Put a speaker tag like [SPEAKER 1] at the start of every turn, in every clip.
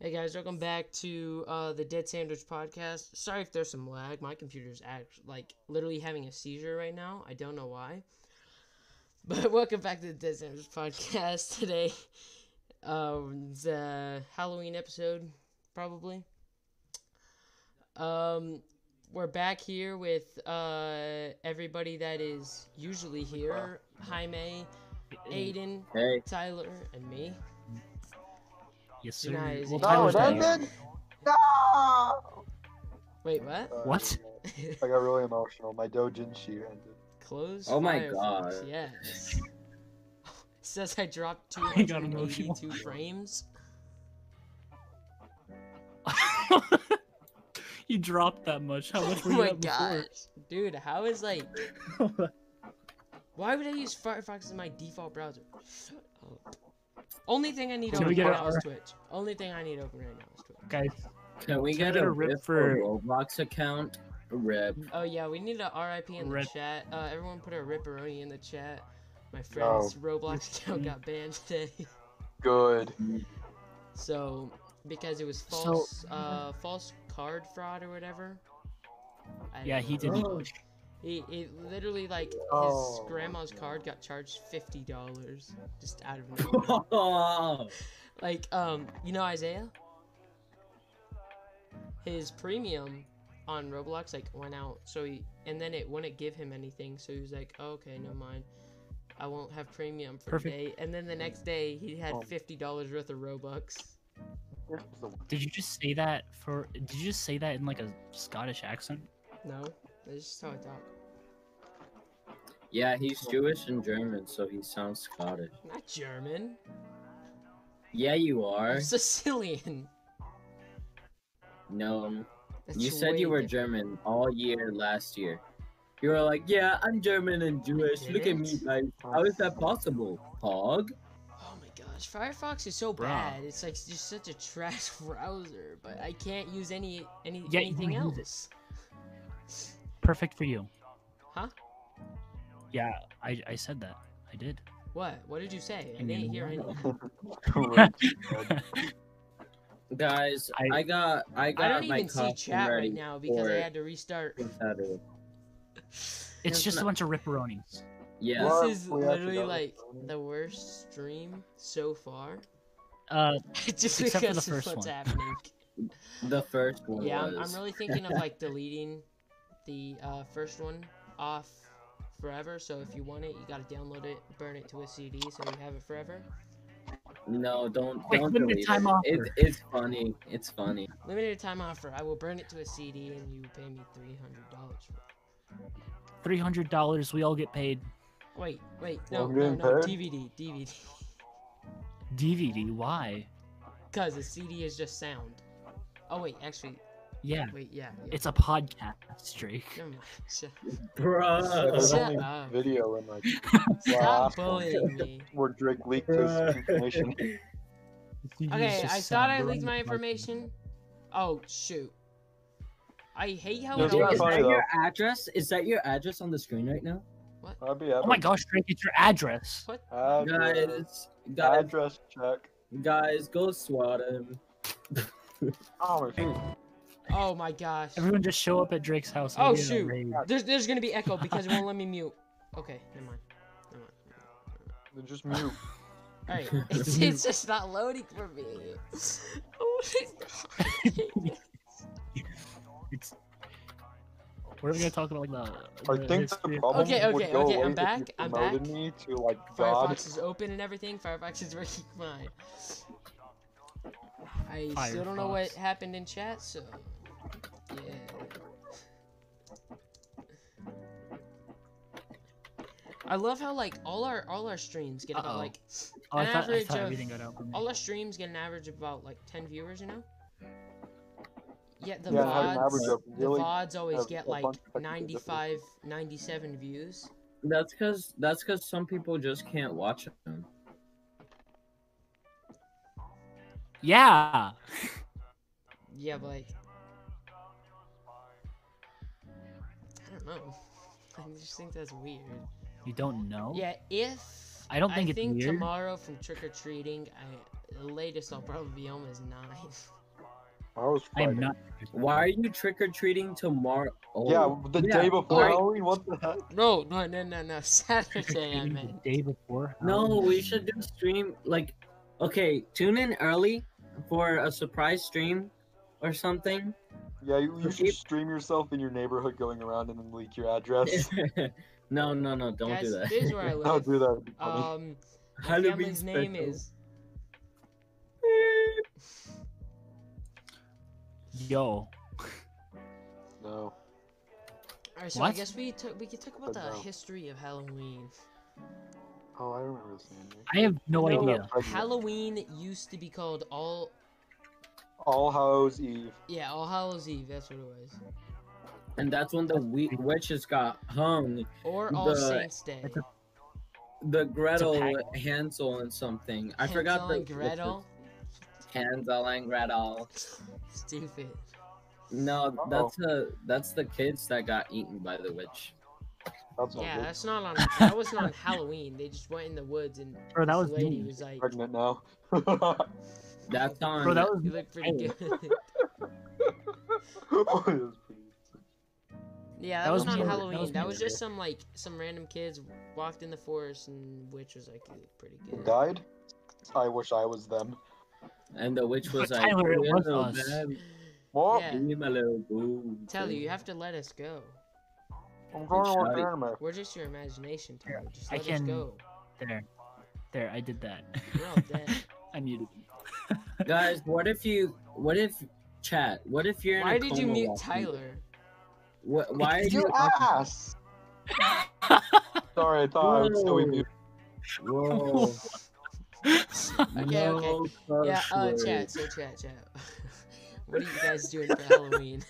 [SPEAKER 1] Hey guys, welcome back to uh, the Dead Sandwich Podcast. Sorry if there's some lag. My computer's act like literally having a seizure right now. I don't know why. But welcome back to the Dead Sandwich Podcast today. Um, it's a Halloween episode, probably. Um, we're back here with uh, everybody that is usually here: Jaime, Aiden,
[SPEAKER 2] Hey.
[SPEAKER 1] Tyler, and me.
[SPEAKER 3] Yes,
[SPEAKER 1] You
[SPEAKER 3] sir.
[SPEAKER 1] guys-
[SPEAKER 3] Well,
[SPEAKER 1] No,
[SPEAKER 3] Tyler's
[SPEAKER 1] Oh, that
[SPEAKER 3] back.
[SPEAKER 1] did-
[SPEAKER 4] ended. No!
[SPEAKER 1] Wait, what?
[SPEAKER 3] What?
[SPEAKER 4] I got really emotional. My dojinshi ended.
[SPEAKER 1] Close.
[SPEAKER 2] Oh my
[SPEAKER 1] fire,
[SPEAKER 2] God.
[SPEAKER 1] folks, Yes. Says I dropped
[SPEAKER 3] I got emotional.
[SPEAKER 1] 282 frames.
[SPEAKER 3] you dropped that much. How much
[SPEAKER 1] Oh
[SPEAKER 3] were you
[SPEAKER 1] my
[SPEAKER 3] at
[SPEAKER 1] gosh,
[SPEAKER 3] before?
[SPEAKER 1] dude! How is like? Why would I use Firefox as my default browser? Shut up. Only thing I need
[SPEAKER 3] Can
[SPEAKER 1] open
[SPEAKER 3] we get
[SPEAKER 1] right
[SPEAKER 3] a-
[SPEAKER 1] now is Twitch. Only thing I need open right now is Twitch.
[SPEAKER 3] Guys,
[SPEAKER 2] Can we
[SPEAKER 3] Can
[SPEAKER 2] get
[SPEAKER 3] I get
[SPEAKER 2] a
[SPEAKER 3] a rip
[SPEAKER 2] rip
[SPEAKER 3] for-
[SPEAKER 2] for Roblox account? Rip.
[SPEAKER 1] Oh yeah, we need a RIP in
[SPEAKER 3] Rip.
[SPEAKER 1] the chat. Uh, everyone put a ripperoni in the chat. My friend's Roblox account got banned today.
[SPEAKER 4] Good.
[SPEAKER 1] So because it was false, uh, false card fraud or whatever. I
[SPEAKER 3] yeah,
[SPEAKER 1] don't
[SPEAKER 3] he
[SPEAKER 1] know.
[SPEAKER 3] didn't.
[SPEAKER 4] Oh.
[SPEAKER 1] He, he literally like
[SPEAKER 4] Oh.
[SPEAKER 1] his grandma's card got charged fifty dollars just out of nowhere.
[SPEAKER 2] Oh,
[SPEAKER 1] like um, you know Isaiah. His premium on Roblox like went out, so he and then it wouldn't give him anything, so he was like, oh, okay, no mind. I won't have premium for
[SPEAKER 3] Perfect.
[SPEAKER 1] today. And then the next day, he had
[SPEAKER 4] Oh.
[SPEAKER 1] fifty dollars worth of Robux.
[SPEAKER 4] This is the-
[SPEAKER 3] Did you just say that for? Did you just say that in like a Scottish accent?
[SPEAKER 1] No, that's just how I talk.
[SPEAKER 2] yeah, he's Jewish and German, so he sounds Scottish.
[SPEAKER 1] Not German.
[SPEAKER 2] Yeah, you are.
[SPEAKER 1] I'm Sicilian.
[SPEAKER 2] No, um,
[SPEAKER 1] That's
[SPEAKER 2] you said
[SPEAKER 1] way
[SPEAKER 2] you were
[SPEAKER 1] different.
[SPEAKER 2] German all year last year. You were like, yeah, I'm German and Jewish. Look at me,
[SPEAKER 1] didn't.
[SPEAKER 2] guys. How is that possible? Hog?
[SPEAKER 1] Oh my gosh, Firefox is so
[SPEAKER 3] Bruh.
[SPEAKER 1] bad. It's like just such a trash browser, but I can't use any any
[SPEAKER 3] Yet you
[SPEAKER 1] anything
[SPEAKER 3] use it.
[SPEAKER 1] else.
[SPEAKER 3] Perfect for you.
[SPEAKER 1] Huh?
[SPEAKER 3] Yeah, I I said that. I did.
[SPEAKER 1] What? What did you say? I
[SPEAKER 3] I
[SPEAKER 1] didn't
[SPEAKER 3] mean,
[SPEAKER 1] hear anything.
[SPEAKER 2] Guys,
[SPEAKER 3] I-
[SPEAKER 2] I, got I
[SPEAKER 1] I
[SPEAKER 2] got
[SPEAKER 1] don't
[SPEAKER 2] my
[SPEAKER 1] even see
[SPEAKER 2] costume
[SPEAKER 1] chat
[SPEAKER 2] ready
[SPEAKER 1] right now because I
[SPEAKER 2] for
[SPEAKER 1] had to restart.
[SPEAKER 2] Saturday.
[SPEAKER 3] It's
[SPEAKER 2] It's
[SPEAKER 3] just a
[SPEAKER 2] not-
[SPEAKER 3] bunch of ripperonis.
[SPEAKER 2] Yeah.
[SPEAKER 4] What?
[SPEAKER 1] This is
[SPEAKER 4] We have to
[SPEAKER 1] literally
[SPEAKER 4] go.
[SPEAKER 1] like the worst stream so far,
[SPEAKER 3] Uh,
[SPEAKER 1] just
[SPEAKER 3] Except for the
[SPEAKER 1] because of
[SPEAKER 3] first
[SPEAKER 1] what's
[SPEAKER 3] one.
[SPEAKER 1] happening.
[SPEAKER 2] The first one
[SPEAKER 1] Yeah, I'm, I'm
[SPEAKER 2] was.
[SPEAKER 1] really thinking of like deleting the uh, first one off forever. So if you want it, you gotta download it, burn it to a CD, so you have it forever.
[SPEAKER 2] No, don't
[SPEAKER 3] Wait,
[SPEAKER 2] don't
[SPEAKER 3] when did
[SPEAKER 2] delete
[SPEAKER 3] time
[SPEAKER 2] it.
[SPEAKER 3] off
[SPEAKER 2] It's- It's funny. It's funny.
[SPEAKER 1] Limited time offer. I will burn it to a CD, and you pay me three hundred dollars. for it.
[SPEAKER 3] three hundred dollars. We all get paid.
[SPEAKER 1] Wait, wait,
[SPEAKER 4] Well,
[SPEAKER 1] no,
[SPEAKER 4] I'm
[SPEAKER 1] no,
[SPEAKER 4] getting
[SPEAKER 1] no,
[SPEAKER 4] paid.
[SPEAKER 1] DVD, DVD,
[SPEAKER 3] DVD. Why?
[SPEAKER 1] because a CD is just sound. Oh wait, actually,
[SPEAKER 3] Yeah,
[SPEAKER 1] wait, yeah, yeah.
[SPEAKER 3] it's a podcast, Drake.
[SPEAKER 1] Never mind. Shut-
[SPEAKER 4] There's
[SPEAKER 2] Bruh.
[SPEAKER 1] Shut
[SPEAKER 4] only
[SPEAKER 1] up.
[SPEAKER 4] video and like
[SPEAKER 1] Stop
[SPEAKER 4] last one.
[SPEAKER 1] bullying me.
[SPEAKER 4] where Drake leaked his information.
[SPEAKER 1] Okay, I thought I leaked my information. Oh shoot. I hate how it
[SPEAKER 4] That's not
[SPEAKER 1] always.
[SPEAKER 2] is
[SPEAKER 4] funny,
[SPEAKER 2] that your
[SPEAKER 4] though.
[SPEAKER 2] address? Is that your address on the screen right now?
[SPEAKER 4] I'd be happy.
[SPEAKER 3] Oh my gosh, Drake! It's your address.
[SPEAKER 1] What?
[SPEAKER 4] Address,
[SPEAKER 2] Guys, guys,
[SPEAKER 4] Uh, address check.
[SPEAKER 2] guys, go swat him.
[SPEAKER 4] Oh my god.
[SPEAKER 1] Oh my gosh.
[SPEAKER 3] Everyone just show up at Drake's house. and
[SPEAKER 1] Oh,
[SPEAKER 3] get a
[SPEAKER 1] shoot.
[SPEAKER 3] raid.
[SPEAKER 1] There's there's gonna be echo because it won't let me mute. Okay, never mind. Never mind.
[SPEAKER 4] Just mute.
[SPEAKER 1] Alright, it's, it's just not loading for me. Oh my god.
[SPEAKER 3] It's. We're gonna talk about like the.
[SPEAKER 4] I
[SPEAKER 3] the
[SPEAKER 4] think
[SPEAKER 3] history
[SPEAKER 4] the
[SPEAKER 3] of-
[SPEAKER 4] problem
[SPEAKER 1] Okay,
[SPEAKER 4] would
[SPEAKER 1] okay,
[SPEAKER 4] go
[SPEAKER 1] okay,
[SPEAKER 4] away
[SPEAKER 1] I'm
[SPEAKER 4] if
[SPEAKER 1] back,
[SPEAKER 4] you
[SPEAKER 1] I'm
[SPEAKER 4] promoted
[SPEAKER 1] back.
[SPEAKER 4] me to like God.
[SPEAKER 1] Firefox is open and everything. Firefox is working fine. I still don't know what
[SPEAKER 3] Firefox.
[SPEAKER 1] happened in chat, so yeah. I love how like all our all our streams get about
[SPEAKER 3] Uh-oh.
[SPEAKER 1] like
[SPEAKER 3] Oh, I
[SPEAKER 1] an
[SPEAKER 3] thought, I
[SPEAKER 1] average
[SPEAKER 3] thought
[SPEAKER 1] of-
[SPEAKER 3] everything got out. for me.
[SPEAKER 1] all our streams get an average of about like 10 viewers, you know? Yeah, the
[SPEAKER 4] yeah, it had an
[SPEAKER 1] VODs,
[SPEAKER 4] average of
[SPEAKER 1] the
[SPEAKER 4] really
[SPEAKER 1] VODs always
[SPEAKER 4] have
[SPEAKER 1] get
[SPEAKER 4] a
[SPEAKER 1] like
[SPEAKER 4] bunch of technical
[SPEAKER 1] 95, 97 views.
[SPEAKER 2] That's cause that's cause some people just can't watch them.
[SPEAKER 3] Yeah.
[SPEAKER 1] Yeah, but like, I don't know. I just think that's weird.
[SPEAKER 3] You don't know.
[SPEAKER 1] Yeah, if
[SPEAKER 3] I don't think it's weird.
[SPEAKER 1] tomorrow from trick or treating, I the latest I'll probably be home is nine.
[SPEAKER 4] I was
[SPEAKER 3] I am
[SPEAKER 4] Friday.
[SPEAKER 3] not.
[SPEAKER 2] Why are you trick or treating tomorrow? Oh,
[SPEAKER 4] Yeah, the
[SPEAKER 2] yeah,
[SPEAKER 4] day before
[SPEAKER 2] alright.
[SPEAKER 4] Halloween. What the heck?
[SPEAKER 1] No, no, no, no, no. Saturday, I
[SPEAKER 3] Even
[SPEAKER 1] meant.
[SPEAKER 3] the day before.
[SPEAKER 2] No,
[SPEAKER 3] Halloween.
[SPEAKER 2] we should do stream like okay, tune in early for a surprise stream or something.
[SPEAKER 4] Yeah, you, you should
[SPEAKER 2] Keep-
[SPEAKER 4] stream yourself in your neighborhood going around and then leak your address.
[SPEAKER 2] no, no, no, don't
[SPEAKER 1] Guys,
[SPEAKER 2] do that.
[SPEAKER 1] This is where I live.
[SPEAKER 4] Don't do that. it'd be funny.
[SPEAKER 1] Um, my
[SPEAKER 2] Halloween
[SPEAKER 1] family's name
[SPEAKER 2] special.
[SPEAKER 1] is.
[SPEAKER 3] Yo.
[SPEAKER 4] no.
[SPEAKER 1] All right, so I
[SPEAKER 3] What?
[SPEAKER 1] guess we took we could talk about
[SPEAKER 4] But
[SPEAKER 1] the
[SPEAKER 4] no.
[SPEAKER 1] history of Halloween.
[SPEAKER 4] Oh, I remember this name.
[SPEAKER 3] I have no
[SPEAKER 1] No.
[SPEAKER 3] idea.
[SPEAKER 1] Halloween used to be called All
[SPEAKER 4] All Hallows Eve.
[SPEAKER 1] yeah All Hallows Eve. That's what it was.
[SPEAKER 2] And that's when the we- witches got hung.
[SPEAKER 1] Or All
[SPEAKER 2] The-
[SPEAKER 1] Saints Day.
[SPEAKER 3] it's a-
[SPEAKER 2] The Gretel,
[SPEAKER 3] pack.
[SPEAKER 2] Hansel, and something. I
[SPEAKER 1] Hansel
[SPEAKER 2] forgot the
[SPEAKER 1] and Gretel.
[SPEAKER 2] Hansel and Gretel.
[SPEAKER 1] Stupid.
[SPEAKER 2] No,
[SPEAKER 4] Uh-oh.
[SPEAKER 2] that's uh that's the kids that got eaten by the witch.
[SPEAKER 4] That's not
[SPEAKER 1] Yeah,
[SPEAKER 4] good.
[SPEAKER 1] that's not on. That was not on Halloween. They just went in the woods and
[SPEAKER 3] Bro, that
[SPEAKER 1] this
[SPEAKER 3] was
[SPEAKER 1] lady
[SPEAKER 3] me.
[SPEAKER 1] was like,
[SPEAKER 4] Pregnant now. What
[SPEAKER 2] That's on.
[SPEAKER 3] Bro, that was
[SPEAKER 1] "You look pretty
[SPEAKER 3] me.
[SPEAKER 1] good."
[SPEAKER 4] is pretty-
[SPEAKER 1] yeah, that,
[SPEAKER 3] That
[SPEAKER 1] was,
[SPEAKER 3] was
[SPEAKER 1] not
[SPEAKER 3] me. That
[SPEAKER 1] Halloween. That was,
[SPEAKER 3] was me.
[SPEAKER 1] just some like some random kids walked in the forest and witch was like, "You look pretty good."
[SPEAKER 4] Died? I wish I was them.
[SPEAKER 2] and the witch was
[SPEAKER 3] But
[SPEAKER 2] like,
[SPEAKER 3] Tyler, it
[SPEAKER 2] "You
[SPEAKER 3] was
[SPEAKER 2] little
[SPEAKER 3] us."
[SPEAKER 2] baby,
[SPEAKER 4] What?
[SPEAKER 1] Yeah.
[SPEAKER 2] you my little boo."
[SPEAKER 1] Tell you, you have to let us go.
[SPEAKER 4] I'm drawing
[SPEAKER 2] Shut
[SPEAKER 4] what
[SPEAKER 2] it.
[SPEAKER 4] anime.
[SPEAKER 1] We're just your imagination, Tyler. Just
[SPEAKER 3] I
[SPEAKER 1] let us
[SPEAKER 3] can-
[SPEAKER 1] go.
[SPEAKER 3] There. There, I did that.
[SPEAKER 1] We're all dead.
[SPEAKER 3] I muted.
[SPEAKER 2] Guys, what if you? What if chat? What if you're?
[SPEAKER 1] Why
[SPEAKER 2] in a
[SPEAKER 1] did you
[SPEAKER 2] coma
[SPEAKER 1] mute
[SPEAKER 2] while-
[SPEAKER 1] Tyler?
[SPEAKER 2] Wh- why are
[SPEAKER 4] You
[SPEAKER 2] you?
[SPEAKER 4] ass! Sorry, I
[SPEAKER 3] Oh,
[SPEAKER 4] thought I would still be
[SPEAKER 2] Whoa.
[SPEAKER 4] muted.
[SPEAKER 2] Whoa.
[SPEAKER 1] Okay, okay.
[SPEAKER 2] No
[SPEAKER 1] Yeah,
[SPEAKER 2] curse
[SPEAKER 1] uh,
[SPEAKER 2] words.
[SPEAKER 1] chat, so chat, chat. what are you guys doing for Halloween?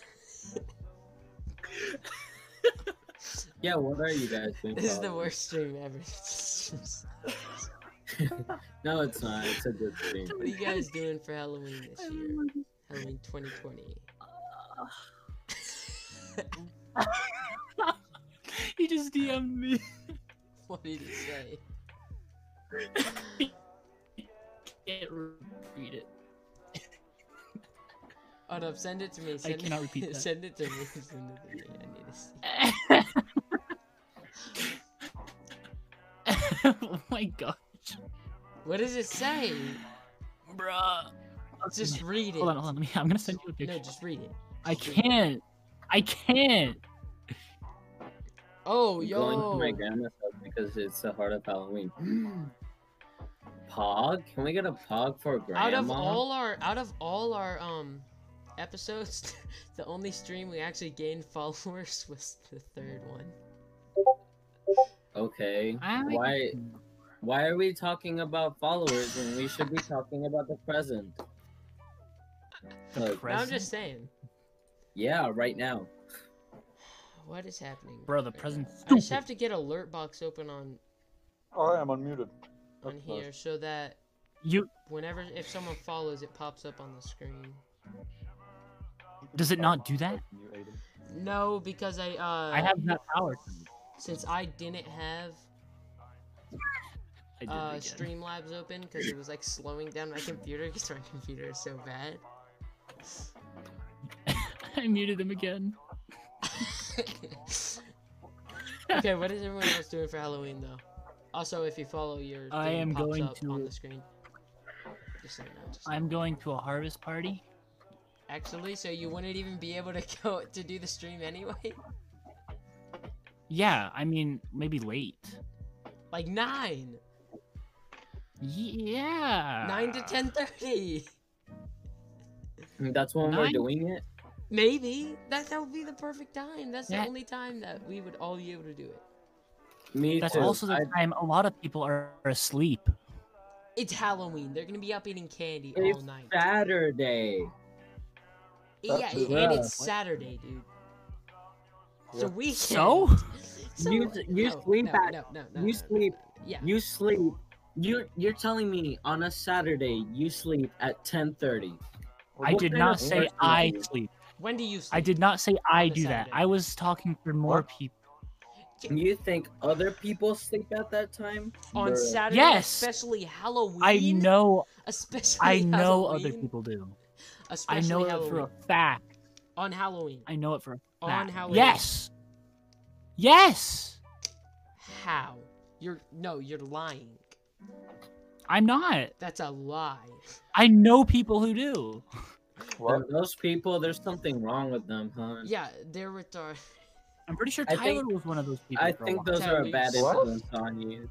[SPEAKER 2] Yeah, what are you guys doing?
[SPEAKER 1] This
[SPEAKER 3] Oh,
[SPEAKER 1] is the
[SPEAKER 2] Tyler?
[SPEAKER 1] worst stream ever.
[SPEAKER 2] No, it's not. It's a good thing.
[SPEAKER 1] what are you guys doing for Halloween this year? Halloween 2020.
[SPEAKER 3] he just DM'd me.
[SPEAKER 1] What did he say?
[SPEAKER 3] Can't read it.
[SPEAKER 1] Hold up, send it to me. Send
[SPEAKER 3] cannot
[SPEAKER 1] it,
[SPEAKER 3] repeat that.
[SPEAKER 1] Send it to me. Send it to me. I need to see.
[SPEAKER 3] oh my gosh,
[SPEAKER 1] What does it say?
[SPEAKER 3] bruh.
[SPEAKER 1] Just read it.
[SPEAKER 3] Hold on, hold on. Let me. I'm gonna send you a picture.
[SPEAKER 1] No, just read it.
[SPEAKER 3] I can't. I can't.
[SPEAKER 1] Oh,
[SPEAKER 2] I'm
[SPEAKER 1] yo.
[SPEAKER 2] going to my grandma's house because it's the heart of Halloween. Pog? Can we get a pog for grandma?
[SPEAKER 1] out of all our out of all our um episodes the only stream we actually gained followers was the third one
[SPEAKER 2] Okay.
[SPEAKER 3] I-
[SPEAKER 2] Why? Why are we talking about followers when we should be talking about the present?
[SPEAKER 3] The
[SPEAKER 2] Look,
[SPEAKER 1] No, i'm
[SPEAKER 3] present,
[SPEAKER 1] just saying
[SPEAKER 2] yeah, right now.
[SPEAKER 1] what is happening
[SPEAKER 3] bro. The
[SPEAKER 1] right
[SPEAKER 3] present.
[SPEAKER 1] now? i just have to get alert box open on
[SPEAKER 4] Alright, I'm unmuted.
[SPEAKER 1] on
[SPEAKER 4] That's
[SPEAKER 1] here so that
[SPEAKER 3] You
[SPEAKER 1] whenever if someone follows it pops up on the screen
[SPEAKER 4] nice.
[SPEAKER 3] Does it not do that?
[SPEAKER 4] You ate it.
[SPEAKER 1] no because i uh
[SPEAKER 3] I have that power.
[SPEAKER 1] since i didn't have
[SPEAKER 3] I did
[SPEAKER 1] uh
[SPEAKER 3] it again.
[SPEAKER 1] streamlabs open because it was like slowing down my computer because my computer is so bad
[SPEAKER 3] I muted him again.
[SPEAKER 1] okay, what is everyone else doing for Halloween though? Also, if you follow your,
[SPEAKER 3] I
[SPEAKER 1] thing
[SPEAKER 3] am
[SPEAKER 1] pops
[SPEAKER 3] going
[SPEAKER 1] up on
[SPEAKER 3] to-
[SPEAKER 1] the screen. Just so you know, just-
[SPEAKER 3] I'm going to a harvest party.
[SPEAKER 1] Actually, so you wouldn't even be able to go to do the stream anyway.
[SPEAKER 3] Yeah, I mean maybe late.
[SPEAKER 1] Like nine,
[SPEAKER 3] Yeah.
[SPEAKER 1] nine to ten thirty,
[SPEAKER 2] That's when we're
[SPEAKER 3] Nine-
[SPEAKER 2] doing it.
[SPEAKER 1] maybe. That that would be the perfect time. That's the
[SPEAKER 3] Yeah.
[SPEAKER 1] only time that we would all be able to do it.
[SPEAKER 2] Me
[SPEAKER 3] That's
[SPEAKER 2] too.
[SPEAKER 3] also the
[SPEAKER 2] I-
[SPEAKER 3] time a lot of people are are asleep.
[SPEAKER 1] It's Halloween. They're gonna be up eating candy all
[SPEAKER 2] It's
[SPEAKER 1] night.
[SPEAKER 2] Saturday.
[SPEAKER 1] yeah,
[SPEAKER 4] That's
[SPEAKER 1] and
[SPEAKER 2] rough.
[SPEAKER 1] it's Saturday, dude.
[SPEAKER 4] Yeah.
[SPEAKER 1] So we
[SPEAKER 3] So?
[SPEAKER 1] So-
[SPEAKER 2] You- you sleep
[SPEAKER 1] no,
[SPEAKER 2] at-
[SPEAKER 1] no, no, no, no,
[SPEAKER 2] you sleep.
[SPEAKER 1] no, yeah.
[SPEAKER 2] You sleep. You you're telling me on a Saturday you sleep at 10:30.
[SPEAKER 3] I
[SPEAKER 4] What
[SPEAKER 3] did
[SPEAKER 4] kind of
[SPEAKER 3] not say
[SPEAKER 4] person are
[SPEAKER 3] I
[SPEAKER 4] you?
[SPEAKER 3] sleep.
[SPEAKER 1] when do you sleep?
[SPEAKER 3] I did not say I
[SPEAKER 1] the
[SPEAKER 3] do that.
[SPEAKER 1] Saturday.
[SPEAKER 3] I was talking for more
[SPEAKER 4] What?
[SPEAKER 3] people.
[SPEAKER 2] You think other people sleep at that time?
[SPEAKER 1] on
[SPEAKER 2] Bruh.
[SPEAKER 1] Saturday,
[SPEAKER 3] Yes!
[SPEAKER 1] especially Halloween.
[SPEAKER 3] I know,
[SPEAKER 1] especially
[SPEAKER 3] I know other
[SPEAKER 1] Halloween,
[SPEAKER 3] people do. I
[SPEAKER 1] Especially
[SPEAKER 3] know it
[SPEAKER 1] Halloween.
[SPEAKER 3] for a fact.
[SPEAKER 1] on Halloween.
[SPEAKER 3] I know it for a
[SPEAKER 1] On
[SPEAKER 3] fact.
[SPEAKER 1] Halloween.
[SPEAKER 3] Yes. Yes.
[SPEAKER 1] How? You're no, you're lying.
[SPEAKER 3] I'm not.
[SPEAKER 1] That's a lie.
[SPEAKER 3] I know people who do.
[SPEAKER 4] What?
[SPEAKER 2] Then Those people, there's something wrong with them, huh?
[SPEAKER 1] Yeah, they're retarded.
[SPEAKER 3] I'm pretty sure
[SPEAKER 2] I
[SPEAKER 3] Tyler
[SPEAKER 2] think-
[SPEAKER 3] was one of those people.
[SPEAKER 2] I
[SPEAKER 3] for a
[SPEAKER 2] think
[SPEAKER 3] while.
[SPEAKER 2] those
[SPEAKER 1] Tyler,
[SPEAKER 2] are a
[SPEAKER 1] you
[SPEAKER 2] bad
[SPEAKER 4] suck.
[SPEAKER 2] influence on you.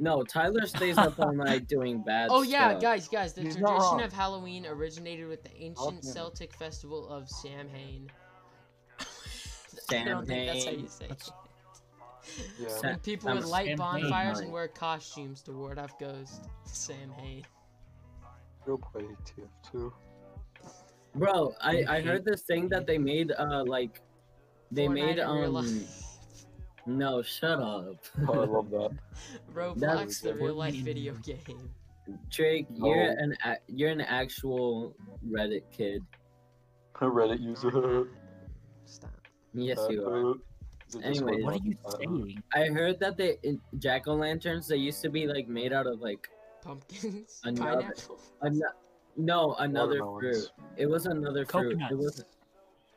[SPEAKER 2] No, Tyler stays up all night doing bad
[SPEAKER 1] Oh yeah,
[SPEAKER 2] stuff.
[SPEAKER 1] guys, guys, the
[SPEAKER 4] He's not
[SPEAKER 1] tradition
[SPEAKER 4] wrong.
[SPEAKER 1] of Halloween originated with the ancient
[SPEAKER 4] Okay.
[SPEAKER 1] Celtic festival of Samhain. I don't think that's how
[SPEAKER 2] Samhain.
[SPEAKER 1] you say
[SPEAKER 3] That's-
[SPEAKER 1] it.
[SPEAKER 4] Yeah.
[SPEAKER 2] Sa-
[SPEAKER 1] When people would
[SPEAKER 2] Sam-
[SPEAKER 1] light
[SPEAKER 3] Samhain.
[SPEAKER 1] bonfires and wear costumes to ward off ghosts. Samhain.
[SPEAKER 4] You'll play TF2.
[SPEAKER 2] Bro, I, I heard this thing that they made uh like they
[SPEAKER 1] Fortnite
[SPEAKER 2] made
[SPEAKER 1] in real
[SPEAKER 2] um
[SPEAKER 1] life.
[SPEAKER 2] no shut up
[SPEAKER 4] Oh, I love that.
[SPEAKER 1] Roblox,
[SPEAKER 2] that's
[SPEAKER 1] the real life
[SPEAKER 3] Fortnite.
[SPEAKER 1] video game.
[SPEAKER 2] Drake you're
[SPEAKER 4] Oh.
[SPEAKER 2] an a- you're an actual Reddit kid
[SPEAKER 4] A Reddit user.
[SPEAKER 1] Stop.
[SPEAKER 2] yes
[SPEAKER 4] Uh,
[SPEAKER 2] you are
[SPEAKER 4] is it
[SPEAKER 2] Anyways.
[SPEAKER 4] Discord?
[SPEAKER 3] What are you
[SPEAKER 4] Uh,
[SPEAKER 3] saying?
[SPEAKER 2] I heard that they jack o' lanterns they used to be like made out of like
[SPEAKER 1] Pumpkins,
[SPEAKER 2] Another-
[SPEAKER 1] pineapple.
[SPEAKER 2] an- no another fruit
[SPEAKER 4] Watermelons.
[SPEAKER 2] it was another fruit it
[SPEAKER 3] Coconuts.
[SPEAKER 2] was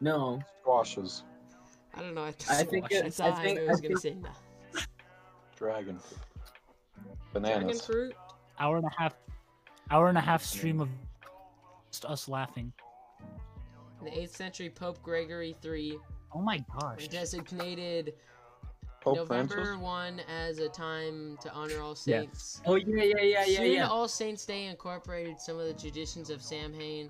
[SPEAKER 2] no
[SPEAKER 4] Squashes.
[SPEAKER 1] I don't know. I,
[SPEAKER 2] I
[SPEAKER 1] think
[SPEAKER 2] think
[SPEAKER 1] squash.
[SPEAKER 2] it-
[SPEAKER 1] That's
[SPEAKER 2] I
[SPEAKER 1] all I,
[SPEAKER 2] think-
[SPEAKER 1] knew
[SPEAKER 2] I
[SPEAKER 1] was gonna
[SPEAKER 2] think-
[SPEAKER 1] say nah.
[SPEAKER 4] Dragon fruit.
[SPEAKER 1] Dragon
[SPEAKER 4] Bananas.
[SPEAKER 1] fruit.
[SPEAKER 3] Hour and a half. Hour and a half stream of just us laughing.
[SPEAKER 1] In the 8th century, Pope Gregory III
[SPEAKER 3] Oh my gosh.
[SPEAKER 1] designated
[SPEAKER 4] Pope
[SPEAKER 1] November
[SPEAKER 4] Francis.
[SPEAKER 1] 1 as a time to honor all saints.
[SPEAKER 2] oh yeah yeah yeah yeah
[SPEAKER 1] Soon,
[SPEAKER 2] yeah
[SPEAKER 1] All Saints Day incorporated some of the traditions of Samhain.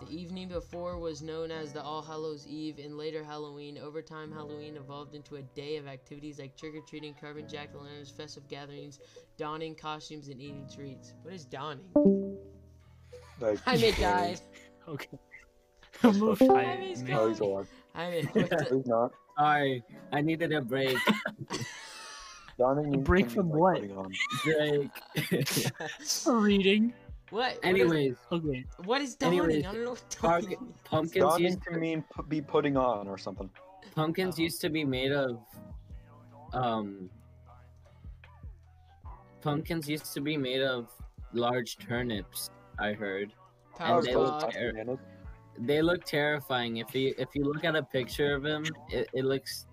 [SPEAKER 1] The evening before was known as the All Hallows Eve, and later Halloween. Over time, Halloween evolved into a day of activities like trick or treating, carving jack o' lanterns, festive gatherings, donning costumes, and eating treats. What is donning?
[SPEAKER 4] Like,
[SPEAKER 1] I may died.
[SPEAKER 3] Okay.
[SPEAKER 4] That's
[SPEAKER 3] Move
[SPEAKER 4] fucked.
[SPEAKER 1] I mean,
[SPEAKER 3] Tyler.
[SPEAKER 1] it's
[SPEAKER 3] man.
[SPEAKER 1] got-
[SPEAKER 4] Oh, he's alive.
[SPEAKER 1] I mean, what the-
[SPEAKER 4] He's not.
[SPEAKER 2] sorry I needed a break
[SPEAKER 4] Donning
[SPEAKER 3] A
[SPEAKER 4] needs
[SPEAKER 3] break
[SPEAKER 4] something
[SPEAKER 3] from
[SPEAKER 4] like
[SPEAKER 3] what?
[SPEAKER 4] putting on.
[SPEAKER 2] Drake
[SPEAKER 3] For reading.
[SPEAKER 1] what?
[SPEAKER 2] anyways
[SPEAKER 3] Okay.
[SPEAKER 1] What is donning?
[SPEAKER 2] anyways,
[SPEAKER 1] I don't know what
[SPEAKER 2] park-
[SPEAKER 1] donning means.
[SPEAKER 2] pumpkins
[SPEAKER 4] Donning
[SPEAKER 2] used
[SPEAKER 4] can mean p- be putting on or something.
[SPEAKER 2] Pumpkins
[SPEAKER 1] Oh.
[SPEAKER 2] used to be made of um pumpkins used to be made of large turnips, I heard.
[SPEAKER 1] Power
[SPEAKER 2] they
[SPEAKER 1] Bob.
[SPEAKER 2] look- They look terrifying. If you if you look at a picture of them, it, it looks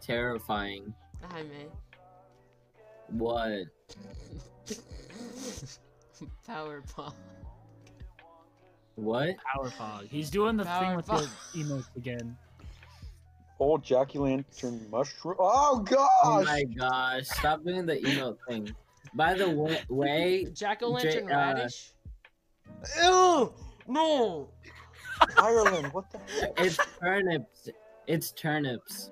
[SPEAKER 2] terrifying.
[SPEAKER 1] Hi, man.
[SPEAKER 2] What?
[SPEAKER 1] Power Bob.
[SPEAKER 2] What?
[SPEAKER 3] Power fog. He's doing the
[SPEAKER 1] Power
[SPEAKER 3] thing with
[SPEAKER 1] fog.
[SPEAKER 3] the emotes again.
[SPEAKER 4] Old jack o' lantern mushroom. Oh gosh!
[SPEAKER 2] Oh my gosh. Stop doing the emo thing. By the wa- way,
[SPEAKER 1] Jack o' lantern
[SPEAKER 2] J- uh,
[SPEAKER 1] radish? Ew! No!
[SPEAKER 4] Ireland, what the heck?
[SPEAKER 2] it's turnips. It's turnips.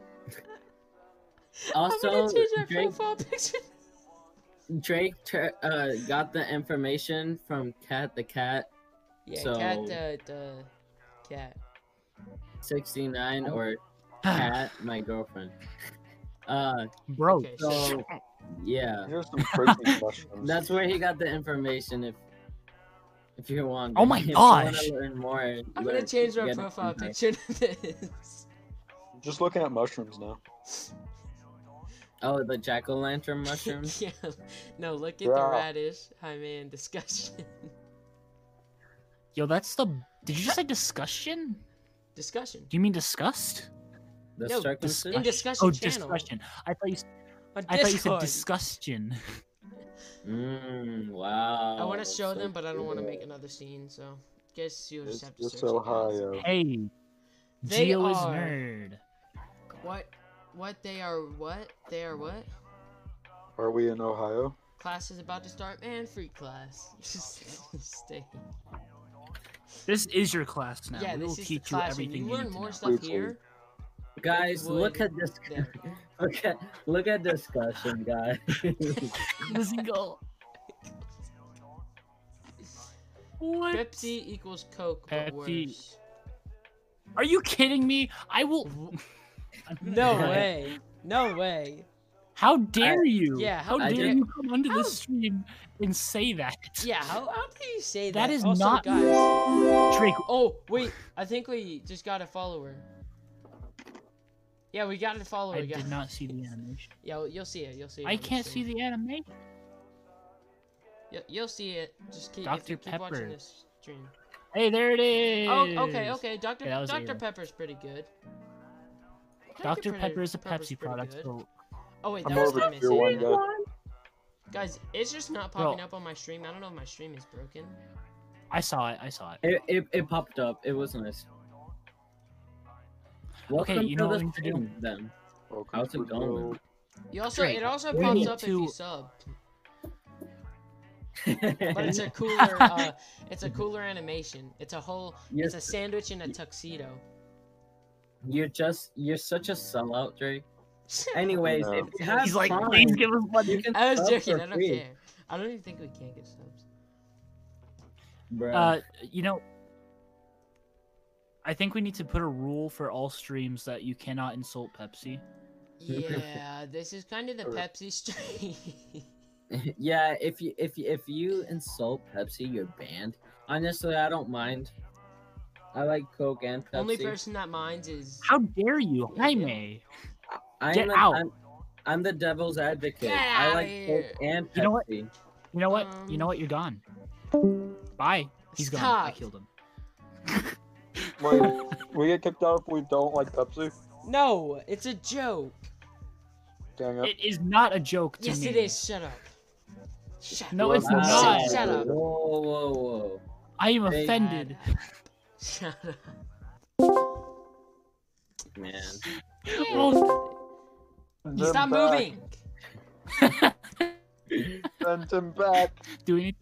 [SPEAKER 1] I'm gonna
[SPEAKER 2] Also,
[SPEAKER 1] change my
[SPEAKER 2] Drake
[SPEAKER 1] profile picture.
[SPEAKER 2] Drake tur uh, got the information from Cat the Cat
[SPEAKER 1] Yeah,
[SPEAKER 2] So-
[SPEAKER 1] cat, uh, the cat.
[SPEAKER 2] 69 or Cat my girlfriend. Uh,
[SPEAKER 3] Bro.
[SPEAKER 1] Okay,
[SPEAKER 2] so yeah,
[SPEAKER 4] Here's some crazy mushrooms.
[SPEAKER 2] that's where he got the information. If if you want,
[SPEAKER 3] Oh my
[SPEAKER 2] if you wanna
[SPEAKER 3] gosh.
[SPEAKER 2] learn more,
[SPEAKER 1] I'm
[SPEAKER 2] learn-
[SPEAKER 1] gonna change my
[SPEAKER 2] get it
[SPEAKER 1] profile
[SPEAKER 2] from her.
[SPEAKER 1] picture to this.
[SPEAKER 4] Just looking at mushrooms now.
[SPEAKER 2] Oh, the jack o' lantern mushroom.
[SPEAKER 1] yeah. No, look at the
[SPEAKER 4] Yeah.
[SPEAKER 1] radish. Hi, man. Discussion.
[SPEAKER 3] Yo, that's the. Did you just say discussion?
[SPEAKER 1] Discussion.
[SPEAKER 3] Do you mean disgust?
[SPEAKER 2] The
[SPEAKER 1] No, In
[SPEAKER 2] circumcision.
[SPEAKER 1] discussion
[SPEAKER 3] Oh,
[SPEAKER 1] channel.
[SPEAKER 3] discussion. I thought you.
[SPEAKER 1] On
[SPEAKER 3] I thought you said
[SPEAKER 1] Discord.
[SPEAKER 3] disgustion.
[SPEAKER 2] Mm, wow.
[SPEAKER 1] I want to show
[SPEAKER 2] so
[SPEAKER 1] them, but I don't want to
[SPEAKER 2] cool.
[SPEAKER 1] make another scene, so guess you'll
[SPEAKER 4] It's
[SPEAKER 1] just have to
[SPEAKER 4] just
[SPEAKER 1] search it out.
[SPEAKER 4] Ohio.
[SPEAKER 3] Hey.
[SPEAKER 1] They
[SPEAKER 3] Geo is
[SPEAKER 1] are-
[SPEAKER 3] nerd.
[SPEAKER 1] What? What they are? What they are? What?
[SPEAKER 4] Are we in Ohio?
[SPEAKER 1] Class is about to start. Man, free class. Stay.
[SPEAKER 3] This is your class now.
[SPEAKER 1] yeah,
[SPEAKER 3] we will
[SPEAKER 1] this is the
[SPEAKER 3] teach you
[SPEAKER 1] class. and
[SPEAKER 3] everything
[SPEAKER 1] You
[SPEAKER 3] you,
[SPEAKER 1] learn
[SPEAKER 3] need to
[SPEAKER 1] more
[SPEAKER 3] know.
[SPEAKER 1] stuff
[SPEAKER 4] Please
[SPEAKER 1] here.
[SPEAKER 2] Guys, look at this.
[SPEAKER 1] There.
[SPEAKER 2] Look at look at discussion, guys.
[SPEAKER 3] Single. What?
[SPEAKER 1] Pepsi equals Coke, but
[SPEAKER 3] Pepsi.
[SPEAKER 1] worse.
[SPEAKER 3] Are you kidding me? I will.
[SPEAKER 1] No
[SPEAKER 2] Yeah.
[SPEAKER 1] way. No way.
[SPEAKER 3] How dare you?
[SPEAKER 1] yeah,
[SPEAKER 3] How
[SPEAKER 1] I
[SPEAKER 3] dare
[SPEAKER 1] did-
[SPEAKER 3] you come onto
[SPEAKER 1] How-
[SPEAKER 3] this stream and say that?
[SPEAKER 1] Yeah, how, how do you say that?
[SPEAKER 3] That is
[SPEAKER 1] also,
[SPEAKER 3] not-
[SPEAKER 1] Guys,
[SPEAKER 3] Drake.
[SPEAKER 1] oh wait, I think we just got a follower. Yeah, we got it following.
[SPEAKER 3] I
[SPEAKER 1] we got-
[SPEAKER 3] did not see the animation.
[SPEAKER 1] Yeah, well, you'll see it. You'll see it.
[SPEAKER 3] I
[SPEAKER 1] on the
[SPEAKER 3] can't see
[SPEAKER 1] screen.
[SPEAKER 3] the animation.
[SPEAKER 1] You- You'll see it. Just keep, if
[SPEAKER 3] Dr.
[SPEAKER 1] you keep watching
[SPEAKER 3] Pepper.
[SPEAKER 1] this stream.
[SPEAKER 3] Hey, there it is.
[SPEAKER 1] Oh, okay, okay. Dr.
[SPEAKER 3] Yeah, that was
[SPEAKER 1] Dr.
[SPEAKER 3] zero.
[SPEAKER 1] Pepper's pretty good.
[SPEAKER 3] Dr.
[SPEAKER 1] Pre-
[SPEAKER 3] Pepper is a
[SPEAKER 1] Pepper's
[SPEAKER 3] Pepsi
[SPEAKER 1] pretty
[SPEAKER 3] product.
[SPEAKER 1] good.
[SPEAKER 3] So,
[SPEAKER 1] Oh wait,
[SPEAKER 4] I'm
[SPEAKER 1] that was
[SPEAKER 4] more of
[SPEAKER 1] the
[SPEAKER 4] a beer one
[SPEAKER 1] missing.
[SPEAKER 4] guy.
[SPEAKER 1] Guys, it's just not
[SPEAKER 3] Bro.
[SPEAKER 1] popping up on my stream. I don't know if my stream is broken.
[SPEAKER 3] I saw it. I saw it.
[SPEAKER 2] It, it, it popped up. It was nice. Welcome
[SPEAKER 3] you know
[SPEAKER 2] to
[SPEAKER 3] what we
[SPEAKER 2] the
[SPEAKER 3] need to do?
[SPEAKER 2] stream, Then
[SPEAKER 4] Welcome
[SPEAKER 2] How's
[SPEAKER 4] to
[SPEAKER 2] Oh, it going?
[SPEAKER 4] world.
[SPEAKER 1] You also,
[SPEAKER 3] Drake,
[SPEAKER 1] it also
[SPEAKER 3] we
[SPEAKER 1] pops
[SPEAKER 3] need
[SPEAKER 1] up if you
[SPEAKER 3] to-
[SPEAKER 1] sub, but it's a cooler, uh, it's a cooler animation. It's a whole,
[SPEAKER 2] you're,
[SPEAKER 1] it's a sandwich and a tuxedo.
[SPEAKER 2] you're just you're such a sellout, Drake. Anyways,
[SPEAKER 4] No.
[SPEAKER 2] if you have
[SPEAKER 3] He's like,
[SPEAKER 2] time,
[SPEAKER 3] please give us
[SPEAKER 2] you
[SPEAKER 3] money.
[SPEAKER 2] can
[SPEAKER 1] I was
[SPEAKER 2] sub
[SPEAKER 1] joking.
[SPEAKER 2] for
[SPEAKER 1] I don't
[SPEAKER 2] free,
[SPEAKER 1] care. I don't even think we can get subs.
[SPEAKER 2] bruh.
[SPEAKER 3] Uh, you know, I think we need to put a rule for all streams that you cannot insult Pepsi.
[SPEAKER 1] Yeah, this is kind of the
[SPEAKER 4] Or-
[SPEAKER 1] Pepsi stream.
[SPEAKER 2] yeah, if you if you, if you insult Pepsi, you're banned. Honestly, I don't mind. I like Coke and Pepsi.
[SPEAKER 1] Only person that minds is
[SPEAKER 3] How dare you,
[SPEAKER 1] Yeah, yeah.
[SPEAKER 3] Jaime?
[SPEAKER 2] I'm
[SPEAKER 3] Get
[SPEAKER 2] the,
[SPEAKER 3] out.
[SPEAKER 2] I'm, I'm the devil's advocate.
[SPEAKER 1] Get
[SPEAKER 2] I
[SPEAKER 1] outta
[SPEAKER 2] like
[SPEAKER 1] here.
[SPEAKER 2] Coke and Pepsi.
[SPEAKER 3] You know what? You know what? you
[SPEAKER 1] Um,
[SPEAKER 3] know what? You're gone. Bye. He's gone. I
[SPEAKER 1] Stop.
[SPEAKER 3] killed him.
[SPEAKER 4] Wait, we get kicked out if we don't like Pepsi.
[SPEAKER 1] No, it's a joke.
[SPEAKER 4] Dang it.
[SPEAKER 3] It is not a joke to
[SPEAKER 1] Yes,
[SPEAKER 3] me.
[SPEAKER 1] it is. Shut up. Shut
[SPEAKER 3] No,
[SPEAKER 1] up.
[SPEAKER 3] it's
[SPEAKER 4] Wow.
[SPEAKER 3] not.
[SPEAKER 1] Shut
[SPEAKER 2] Whoa,
[SPEAKER 1] up.
[SPEAKER 2] whoa, whoa.
[SPEAKER 3] I am
[SPEAKER 2] They-
[SPEAKER 3] offended.
[SPEAKER 1] Shut up.
[SPEAKER 2] Man.
[SPEAKER 3] Oh.
[SPEAKER 4] Send him
[SPEAKER 1] Stop
[SPEAKER 4] back.
[SPEAKER 1] moving.
[SPEAKER 4] Send him back.
[SPEAKER 3] Do we need?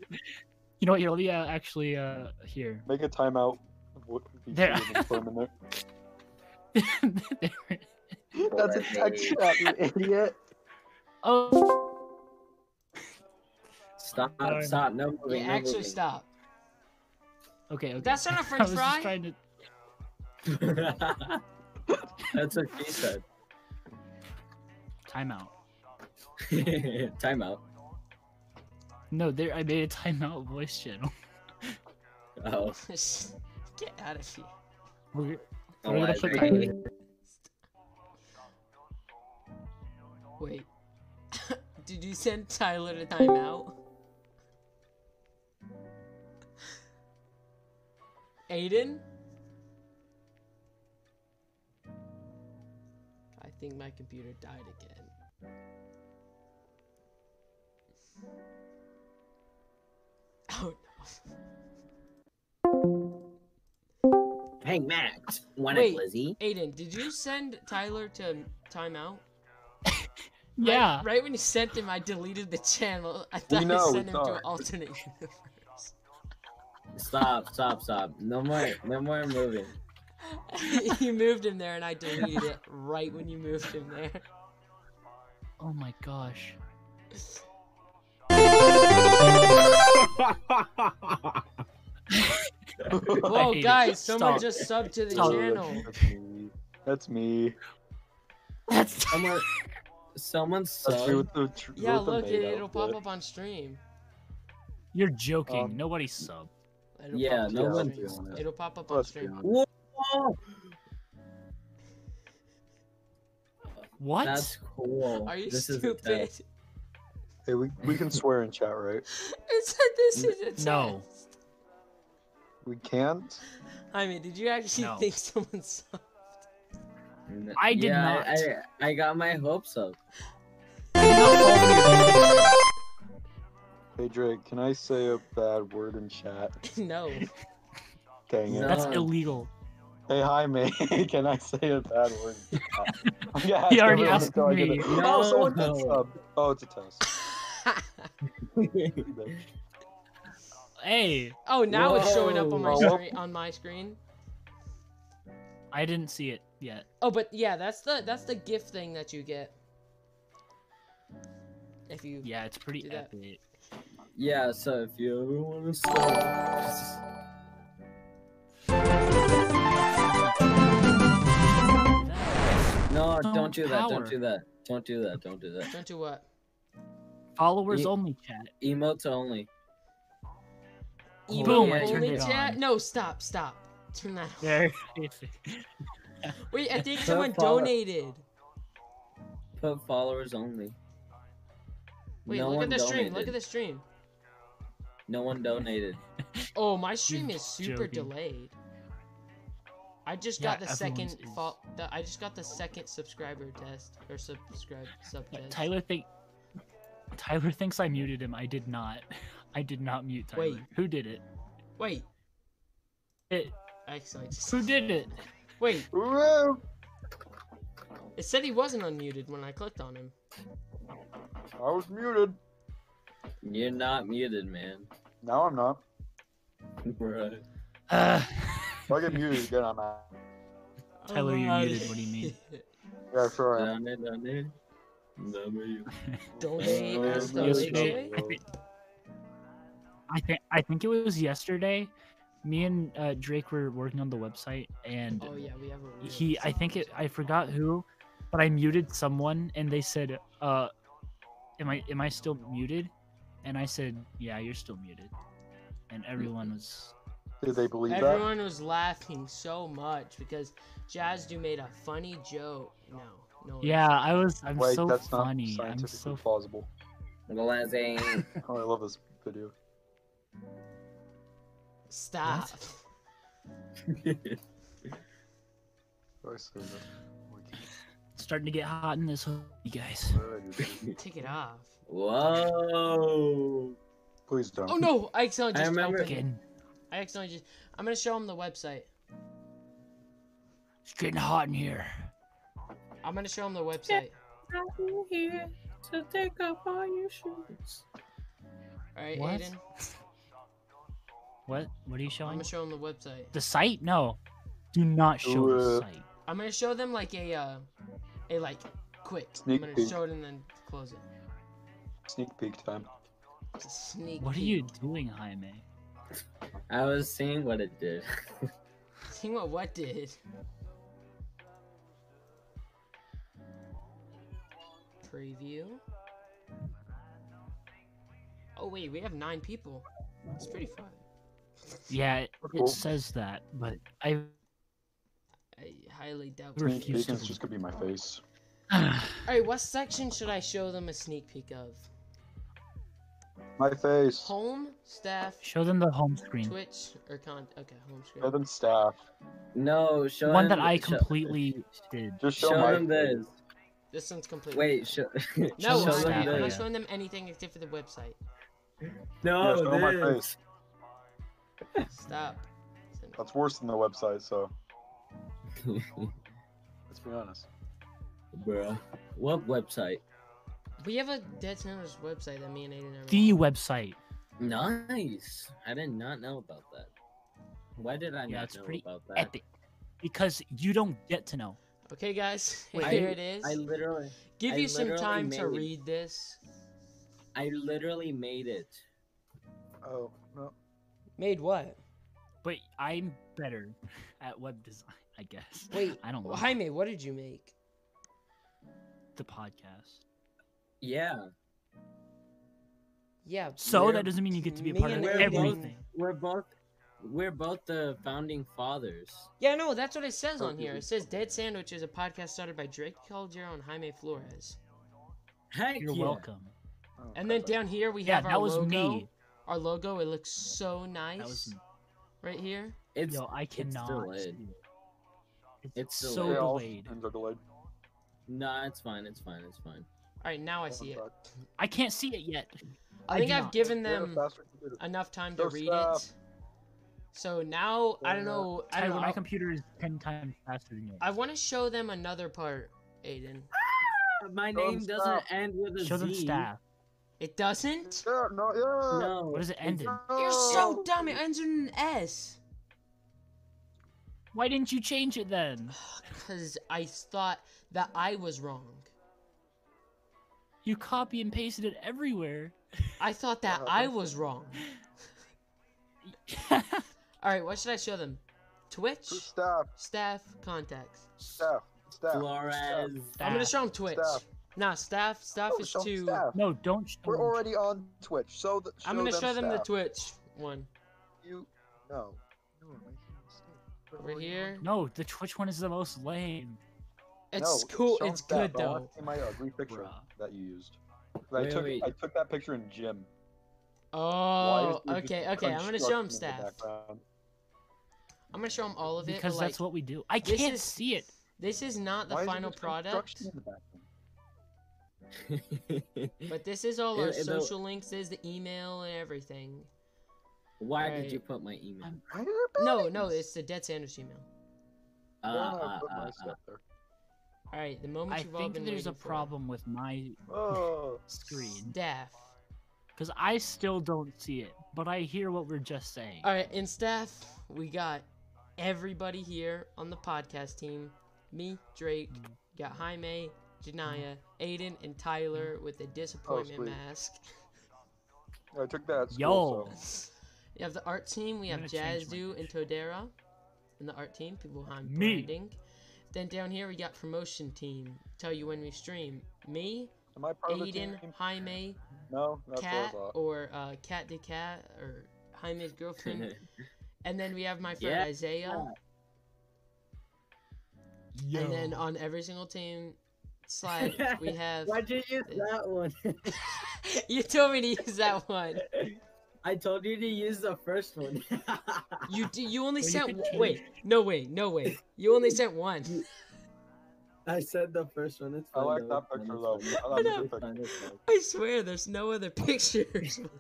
[SPEAKER 3] You know what? You're yeah, actually uh here.
[SPEAKER 4] Make a timeout. What-
[SPEAKER 3] There.
[SPEAKER 4] Put him in there. That's
[SPEAKER 2] That's
[SPEAKER 4] a
[SPEAKER 2] a
[SPEAKER 4] text shot,
[SPEAKER 2] text
[SPEAKER 4] you idiot.
[SPEAKER 3] oh,
[SPEAKER 2] Stop,
[SPEAKER 3] Sorry.
[SPEAKER 2] stop, no
[SPEAKER 1] Yeah,
[SPEAKER 2] moving. no
[SPEAKER 1] actually,
[SPEAKER 2] moving.
[SPEAKER 1] stop.
[SPEAKER 3] okay. okay.
[SPEAKER 1] That's not a
[SPEAKER 3] I
[SPEAKER 1] French
[SPEAKER 3] was
[SPEAKER 1] fry.
[SPEAKER 3] just trying to.
[SPEAKER 2] That's what she said.
[SPEAKER 3] Timeout.
[SPEAKER 2] Timeout.
[SPEAKER 3] No, there. I made a timeout voice channel.
[SPEAKER 2] Oh.
[SPEAKER 1] Get out of here.
[SPEAKER 3] We're,
[SPEAKER 2] oh,
[SPEAKER 3] we're gonna
[SPEAKER 2] I
[SPEAKER 3] put
[SPEAKER 2] see.
[SPEAKER 3] timeout.
[SPEAKER 1] Wait. Did you send Tyler to timeout? Aiden? I think my computer died again. Oh no.
[SPEAKER 2] Hey, Max. Want
[SPEAKER 1] Wait.
[SPEAKER 2] a glizzy?
[SPEAKER 1] Aiden, did you send Tyler to timeout? Right-
[SPEAKER 3] Yeah.
[SPEAKER 1] Right, when you sent him, I deleted the channel. I
[SPEAKER 4] We
[SPEAKER 1] thought I
[SPEAKER 4] know,
[SPEAKER 1] sent him
[SPEAKER 4] we
[SPEAKER 1] to an
[SPEAKER 4] thought.
[SPEAKER 1] alternate universe.
[SPEAKER 2] Stop, stop, stop. No more, no more moving.
[SPEAKER 1] you moved him there, and I deleted it right when you moved him there.
[SPEAKER 3] Oh my gosh.
[SPEAKER 1] Whoa,
[SPEAKER 3] hate it.
[SPEAKER 1] guys! Someone
[SPEAKER 3] Stop.
[SPEAKER 1] just subbed to the
[SPEAKER 3] Stop.
[SPEAKER 1] channel.
[SPEAKER 4] That's me. That's me.
[SPEAKER 3] That's
[SPEAKER 2] Someone, someone
[SPEAKER 4] That's me
[SPEAKER 2] subbed.
[SPEAKER 4] with the tr-
[SPEAKER 1] Yeah,
[SPEAKER 4] with the
[SPEAKER 1] look,
[SPEAKER 4] maid
[SPEAKER 1] it, it'll
[SPEAKER 4] outfit.
[SPEAKER 1] pop up on stream.
[SPEAKER 3] you're joking.
[SPEAKER 4] Um,
[SPEAKER 3] Nobody sub.
[SPEAKER 1] It'll
[SPEAKER 2] Yeah,
[SPEAKER 1] pop up
[SPEAKER 2] no
[SPEAKER 1] on
[SPEAKER 2] one's
[SPEAKER 1] stream.
[SPEAKER 4] doing it.
[SPEAKER 1] It'll pop up on
[SPEAKER 4] Let's be
[SPEAKER 1] stream.
[SPEAKER 4] honest.
[SPEAKER 2] Whoa!
[SPEAKER 3] What?
[SPEAKER 2] That's cool.
[SPEAKER 1] Are you
[SPEAKER 2] this is a
[SPEAKER 1] stupid?
[SPEAKER 2] test.
[SPEAKER 4] Hey, we, we can swear in chat, right?
[SPEAKER 1] it said this is a test.
[SPEAKER 3] No.
[SPEAKER 4] We can't.
[SPEAKER 1] I mean, did you actually
[SPEAKER 3] No.
[SPEAKER 1] think someone subbed?
[SPEAKER 2] N-
[SPEAKER 3] I did
[SPEAKER 2] yeah,
[SPEAKER 3] not.
[SPEAKER 2] I, I got my hopes up.
[SPEAKER 4] Hey Drake, can I say a bad word in chat?
[SPEAKER 1] no.
[SPEAKER 4] Dang it.
[SPEAKER 2] No.
[SPEAKER 3] That's
[SPEAKER 2] Um,
[SPEAKER 3] illegal.
[SPEAKER 4] Hey, hi, mate. Can I say a bad word? in chat? Yeah,
[SPEAKER 3] He already
[SPEAKER 4] everyone
[SPEAKER 3] asked
[SPEAKER 4] until I did
[SPEAKER 3] me.
[SPEAKER 4] it.
[SPEAKER 2] No.
[SPEAKER 4] Oh, someone did sub. Oh, it's a test.
[SPEAKER 3] Hey,
[SPEAKER 1] oh, now it's showing up on my
[SPEAKER 4] Whoa.
[SPEAKER 1] screen. On my screen.
[SPEAKER 3] I didn't see it yet.
[SPEAKER 1] Oh, but yeah, that's the that's the gift thing that you get. If you
[SPEAKER 3] Yeah, it's pretty
[SPEAKER 1] Do that.
[SPEAKER 3] epic.
[SPEAKER 2] Yeah, so if you ever want to sub. No,
[SPEAKER 3] Some
[SPEAKER 2] don't do that.
[SPEAKER 3] power.
[SPEAKER 2] Don't do that. Don't do that. Don't do that.
[SPEAKER 1] don't do what?
[SPEAKER 3] Followers
[SPEAKER 2] Ye-
[SPEAKER 3] only chat.
[SPEAKER 2] Emotes only.
[SPEAKER 1] Emote
[SPEAKER 3] Boom,
[SPEAKER 2] I
[SPEAKER 1] only
[SPEAKER 3] turned it
[SPEAKER 1] chat?
[SPEAKER 3] on.
[SPEAKER 1] No, stop, stop. Turn that off.
[SPEAKER 3] There.
[SPEAKER 1] Wait, I think
[SPEAKER 2] So
[SPEAKER 1] someone
[SPEAKER 2] follow-
[SPEAKER 1] donated.
[SPEAKER 2] put followers only.
[SPEAKER 1] Wait,
[SPEAKER 2] no
[SPEAKER 1] look
[SPEAKER 2] one
[SPEAKER 1] at the stream. Look
[SPEAKER 2] donated.
[SPEAKER 1] at the stream.
[SPEAKER 2] No one donated.
[SPEAKER 1] Oh, my stream is super
[SPEAKER 3] joking.
[SPEAKER 1] delayed. I just
[SPEAKER 3] Yeah,
[SPEAKER 1] got the
[SPEAKER 3] everyone's
[SPEAKER 1] second
[SPEAKER 3] is.
[SPEAKER 1] fo- the, I just got the second subscriber test or subscribe sub
[SPEAKER 3] Yeah,
[SPEAKER 1] test.
[SPEAKER 3] Tyler think Tyler thinks I muted him. I did not. I did not mute Tyler.
[SPEAKER 1] Wait.
[SPEAKER 3] Who did it?
[SPEAKER 1] Wait,
[SPEAKER 3] It.
[SPEAKER 1] actually, I just-
[SPEAKER 3] Who did it?
[SPEAKER 1] wait.
[SPEAKER 4] Woo!
[SPEAKER 1] It said he wasn't unmuted when I clicked on him.
[SPEAKER 4] I was muted.
[SPEAKER 2] You're not muted, man.
[SPEAKER 4] Now I'm not.
[SPEAKER 2] Bruh.
[SPEAKER 3] Uh,
[SPEAKER 4] If I get muted again, I'm out.
[SPEAKER 3] Tyler, you're
[SPEAKER 1] Alright.
[SPEAKER 3] muted, what do you mean?
[SPEAKER 4] Yeah, sure I am.
[SPEAKER 2] Down there, down there. W.
[SPEAKER 1] Donate
[SPEAKER 4] Uh,
[SPEAKER 1] as the
[SPEAKER 3] yesterday,
[SPEAKER 1] leche?
[SPEAKER 3] I think I think I think it was yesterday. Me and uh, Drake were working on the website, and
[SPEAKER 1] Oh yeah, we have a. weird-
[SPEAKER 3] he i think it i forgot who but i muted someone and they said uh am i am i still muted and i said yeah you're still muted and everyone was
[SPEAKER 4] Did they believe that?
[SPEAKER 1] Everyone was laughing so much because Jazdu made a funny joke. No, no. it
[SPEAKER 3] yeah i was i'm
[SPEAKER 4] Wait,
[SPEAKER 3] so
[SPEAKER 4] that's not
[SPEAKER 3] funny i'm
[SPEAKER 4] scientifically
[SPEAKER 3] so
[SPEAKER 4] plausible.
[SPEAKER 2] Well, as ain't.
[SPEAKER 4] Oh, I love this video.
[SPEAKER 1] isn't. Stop.
[SPEAKER 4] I said that.
[SPEAKER 3] starting to get hot in this hood, you guys
[SPEAKER 4] Where did I do that?
[SPEAKER 1] Take it off.
[SPEAKER 2] Whoa.
[SPEAKER 4] Please don't.
[SPEAKER 1] Oh no! I accidentally
[SPEAKER 2] I
[SPEAKER 1] just
[SPEAKER 2] remember-
[SPEAKER 1] opened it.
[SPEAKER 3] getting
[SPEAKER 1] I accidentally just. I'm gonna show him the website.
[SPEAKER 3] it's getting hot in here
[SPEAKER 1] I'm gonna show him the website.
[SPEAKER 2] here to take off all your shoes.
[SPEAKER 1] All right,
[SPEAKER 3] What?
[SPEAKER 1] Aiden.
[SPEAKER 3] what what are you
[SPEAKER 1] I'm
[SPEAKER 3] showing
[SPEAKER 1] gonna show him the website.
[SPEAKER 3] the site no do not show
[SPEAKER 4] Uh,
[SPEAKER 3] the site
[SPEAKER 1] I'm gonna show them like a uh, a like quick.
[SPEAKER 4] Sneak
[SPEAKER 1] I'm gonna
[SPEAKER 4] peek.
[SPEAKER 1] show it and then close it.
[SPEAKER 4] Sneak peek time.
[SPEAKER 1] It's a sneak.
[SPEAKER 3] what are
[SPEAKER 1] peek.
[SPEAKER 3] you doing jaime
[SPEAKER 2] I was seeing what it did.
[SPEAKER 1] Seeing what what did? Preview. Oh wait, we have nine people. That's pretty fun.
[SPEAKER 3] yeah it,
[SPEAKER 4] Cool.
[SPEAKER 3] it says that but i
[SPEAKER 1] I highly doubt.
[SPEAKER 3] Re-
[SPEAKER 1] All
[SPEAKER 4] Sneak
[SPEAKER 3] Refuse
[SPEAKER 4] peek
[SPEAKER 3] to
[SPEAKER 4] and it's just gonna be my face.
[SPEAKER 1] right, what section should I show them a sneak peek of?
[SPEAKER 4] My face.
[SPEAKER 1] Home, staff,
[SPEAKER 3] Show them the home screen.
[SPEAKER 1] Twitch, or con? Okay, home screen.
[SPEAKER 4] Show them staff.
[SPEAKER 2] No, show
[SPEAKER 3] One
[SPEAKER 2] him-
[SPEAKER 3] that I
[SPEAKER 2] sho-
[SPEAKER 3] completely did.
[SPEAKER 4] Just show,
[SPEAKER 2] Show,
[SPEAKER 4] my
[SPEAKER 2] them
[SPEAKER 4] face.
[SPEAKER 2] this.
[SPEAKER 1] This one's complete.
[SPEAKER 2] Wait, show.
[SPEAKER 1] No,
[SPEAKER 2] show
[SPEAKER 1] I'm not,
[SPEAKER 2] them
[SPEAKER 1] I'm
[SPEAKER 3] that.
[SPEAKER 1] not
[SPEAKER 2] this.
[SPEAKER 1] showing them anything except for the website.
[SPEAKER 2] No,
[SPEAKER 4] Yeah,
[SPEAKER 2] Oh,
[SPEAKER 4] show my
[SPEAKER 2] this.
[SPEAKER 4] face.
[SPEAKER 1] Stop.
[SPEAKER 4] That's worse than the website, so let's be honest.
[SPEAKER 2] Bruh. What website?
[SPEAKER 1] We have a Dead Center's website that me and Aiden are.
[SPEAKER 3] The website.
[SPEAKER 2] Nice. I did not know about that. Why did I
[SPEAKER 3] Yeah,
[SPEAKER 2] not
[SPEAKER 3] it's
[SPEAKER 2] know
[SPEAKER 3] pretty
[SPEAKER 2] about that?
[SPEAKER 3] Epic. Because you don't get to know.
[SPEAKER 1] Okay, guys,
[SPEAKER 3] Wait,
[SPEAKER 1] here
[SPEAKER 2] I-
[SPEAKER 1] it is.
[SPEAKER 2] I literally,
[SPEAKER 1] Give
[SPEAKER 2] I
[SPEAKER 1] you some
[SPEAKER 2] literally
[SPEAKER 1] time to
[SPEAKER 2] made-
[SPEAKER 1] read this.
[SPEAKER 2] I literally made it.
[SPEAKER 4] Oh no.
[SPEAKER 1] Made what?
[SPEAKER 3] But I'm better at web design, I guess.
[SPEAKER 1] Wait,
[SPEAKER 3] I don't
[SPEAKER 1] Well,
[SPEAKER 3] like
[SPEAKER 1] Jaime, what did you make?
[SPEAKER 3] the podcast.
[SPEAKER 2] Yeah.
[SPEAKER 1] Yeah.
[SPEAKER 3] So
[SPEAKER 2] We're-
[SPEAKER 3] that doesn't mean you get to be a
[SPEAKER 1] me
[SPEAKER 3] part of
[SPEAKER 1] and
[SPEAKER 2] We're
[SPEAKER 1] Aiden-
[SPEAKER 3] everything.
[SPEAKER 2] Both, we're both, we're both the founding fathers.
[SPEAKER 1] Yeah, no, that's what it says
[SPEAKER 2] Oh,
[SPEAKER 1] on here.
[SPEAKER 2] dude.
[SPEAKER 1] It says Dead Sandwich is a podcast started by Drake Caldero and Jaime Flores.
[SPEAKER 2] Heck
[SPEAKER 3] You're
[SPEAKER 2] yeah.
[SPEAKER 3] welcome.
[SPEAKER 4] Oh,
[SPEAKER 1] And then
[SPEAKER 4] crap.
[SPEAKER 1] down here we
[SPEAKER 3] Yeah,
[SPEAKER 1] have
[SPEAKER 3] that
[SPEAKER 1] our
[SPEAKER 3] was
[SPEAKER 1] logo.
[SPEAKER 3] me.
[SPEAKER 1] Our logo, it looks so nice.
[SPEAKER 3] That was me.
[SPEAKER 1] Right here.
[SPEAKER 2] It's
[SPEAKER 3] Yo, I cannot.
[SPEAKER 2] delayed.
[SPEAKER 3] do it.
[SPEAKER 2] It's
[SPEAKER 3] It's,
[SPEAKER 4] Yeah,
[SPEAKER 3] so
[SPEAKER 2] delayed.
[SPEAKER 4] all
[SPEAKER 3] delayed.
[SPEAKER 4] ends are delayed.
[SPEAKER 1] Oh,
[SPEAKER 2] nah, it's fine. It's fine. It's fine.
[SPEAKER 1] Alright, now I see it.
[SPEAKER 3] I can't see it yet.
[SPEAKER 1] I
[SPEAKER 3] I
[SPEAKER 1] think
[SPEAKER 3] do
[SPEAKER 1] I've
[SPEAKER 3] not.
[SPEAKER 1] given
[SPEAKER 4] Yeah,
[SPEAKER 1] them
[SPEAKER 4] faster computer.
[SPEAKER 1] enough time to
[SPEAKER 4] No
[SPEAKER 1] read
[SPEAKER 4] stop.
[SPEAKER 1] it. So now I don't
[SPEAKER 4] Yeah.
[SPEAKER 1] know. I don't
[SPEAKER 3] Tyler,
[SPEAKER 1] know.
[SPEAKER 3] my
[SPEAKER 1] I,
[SPEAKER 3] computer is ten times faster than yours.
[SPEAKER 1] want to show them another part, Aiden.
[SPEAKER 2] My
[SPEAKER 4] Show 'em
[SPEAKER 2] name doesn't
[SPEAKER 4] staff.
[SPEAKER 2] end with a
[SPEAKER 3] Show
[SPEAKER 2] Z.
[SPEAKER 3] them staff.
[SPEAKER 1] It doesn't.
[SPEAKER 4] Yeah, no, yeah.
[SPEAKER 3] What
[SPEAKER 2] No.
[SPEAKER 3] does it end in?
[SPEAKER 1] You're
[SPEAKER 4] No.
[SPEAKER 1] so dumb. It ends in an S.
[SPEAKER 3] Why didn't you change it then?
[SPEAKER 1] Cause I thought that I was wrong.
[SPEAKER 3] You copy and pasted it everywhere.
[SPEAKER 1] I thought that
[SPEAKER 4] Wow,
[SPEAKER 1] I
[SPEAKER 4] that's-
[SPEAKER 1] was wrong. All right, what should I show them? Twitch,
[SPEAKER 4] Who's Staff,
[SPEAKER 1] staff, contacts.
[SPEAKER 4] staff, staff. staff.
[SPEAKER 2] Flores.
[SPEAKER 1] I'm gonna
[SPEAKER 3] Staff.
[SPEAKER 1] show them Twitch.
[SPEAKER 4] Staff.
[SPEAKER 1] Nah, staff. Staff
[SPEAKER 4] Oh,
[SPEAKER 1] is
[SPEAKER 4] show 'em
[SPEAKER 1] too.
[SPEAKER 4] staff.
[SPEAKER 3] No, don't show
[SPEAKER 4] We're
[SPEAKER 3] them.
[SPEAKER 4] already on Twitch, so the, show
[SPEAKER 1] I'm gonna
[SPEAKER 4] them
[SPEAKER 1] show them the
[SPEAKER 4] staff.
[SPEAKER 1] Twitch one.
[SPEAKER 4] You no. No, we're making a mistake. We're
[SPEAKER 1] Over
[SPEAKER 4] already on
[SPEAKER 1] here.
[SPEAKER 3] No, the Twitch one is the most lame.
[SPEAKER 1] It's
[SPEAKER 4] no,
[SPEAKER 1] cool.
[SPEAKER 4] shown
[SPEAKER 1] It's good
[SPEAKER 4] stat, bro. I wanna
[SPEAKER 1] though.
[SPEAKER 4] see my ugly picture
[SPEAKER 3] Bruh.
[SPEAKER 4] that you used. 'Cause I
[SPEAKER 2] Wait,
[SPEAKER 4] took
[SPEAKER 2] wait.
[SPEAKER 4] I took that picture in gym. Why is
[SPEAKER 1] Oh,
[SPEAKER 4] there just
[SPEAKER 1] okay, okay. I'm gonna show him
[SPEAKER 4] construction in the
[SPEAKER 1] staff.
[SPEAKER 4] background?
[SPEAKER 1] I'm gonna show him all of it.
[SPEAKER 3] because
[SPEAKER 1] but,
[SPEAKER 3] that's
[SPEAKER 1] like,
[SPEAKER 3] what we do. I
[SPEAKER 1] this
[SPEAKER 3] can't
[SPEAKER 1] is-
[SPEAKER 3] see it.
[SPEAKER 1] This is not the
[SPEAKER 4] Why is there
[SPEAKER 1] final
[SPEAKER 4] just construction
[SPEAKER 1] product,
[SPEAKER 4] in the background?
[SPEAKER 1] but this is all our
[SPEAKER 2] It- it- the-
[SPEAKER 1] social links. Is the email and everything.
[SPEAKER 2] Why
[SPEAKER 1] Right.
[SPEAKER 2] did you put my email?
[SPEAKER 3] I'm-
[SPEAKER 4] Why are there
[SPEAKER 1] No, no,
[SPEAKER 4] buildings?
[SPEAKER 1] it's the Dead Sanders email.
[SPEAKER 4] Why
[SPEAKER 2] Uh,
[SPEAKER 4] don't I
[SPEAKER 2] uh,
[SPEAKER 4] put
[SPEAKER 2] uh,
[SPEAKER 4] my
[SPEAKER 2] uh,
[SPEAKER 4] stuff there?
[SPEAKER 1] All right, the moment
[SPEAKER 3] I
[SPEAKER 1] you've all
[SPEAKER 3] think
[SPEAKER 1] been
[SPEAKER 3] there's a
[SPEAKER 1] waiting for.
[SPEAKER 3] problem with my
[SPEAKER 2] uh,
[SPEAKER 4] Oh,
[SPEAKER 3] screen
[SPEAKER 1] Staff.
[SPEAKER 3] because I still don't see it, but I hear what we're just saying.
[SPEAKER 1] All right, in staff, we got everybody here on the podcast team. Me, Drake,
[SPEAKER 3] Mm.
[SPEAKER 1] got Jaime, Janaya, Aiden, and
[SPEAKER 3] Mm.
[SPEAKER 1] Tyler with
[SPEAKER 2] Oh,
[SPEAKER 1] the disappointment
[SPEAKER 4] sweet.
[SPEAKER 1] mask.
[SPEAKER 4] I took that. At school,
[SPEAKER 3] Yo.
[SPEAKER 4] so-
[SPEAKER 1] You have the art team. We
[SPEAKER 3] I'm
[SPEAKER 1] have
[SPEAKER 3] gonna change my
[SPEAKER 1] Jazdu and Todera in the art team. People behind
[SPEAKER 3] Me.
[SPEAKER 1] branding. Then down here we got promotion team. Tell you when we stream. Me,
[SPEAKER 4] Am I part of the
[SPEAKER 1] Aiden,
[SPEAKER 4] team?
[SPEAKER 1] Jaime,
[SPEAKER 4] No, that's
[SPEAKER 1] Cat,
[SPEAKER 4] what I thought.
[SPEAKER 1] or uh, Cat de Cat, or Jaime's
[SPEAKER 2] uh.
[SPEAKER 1] girlfriend. and then we have my friend
[SPEAKER 2] Yeah.
[SPEAKER 1] Isaiah. And then uh, on every single team slide we have.
[SPEAKER 2] Why'd you use that one?
[SPEAKER 1] you told me to use that one.
[SPEAKER 2] I told you to use the first one.
[SPEAKER 1] You d- you only
[SPEAKER 3] Well, you
[SPEAKER 1] sent
[SPEAKER 3] could
[SPEAKER 1] one-
[SPEAKER 3] change-
[SPEAKER 1] wait no way no way you only sent one.
[SPEAKER 2] I said the first one. It's
[SPEAKER 4] I
[SPEAKER 2] fine,
[SPEAKER 4] like
[SPEAKER 2] though,
[SPEAKER 4] that
[SPEAKER 2] it's
[SPEAKER 4] picture though. I
[SPEAKER 2] fine, it's fine.
[SPEAKER 4] like that
[SPEAKER 2] It's fine,
[SPEAKER 4] picture.
[SPEAKER 2] it's fine.
[SPEAKER 1] I swear there's no other pictures.